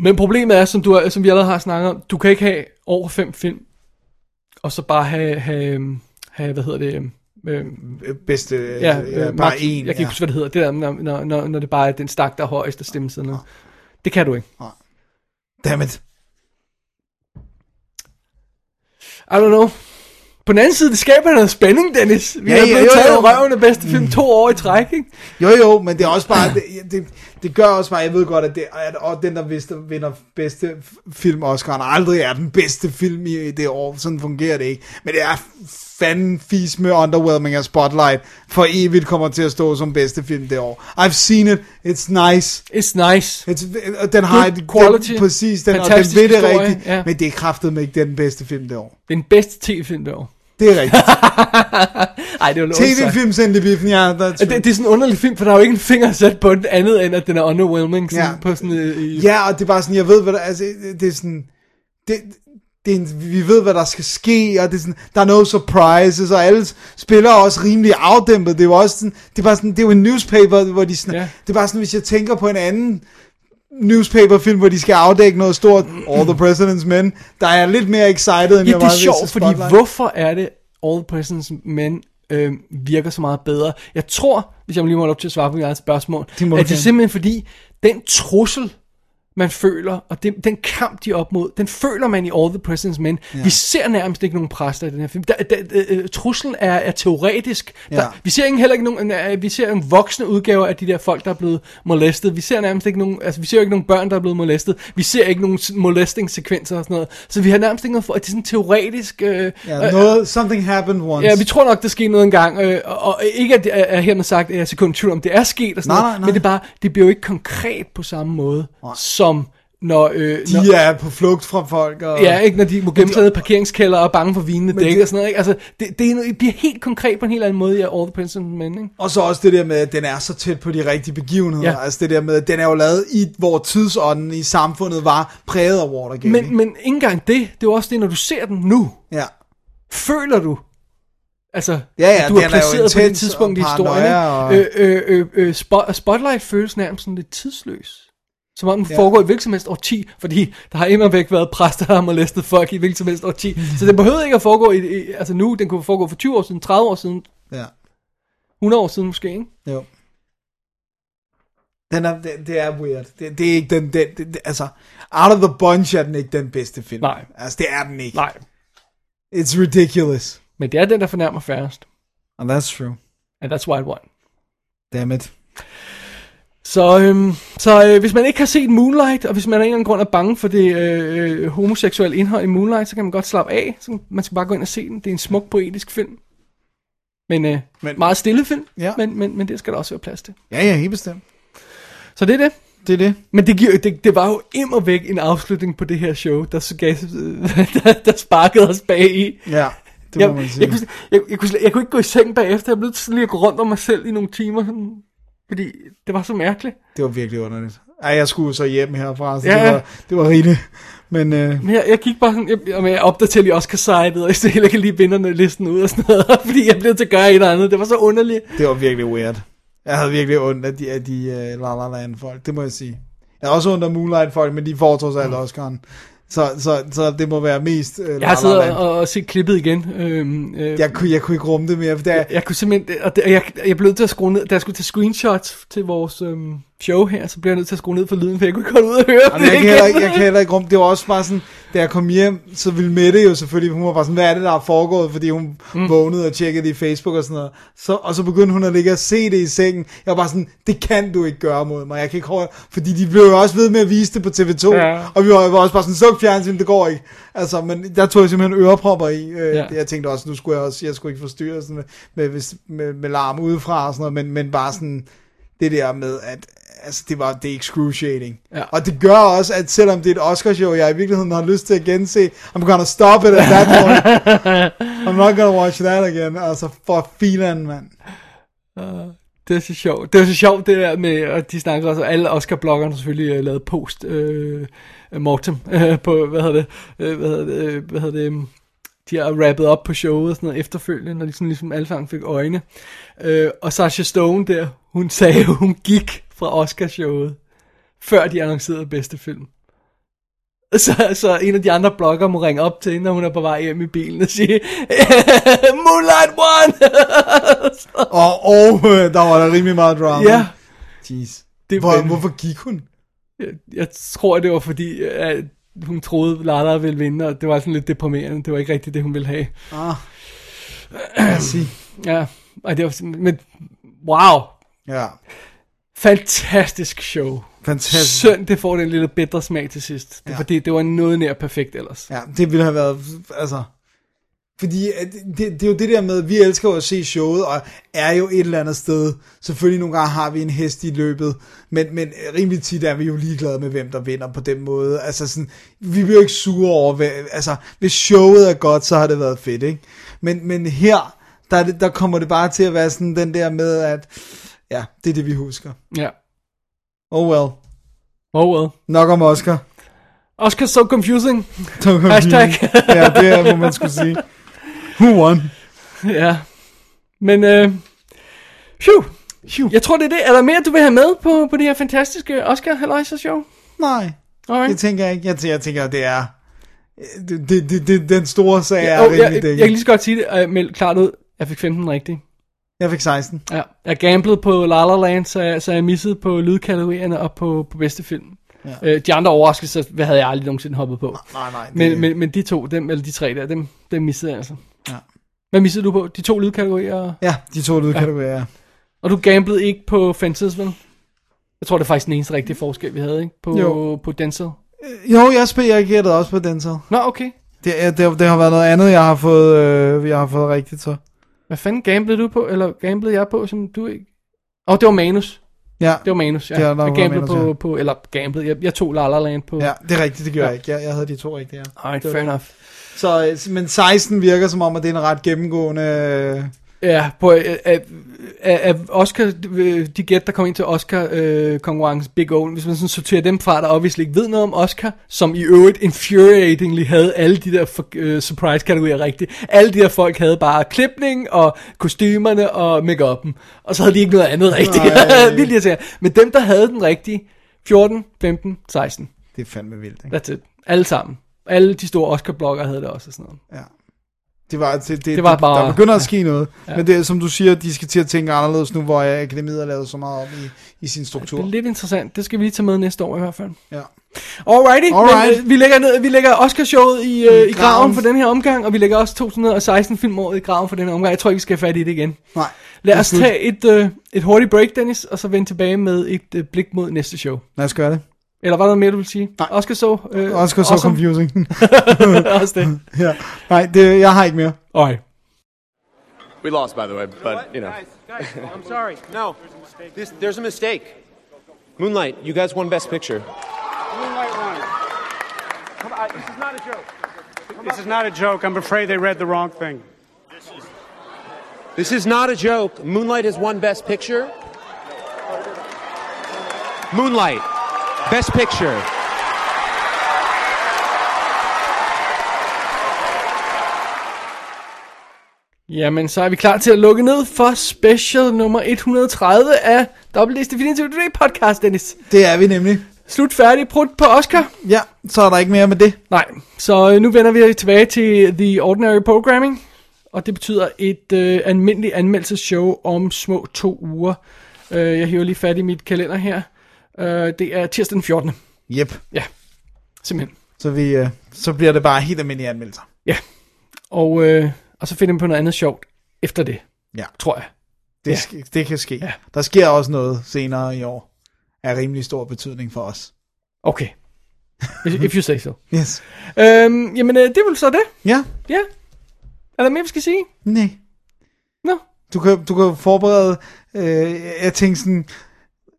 [SPEAKER 3] Men problemet er, som, du, som vi allerede har snakket om, du kan ikke have over 5 film, og så bare have, have, have hvad hedder det, øhm, øhm,
[SPEAKER 2] Bedste,
[SPEAKER 3] ja,
[SPEAKER 2] ja,
[SPEAKER 3] øh,
[SPEAKER 2] ja, bare
[SPEAKER 3] max-
[SPEAKER 2] en.
[SPEAKER 3] Jeg kan ikke
[SPEAKER 2] ja.
[SPEAKER 3] huske, hvad det hedder, det der, når, når, når, når det bare er den stak, der er højst af stemmesiden.
[SPEAKER 2] Ah.
[SPEAKER 3] Det kan du ikke.
[SPEAKER 2] Damn it.
[SPEAKER 3] I don't know. På den anden side, det skaber noget spænding, Dennis. Vi
[SPEAKER 2] Ja,
[SPEAKER 3] ja, har
[SPEAKER 2] ja,
[SPEAKER 3] blevet
[SPEAKER 2] jo,
[SPEAKER 3] taget
[SPEAKER 2] jo. Mm.
[SPEAKER 3] røven af bedste film to år i træk, ikke?
[SPEAKER 2] Jo, jo, men det er også bare, det, det, det gør også bare, jeg ved godt, at, det, at og den, der vidste, vinder bedste f- film Oscar, aldrig er den bedste film i det år. Sådan fungerer det ikke. Men det er fanden fis med Underwhelming og Spotlight, for evigt kommer til at stå som bedste film det år. I've seen it, it's nice.
[SPEAKER 3] It's nice.
[SPEAKER 2] It's, og den har
[SPEAKER 3] Good
[SPEAKER 2] et
[SPEAKER 3] quality.
[SPEAKER 2] Den, præcis, den, og den
[SPEAKER 3] Fantastisk
[SPEAKER 2] ved det
[SPEAKER 3] historie,
[SPEAKER 2] rigtigt,
[SPEAKER 3] ja.
[SPEAKER 2] ja. men det er kraftedeme ikke den bedste film det år.
[SPEAKER 3] Den bedste tv-film derovre.
[SPEAKER 2] Det er rigtigt.
[SPEAKER 3] Ej, [LAUGHS] det var lort sagt.
[SPEAKER 2] TV-film sendte biffen, ja. that's
[SPEAKER 3] Og
[SPEAKER 2] true.
[SPEAKER 3] Det, det er sådan en underlig film, for der er jo ikke en finger sat på den andet, end at den er underwhelming sådan, ja.
[SPEAKER 2] Ja.
[SPEAKER 3] på sådan øh, i,
[SPEAKER 2] Ja, og det er bare sådan, jeg ved, hvad der, altså, det er sådan, det, det er en, vi ved, hvad der skal ske, og det er sådan, der er no surprises, og alle spiller også rimelig afdæmpet, det er jo også sådan, det er bare sådan, det er jo en newspaper, hvor de sådan,
[SPEAKER 3] Ja.
[SPEAKER 2] ja. det er bare sådan, hvis jeg tænker på en anden newspaperfilm, hvor de skal afdække noget stort, All the President's Men, der er jeg lidt mere excited, end
[SPEAKER 3] Ja,
[SPEAKER 2] jeg
[SPEAKER 3] det
[SPEAKER 2] var
[SPEAKER 3] er
[SPEAKER 2] ved
[SPEAKER 3] sjovt, fordi
[SPEAKER 2] Spotlight.
[SPEAKER 3] hvorfor er det All Presents Men øh, virker så meget bedre? Jeg tror, hvis jeg må lige må op til at svare på mit eget spørgsmål,
[SPEAKER 2] Det må du
[SPEAKER 3] at det er
[SPEAKER 2] gerne.
[SPEAKER 3] simpelthen fordi, den trussel, man føler, og den, den kamp, de er op mod, den føler man i All the President's Men. Ja. Vi ser nærmest ikke nogen præster i den her film. Der, der, øh, truslen er, er teoretisk. Der,
[SPEAKER 2] Ja.
[SPEAKER 3] Vi ser ikke heller ikke nogen, øh, vi ser en voksne udgave af de der folk, der er blevet molestet. Vi ser nærmest ikke nogen, altså vi ser jo ikke nogen børn, der er blevet molestet. Vi ser ikke nogen s- molesting-sekvenser og sådan noget. Så vi har nærmest ikke noget for, at det er sådan teoretisk... Øh,
[SPEAKER 2] Ja, noget, something happened once.
[SPEAKER 3] Ja, vi tror nok, det skete noget engang, øh, og, og ikke at det er, er hermed sagt, at jeg er sekund i tvivl om, det er sket og sådan
[SPEAKER 2] Nej,
[SPEAKER 3] noget,
[SPEAKER 2] nej, nej.
[SPEAKER 3] men det er bare, det bliver jo ikke konkret på samme måde, som når... Øh, når
[SPEAKER 2] De er på flugt fra folk. Og...
[SPEAKER 3] Ja, ikke, når de må gemme sig ned i parkeringskælder og er bange for vinende
[SPEAKER 2] Men
[SPEAKER 3] dæk
[SPEAKER 2] det-
[SPEAKER 3] og sådan noget. Ikke? Altså, det, det, er, noget- det bliver helt konkret på en helt anden måde i All the Princes Men, ikke?
[SPEAKER 2] Og så også det der med, at den er så tæt på de rigtige begivenheder.
[SPEAKER 3] Ja.
[SPEAKER 2] Ja. Altså det der med, at den er jo lavet i, hvor tidsånden i samfundet var præget af Watergate.
[SPEAKER 3] Men,
[SPEAKER 2] ikke?
[SPEAKER 3] men ikke engang det, det er jo også det, når du ser den nu,
[SPEAKER 2] ja.
[SPEAKER 3] føler du, altså,
[SPEAKER 2] ja,
[SPEAKER 3] at du
[SPEAKER 2] den er
[SPEAKER 3] er
[SPEAKER 2] jo
[SPEAKER 3] placeret på det
[SPEAKER 2] intens
[SPEAKER 3] tidspunkt i
[SPEAKER 2] og
[SPEAKER 3] historien.
[SPEAKER 2] paranoia
[SPEAKER 3] ikke? Øh, øh, øh, øh, spot, spotlight føles nærmest sådan lidt tidsløs. Som om den ja. foregår i hvilket som helst årti, fordi der har imod væk været præster, der har molestet folk i hvilket som helst årti. Så det behøvede ikke at foregå i, i, altså nu, den kunne foregå for 20 år siden, 30 år siden,
[SPEAKER 2] Ja.
[SPEAKER 3] 100 år siden måske, ikke?
[SPEAKER 2] Jo. Den er, det, det er weird. Det, det er ikke den, den det, det, altså, out of the bunch er den ikke den bedste film.
[SPEAKER 3] Nej.
[SPEAKER 2] Altså, det er den ikke.
[SPEAKER 3] Nej,
[SPEAKER 2] It's ridiculous.
[SPEAKER 3] men det er den, der fornærmer færrest.
[SPEAKER 2] And that's true.
[SPEAKER 3] And that's why I won.
[SPEAKER 2] Damn it.
[SPEAKER 3] Så, øhm, så øh, hvis man ikke har set Moonlight, og hvis man af en eller anden grund er bange for det øh, øh, homoseksuelle indhold i Moonlight, så kan man godt slappe af. Så man skal bare gå ind og se den. Det er en smuk poetisk film. Men, øh, men
[SPEAKER 2] Men-
[SPEAKER 3] meget stille film,
[SPEAKER 2] Ja.
[SPEAKER 3] men, men, men det skal der også være plads til.
[SPEAKER 2] Ja, ja, helt bestemt.
[SPEAKER 3] Så det er det.
[SPEAKER 2] Det er det.
[SPEAKER 3] Men det, giver, det, det var jo immer væk en afslutning på det her show, der, så gav, [LAUGHS] der, der sparkede os bag i.
[SPEAKER 2] Ja, det må man
[SPEAKER 3] Jeg,
[SPEAKER 2] sige.
[SPEAKER 3] jeg, kunne, sl- jeg, jeg, kunne, sl- jeg kunne ikke gå i seng bagefter. Jeg blev nødt til sådan lige at gå rundt om mig selv i nogle timer, sådan, fordi det var så mærkeligt.
[SPEAKER 2] Det var virkelig underligt. Ej, jeg skulle så hjem herfra, så
[SPEAKER 3] Ja,
[SPEAKER 2] ja.
[SPEAKER 3] ja.
[SPEAKER 2] det, var, det var rigeligt. Men øh,
[SPEAKER 3] Men jeg, jeg gik bare sådan, jeg, jeg, jeg opdaterer lige Oscar-sitet, og jeg ser heller ikke lige vinderne listen ud og sådan noget, [LAUGHS] fordi jeg blev til at gøre et eller andet. Det var så underligt.
[SPEAKER 2] det var virkelig weird. Jeg havde virkelig ondt af de, af de uh, La La Land folk, det må jeg sige. Jeg har også ondt af Moonlight folk, men de får trods alt Oscar'en. Så, så, så det må være mest uh,
[SPEAKER 3] Jeg
[SPEAKER 2] La
[SPEAKER 3] har
[SPEAKER 2] La
[SPEAKER 3] siddet
[SPEAKER 2] Land.
[SPEAKER 3] og, og set klippet igen. Øhm, øh, jeg,
[SPEAKER 2] Jeg kunne, jeg kunne ikke rumme det mere, for det er,
[SPEAKER 3] jeg kunne simpelthen, og det, og jeg, jeg blev nødt til at skrue ned, da jeg skulle tage screenshots til vores øhm, show her, så blev jeg nødt til at skrue ned for lyden, for jeg kunne ikke holde ud og høre
[SPEAKER 2] [LAUGHS] Jamen, jeg, kan heller, ikke- jeg kan heller ikke rumme. Det var også bare sådan, da jeg kom hjem, så ville Mette jo selvfølgelig, hun var bare sådan, hvad er det, der er foregået? Fordi hun mm. vågnede og tjekkede det i Facebook og sådan noget. Så, og så begyndte hun at ligge og se det i sengen. Jeg var bare sådan, det kan du ikke gøre mod mig. Jeg kan ikke holde, fordi de blev jo også ved med at vise det på TV2.
[SPEAKER 3] Ja.
[SPEAKER 2] Ja. Og vi var, var også bare sådan, suk fjernsyn, det går ikke. Altså, men der tog jeg simpelthen ørepropper i. Øh,
[SPEAKER 3] Ja.
[SPEAKER 2] ja. Jeg tænkte også, nu skulle jeg også, jeg skulle ikke forstyrre sådan med, med, hvis- med, med larm udefra og sådan noget, men, men bare sådan, det der med, at altså, det var det er excruciating.
[SPEAKER 3] Ja.
[SPEAKER 2] Og det gør også, at selvom det er et Oscarshow, jeg i virkeligheden har lyst til at gense, I'm gonna stop it at that point.
[SPEAKER 3] [LAUGHS]
[SPEAKER 2] I'm not gonna watch that again. Altså, for filan, mand.
[SPEAKER 3] Det er så sjovt. Det er så sjovt det der med, og de snakker også, alle Oscar-bloggerne har selvfølgelig øh, lavet post øh, mortem øh, på, hvad hedder det, øh, hvad hedder det, øh, hvad hedder det, øhm, de har rappet op på showet og sådan noget efterfølgende, når ligesom, ligesom alle sammen fik øjne. Øh, og Sasha Stone der, hun [LAUGHS] sagde, at hun gik fra Oscar-showet, før de annoncerede bedste film. Så, så en af de andre bloggere må ringe op til hende, når hun er på vej hjem i bilen og sige, [LAUGHS] Moonlight One!
[SPEAKER 2] Og, og øh, der var der rimelig meget drama.
[SPEAKER 3] ja,
[SPEAKER 2] Jeez.
[SPEAKER 3] det
[SPEAKER 2] Hvor,
[SPEAKER 3] men-
[SPEAKER 2] hvorfor gik hun?
[SPEAKER 3] Jeg, Øh, jeg tror, det var fordi, at hun troede, Lala ville vinde, og det var sådan lidt deprimerende. Det var ikke rigtigt det, hun ville have.
[SPEAKER 2] Ah. Jeg sige.
[SPEAKER 3] Ja, og det var sådan, men wow,
[SPEAKER 2] Ja,
[SPEAKER 3] fantastisk show.
[SPEAKER 2] fantastisk.
[SPEAKER 3] Synd, det får den lille bedre smag til sidst. Det, ja.
[SPEAKER 2] Ja.
[SPEAKER 3] Fordi det var noget nær perfekt ellers.
[SPEAKER 2] Ja, det ville have været, altså... Fordi at det, det er jo det der med, at vi elsker jo at se showet, og er jo et eller andet sted. Selvfølgelig nogle gange har vi en hest i løbet, men, men rimelig tit er vi jo ligeglade med, hvem der vinder på den måde. Altså sådan, vi bliver jo ikke sure over, hvad, altså hvis showet er godt, så har det været fedt, ikke? Men, men her, der, er det- der kommer det bare til at være sådan den der med, at ja, det er det vi husker.
[SPEAKER 3] Ja.
[SPEAKER 2] Oh well.
[SPEAKER 3] Oh well.
[SPEAKER 2] Nok om Oscar.
[SPEAKER 3] Oscar so confusing.
[SPEAKER 2] Tak for
[SPEAKER 3] Hashtag. [LAUGHS]
[SPEAKER 2] filmen. ja, det er, hvor man skulle sige. Who won?
[SPEAKER 3] ja. Men, øh, phew.
[SPEAKER 2] Phew.
[SPEAKER 3] Jeg tror, det er det. Er der mere, du vil have med på, på det her fantastiske Oscar-halløjsa-show?
[SPEAKER 2] Nej, det
[SPEAKER 3] Alright.
[SPEAKER 2] tænker jeg ikke. Jeg, tæ- jeg tænker, det er... øh, Det, det, det, det, den store sag er
[SPEAKER 3] Åh,
[SPEAKER 2] oh,
[SPEAKER 3] jeg,
[SPEAKER 2] rimelig
[SPEAKER 3] jeg,
[SPEAKER 2] dækket.
[SPEAKER 3] jeg
[SPEAKER 2] Jeg,
[SPEAKER 3] kan lige så godt sige det øh, meld klart ud. Jeg fik 15 rigtigt.
[SPEAKER 2] fik 16.
[SPEAKER 3] Ja. Jeg gamblede på La La Land, så jeg, så jeg missede på lydkategorierne og på, på bedste film. Ja.
[SPEAKER 2] Ja.
[SPEAKER 3] Øh, de andre overraskelser, hvad havde jeg aldrig nogensinde hoppet på.
[SPEAKER 2] Nej, nej. Det,
[SPEAKER 3] Men, men, men de to, dem, eller de tre der, dem, dem missede jeg altså.
[SPEAKER 2] Ja.
[SPEAKER 3] Hvad missede du på? De to lydkategorier?
[SPEAKER 2] Ja, de to lydkategorier. Ja.
[SPEAKER 3] Og du gamblede ikke på Fences, vel? Jeg tror, det er faktisk den eneste rigtige forskel, vi havde, ikke? På,
[SPEAKER 2] Jo.
[SPEAKER 3] på Denzel.
[SPEAKER 2] Jo, jeg spiller jeg gættede også på den så.
[SPEAKER 3] Nå, okay.
[SPEAKER 2] Det, er- det, det, har været noget andet, jeg har fået, øh, jeg har fået rigtigt så.
[SPEAKER 3] Hvad fanden gamblede du på? Eller gamblede jeg på, som du ikke... Åh, oh, det var manus.
[SPEAKER 2] Ja,
[SPEAKER 3] Det var manus, ja.
[SPEAKER 2] Ja, der
[SPEAKER 3] jeg
[SPEAKER 2] var
[SPEAKER 3] gamblede
[SPEAKER 2] manus,
[SPEAKER 3] på,
[SPEAKER 2] ja.
[SPEAKER 3] på, eller gamblede, jeg, jeg tog La La Land på.
[SPEAKER 2] ja det er rigtigt, det gjorde
[SPEAKER 3] Ja.
[SPEAKER 2] ja. jeg ikke. Jeg, jeg havde de to rigtige. Ja.
[SPEAKER 3] Alright,
[SPEAKER 2] Det var
[SPEAKER 3] fair
[SPEAKER 2] det.
[SPEAKER 3] enough.
[SPEAKER 2] Så, øh, men 16 virker som om, at det er en ret gennemgående... øh,
[SPEAKER 3] Ja, på øh, øh, øh, øh, Oscar, øh, de gæt, der kom ind til Oscar øh, konkurrencen Big O, hvis man sådan sorterer dem fra, der obviously ikke ved noget om Oscar, som i øvrigt infuriatingly havde alle de der for, øh, surprise-kategorier rigtigt. Alle de der folk havde bare klipning og kostymerne og make og så havde de ikke noget andet rigtigt.
[SPEAKER 2] Nej.
[SPEAKER 3] [LAUGHS] Vildt irriterende. Men dem, der havde den rigtige, 14, 15, 16,
[SPEAKER 2] Det er fandme vildt, ikke?
[SPEAKER 3] that's it. Alle sammen. Alle de store Oscar-bloggere havde det også og sådan noget.
[SPEAKER 2] Ja. Det var, det, det,
[SPEAKER 3] Det var bare-
[SPEAKER 2] der begynder at ske noget. Ja. Men det er, som du siger, de skal til at tænke anderledes nu, hvor øh, akademiet har lavet så meget om i, i sin struktur.
[SPEAKER 3] Det er lidt interessant. Det skal vi lige tage med næste år i hvert fald.
[SPEAKER 2] Ja.
[SPEAKER 3] Alrighty,
[SPEAKER 2] Alright.
[SPEAKER 3] Men, øh, vi lægger, ned, vi lægger Oscarshowet i, øh, i graven
[SPEAKER 2] graven.
[SPEAKER 3] for den her omgang, og vi lægger også 2016 filmåret i graven for den her omgang. Jeg tror ikke, vi skal have fat i det igen.
[SPEAKER 2] Nej.
[SPEAKER 3] Lad
[SPEAKER 2] det er
[SPEAKER 3] os
[SPEAKER 2] slut.
[SPEAKER 3] tage et, øh, et hurtigt break, Dennis, og så vende tilbage med et øh, blik mod næste show.
[SPEAKER 2] Lad os gøre det.
[SPEAKER 3] Eller var der noget mere, du ville sige?
[SPEAKER 2] Nej.
[SPEAKER 3] Oscar så. Øh,
[SPEAKER 2] Oscar så
[SPEAKER 3] awesome.
[SPEAKER 2] confusing. [LAUGHS]
[SPEAKER 3] Også det.
[SPEAKER 2] ja. Nej, det, jeg har ikke mere.
[SPEAKER 3] Alright.
[SPEAKER 4] We lost, by the way, but you know.
[SPEAKER 5] I'm sorry.
[SPEAKER 4] No, this, there's a mistake. Moonlight, you guys won Best Picture.
[SPEAKER 5] Moonlight won. Come on, this is not a joke. This is not a joke. I'm afraid they read the wrong thing.
[SPEAKER 4] This is not a joke. Moonlight has won Best Picture. Moonlight, Best Picture.
[SPEAKER 3] Jamen, så er vi klar til at lukke ned for special nummer 130 af WD's Definitive Today podcast, Dennis.
[SPEAKER 2] Det er vi nemlig.
[SPEAKER 3] Slut færdig, prut på Oscar.
[SPEAKER 2] Ja, så er der ikke mere med det.
[SPEAKER 3] Nej, så øh, nu vender vi tilbage til The Ordinary Programming, og det betyder et øh, almindeligt anmeldelsesshow om små to uger. Øh, jeg hiver lige fat i mit kalender her. Øh, det er tirsdag den 14.
[SPEAKER 2] Yep.
[SPEAKER 3] Ja, simpelthen.
[SPEAKER 2] Så, vi, øh, så bliver det bare helt almindelige anmeldelser.
[SPEAKER 3] Ja, og, øh, og så finder vi på noget andet sjovt efter det,
[SPEAKER 2] Ja,
[SPEAKER 3] tror jeg.
[SPEAKER 2] det,
[SPEAKER 3] Ja.
[SPEAKER 2] ja. Sk- det kan ske.
[SPEAKER 3] Ja.
[SPEAKER 2] Ja. Der sker også noget senere i år af rimelig stor betydning for os.
[SPEAKER 3] Okay, if, if you say so.
[SPEAKER 2] Yes.
[SPEAKER 3] Øhm, jamen, øh, det er vel så det.
[SPEAKER 2] Ja,
[SPEAKER 3] Ja. Er der mere, vi skal sige?
[SPEAKER 2] nej.
[SPEAKER 3] Nå.
[SPEAKER 2] Du kan, du kan forberede, øh, jeg tænkte sådan,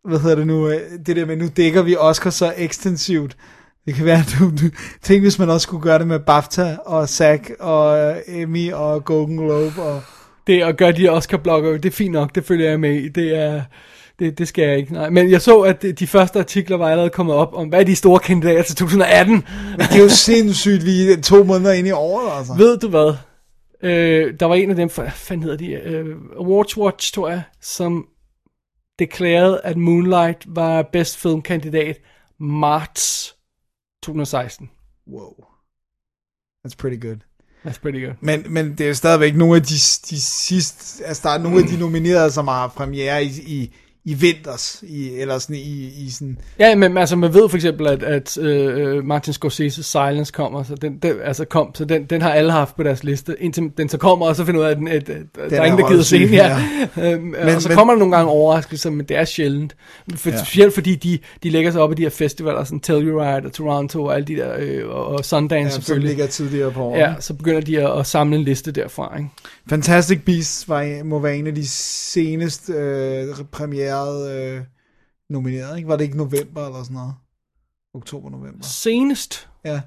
[SPEAKER 2] hvad hedder det nu, øh, det der med, nu dækker vi Oscar så ekstensivt. Det kan være, du, du tænk, hvis man også skulle gøre det med BAFTA og SAG og øh, Emmy og Golden Globe. Og,
[SPEAKER 3] det at gøre de Oscar-blogger, det er fint nok, det følger jeg med i. Det, er, det, det skal jeg ikke, nej. Men jeg så, at de første artikler var allerede kommet op om, hvad er de store kandidater til 2018?
[SPEAKER 2] det er
[SPEAKER 3] [LAUGHS]
[SPEAKER 2] jo sindssygt, vi er to måneder inde i året, altså.
[SPEAKER 3] Ved du hvad? Øh, der var en af dem, for, hvad fanden hedder de? Øh, Awards Watch, tror jeg, som deklarerede, at Moonlight var bedst filmkandidat marts 2016.
[SPEAKER 2] Wow. That's pretty good.
[SPEAKER 3] That's pretty good.
[SPEAKER 2] Men, men det er stadigvæk nogle af de, de sidste, altså der er nogle af de nominerede, som har haft premiere i, i, i vinters, i, eller sådan i, i sådan,
[SPEAKER 3] Ja, men altså man ved for eksempel, at, at øh, Martin Scorsese's Silence kommer, så den, den, altså kom, så den, den har alle haft på deres liste, indtil den så kommer, og så finder ud af, at den, at, at, der er
[SPEAKER 2] er
[SPEAKER 3] ingen, der gider se den
[SPEAKER 2] røvsyg,
[SPEAKER 3] her. Ja. [LAUGHS] Øhm, men, og så
[SPEAKER 2] men-
[SPEAKER 3] kommer der nogle gange overraskelser, men det er sjældent. For, ja. Specielt fordi de, de lægger sig op i de her festivaler, sådan Telluride og Toronto og alle de der, øh, og, og Sundance ja,
[SPEAKER 2] ja, som
[SPEAKER 3] selvfølgelig.
[SPEAKER 2] ligger tidligere på året.
[SPEAKER 3] Ja, så begynder de at, at samle en liste derfra, ikke?
[SPEAKER 2] Fantastic Beasts var, må være en af de senest øh, premierede øh, nominerede, ikke? Var det ikke november eller sådan noget? Oktober-november.
[SPEAKER 3] Senest,
[SPEAKER 2] Ja.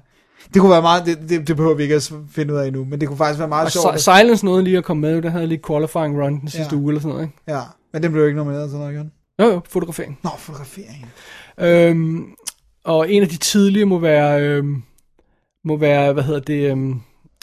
[SPEAKER 2] Det kunne være meget, det, det, det behøver vi ikke at s- finde ud af endnu, men det kunne faktisk være meget
[SPEAKER 3] og
[SPEAKER 2] sjovt.
[SPEAKER 3] Si-
[SPEAKER 2] at-
[SPEAKER 3] Silence nåede lige at komme med, der havde lige qualifying run den sidste
[SPEAKER 2] Ja.
[SPEAKER 3] uge eller sådan noget, ikke?
[SPEAKER 2] Ja, men den blev jo ikke nomineret til noget, gjorde den?
[SPEAKER 3] Jo, jo, fotografering.
[SPEAKER 2] Nå, fotografering.
[SPEAKER 3] Øhm, og en af de tidlige må være, øhm, må være hvad hedder det, øhm,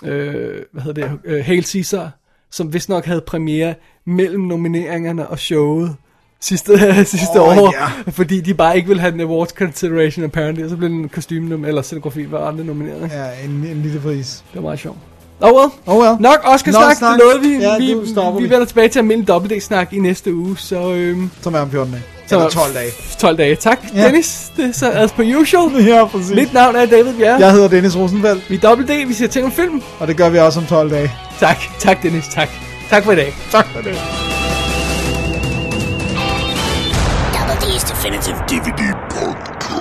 [SPEAKER 3] øh, hvad hedder det, øh, Hail Caesar, som vist nok havde premiere mellem nomineringerne og showet sidste, [LAUGHS] sidste
[SPEAKER 2] Åh,
[SPEAKER 3] år,
[SPEAKER 2] ja.
[SPEAKER 3] fordi de bare ikke ville have den awards consideration apparently, og så blev den kostyme, nom- eller scenografi var andre nomineret. ikke?
[SPEAKER 2] Ja, en, en lille pris.
[SPEAKER 3] Det var meget sjovt. Oh well.
[SPEAKER 2] Oh well.
[SPEAKER 3] Nok Oscar
[SPEAKER 2] Nok
[SPEAKER 3] snak,
[SPEAKER 2] snak.
[SPEAKER 3] det lovede vi.
[SPEAKER 2] Ja,
[SPEAKER 3] vi,
[SPEAKER 2] nu stopper
[SPEAKER 3] vi
[SPEAKER 2] vi.
[SPEAKER 3] vender tilbage til almindelig dobbelt-snak i næste uge, så øhm,
[SPEAKER 2] Som er om 14 dage.
[SPEAKER 3] Så-
[SPEAKER 2] Eller 12 dage.
[SPEAKER 3] 12 dage. Tak,
[SPEAKER 2] Ja.
[SPEAKER 3] Dennis. Det er så as per usual.
[SPEAKER 2] Ja, præcis.
[SPEAKER 3] Mit navn er David Bjerre.
[SPEAKER 2] Jeg hedder Dennis Rosenfeldt,
[SPEAKER 3] Vi er dobbelt D, vi ser ting om film.
[SPEAKER 2] og det gør vi også om 12 dage.
[SPEAKER 3] Tak, tak Dennis, tak. Tak for i dag.
[SPEAKER 2] Tak for det.
[SPEAKER 6] Double D's Definitive
[SPEAKER 7] DVD Podcast.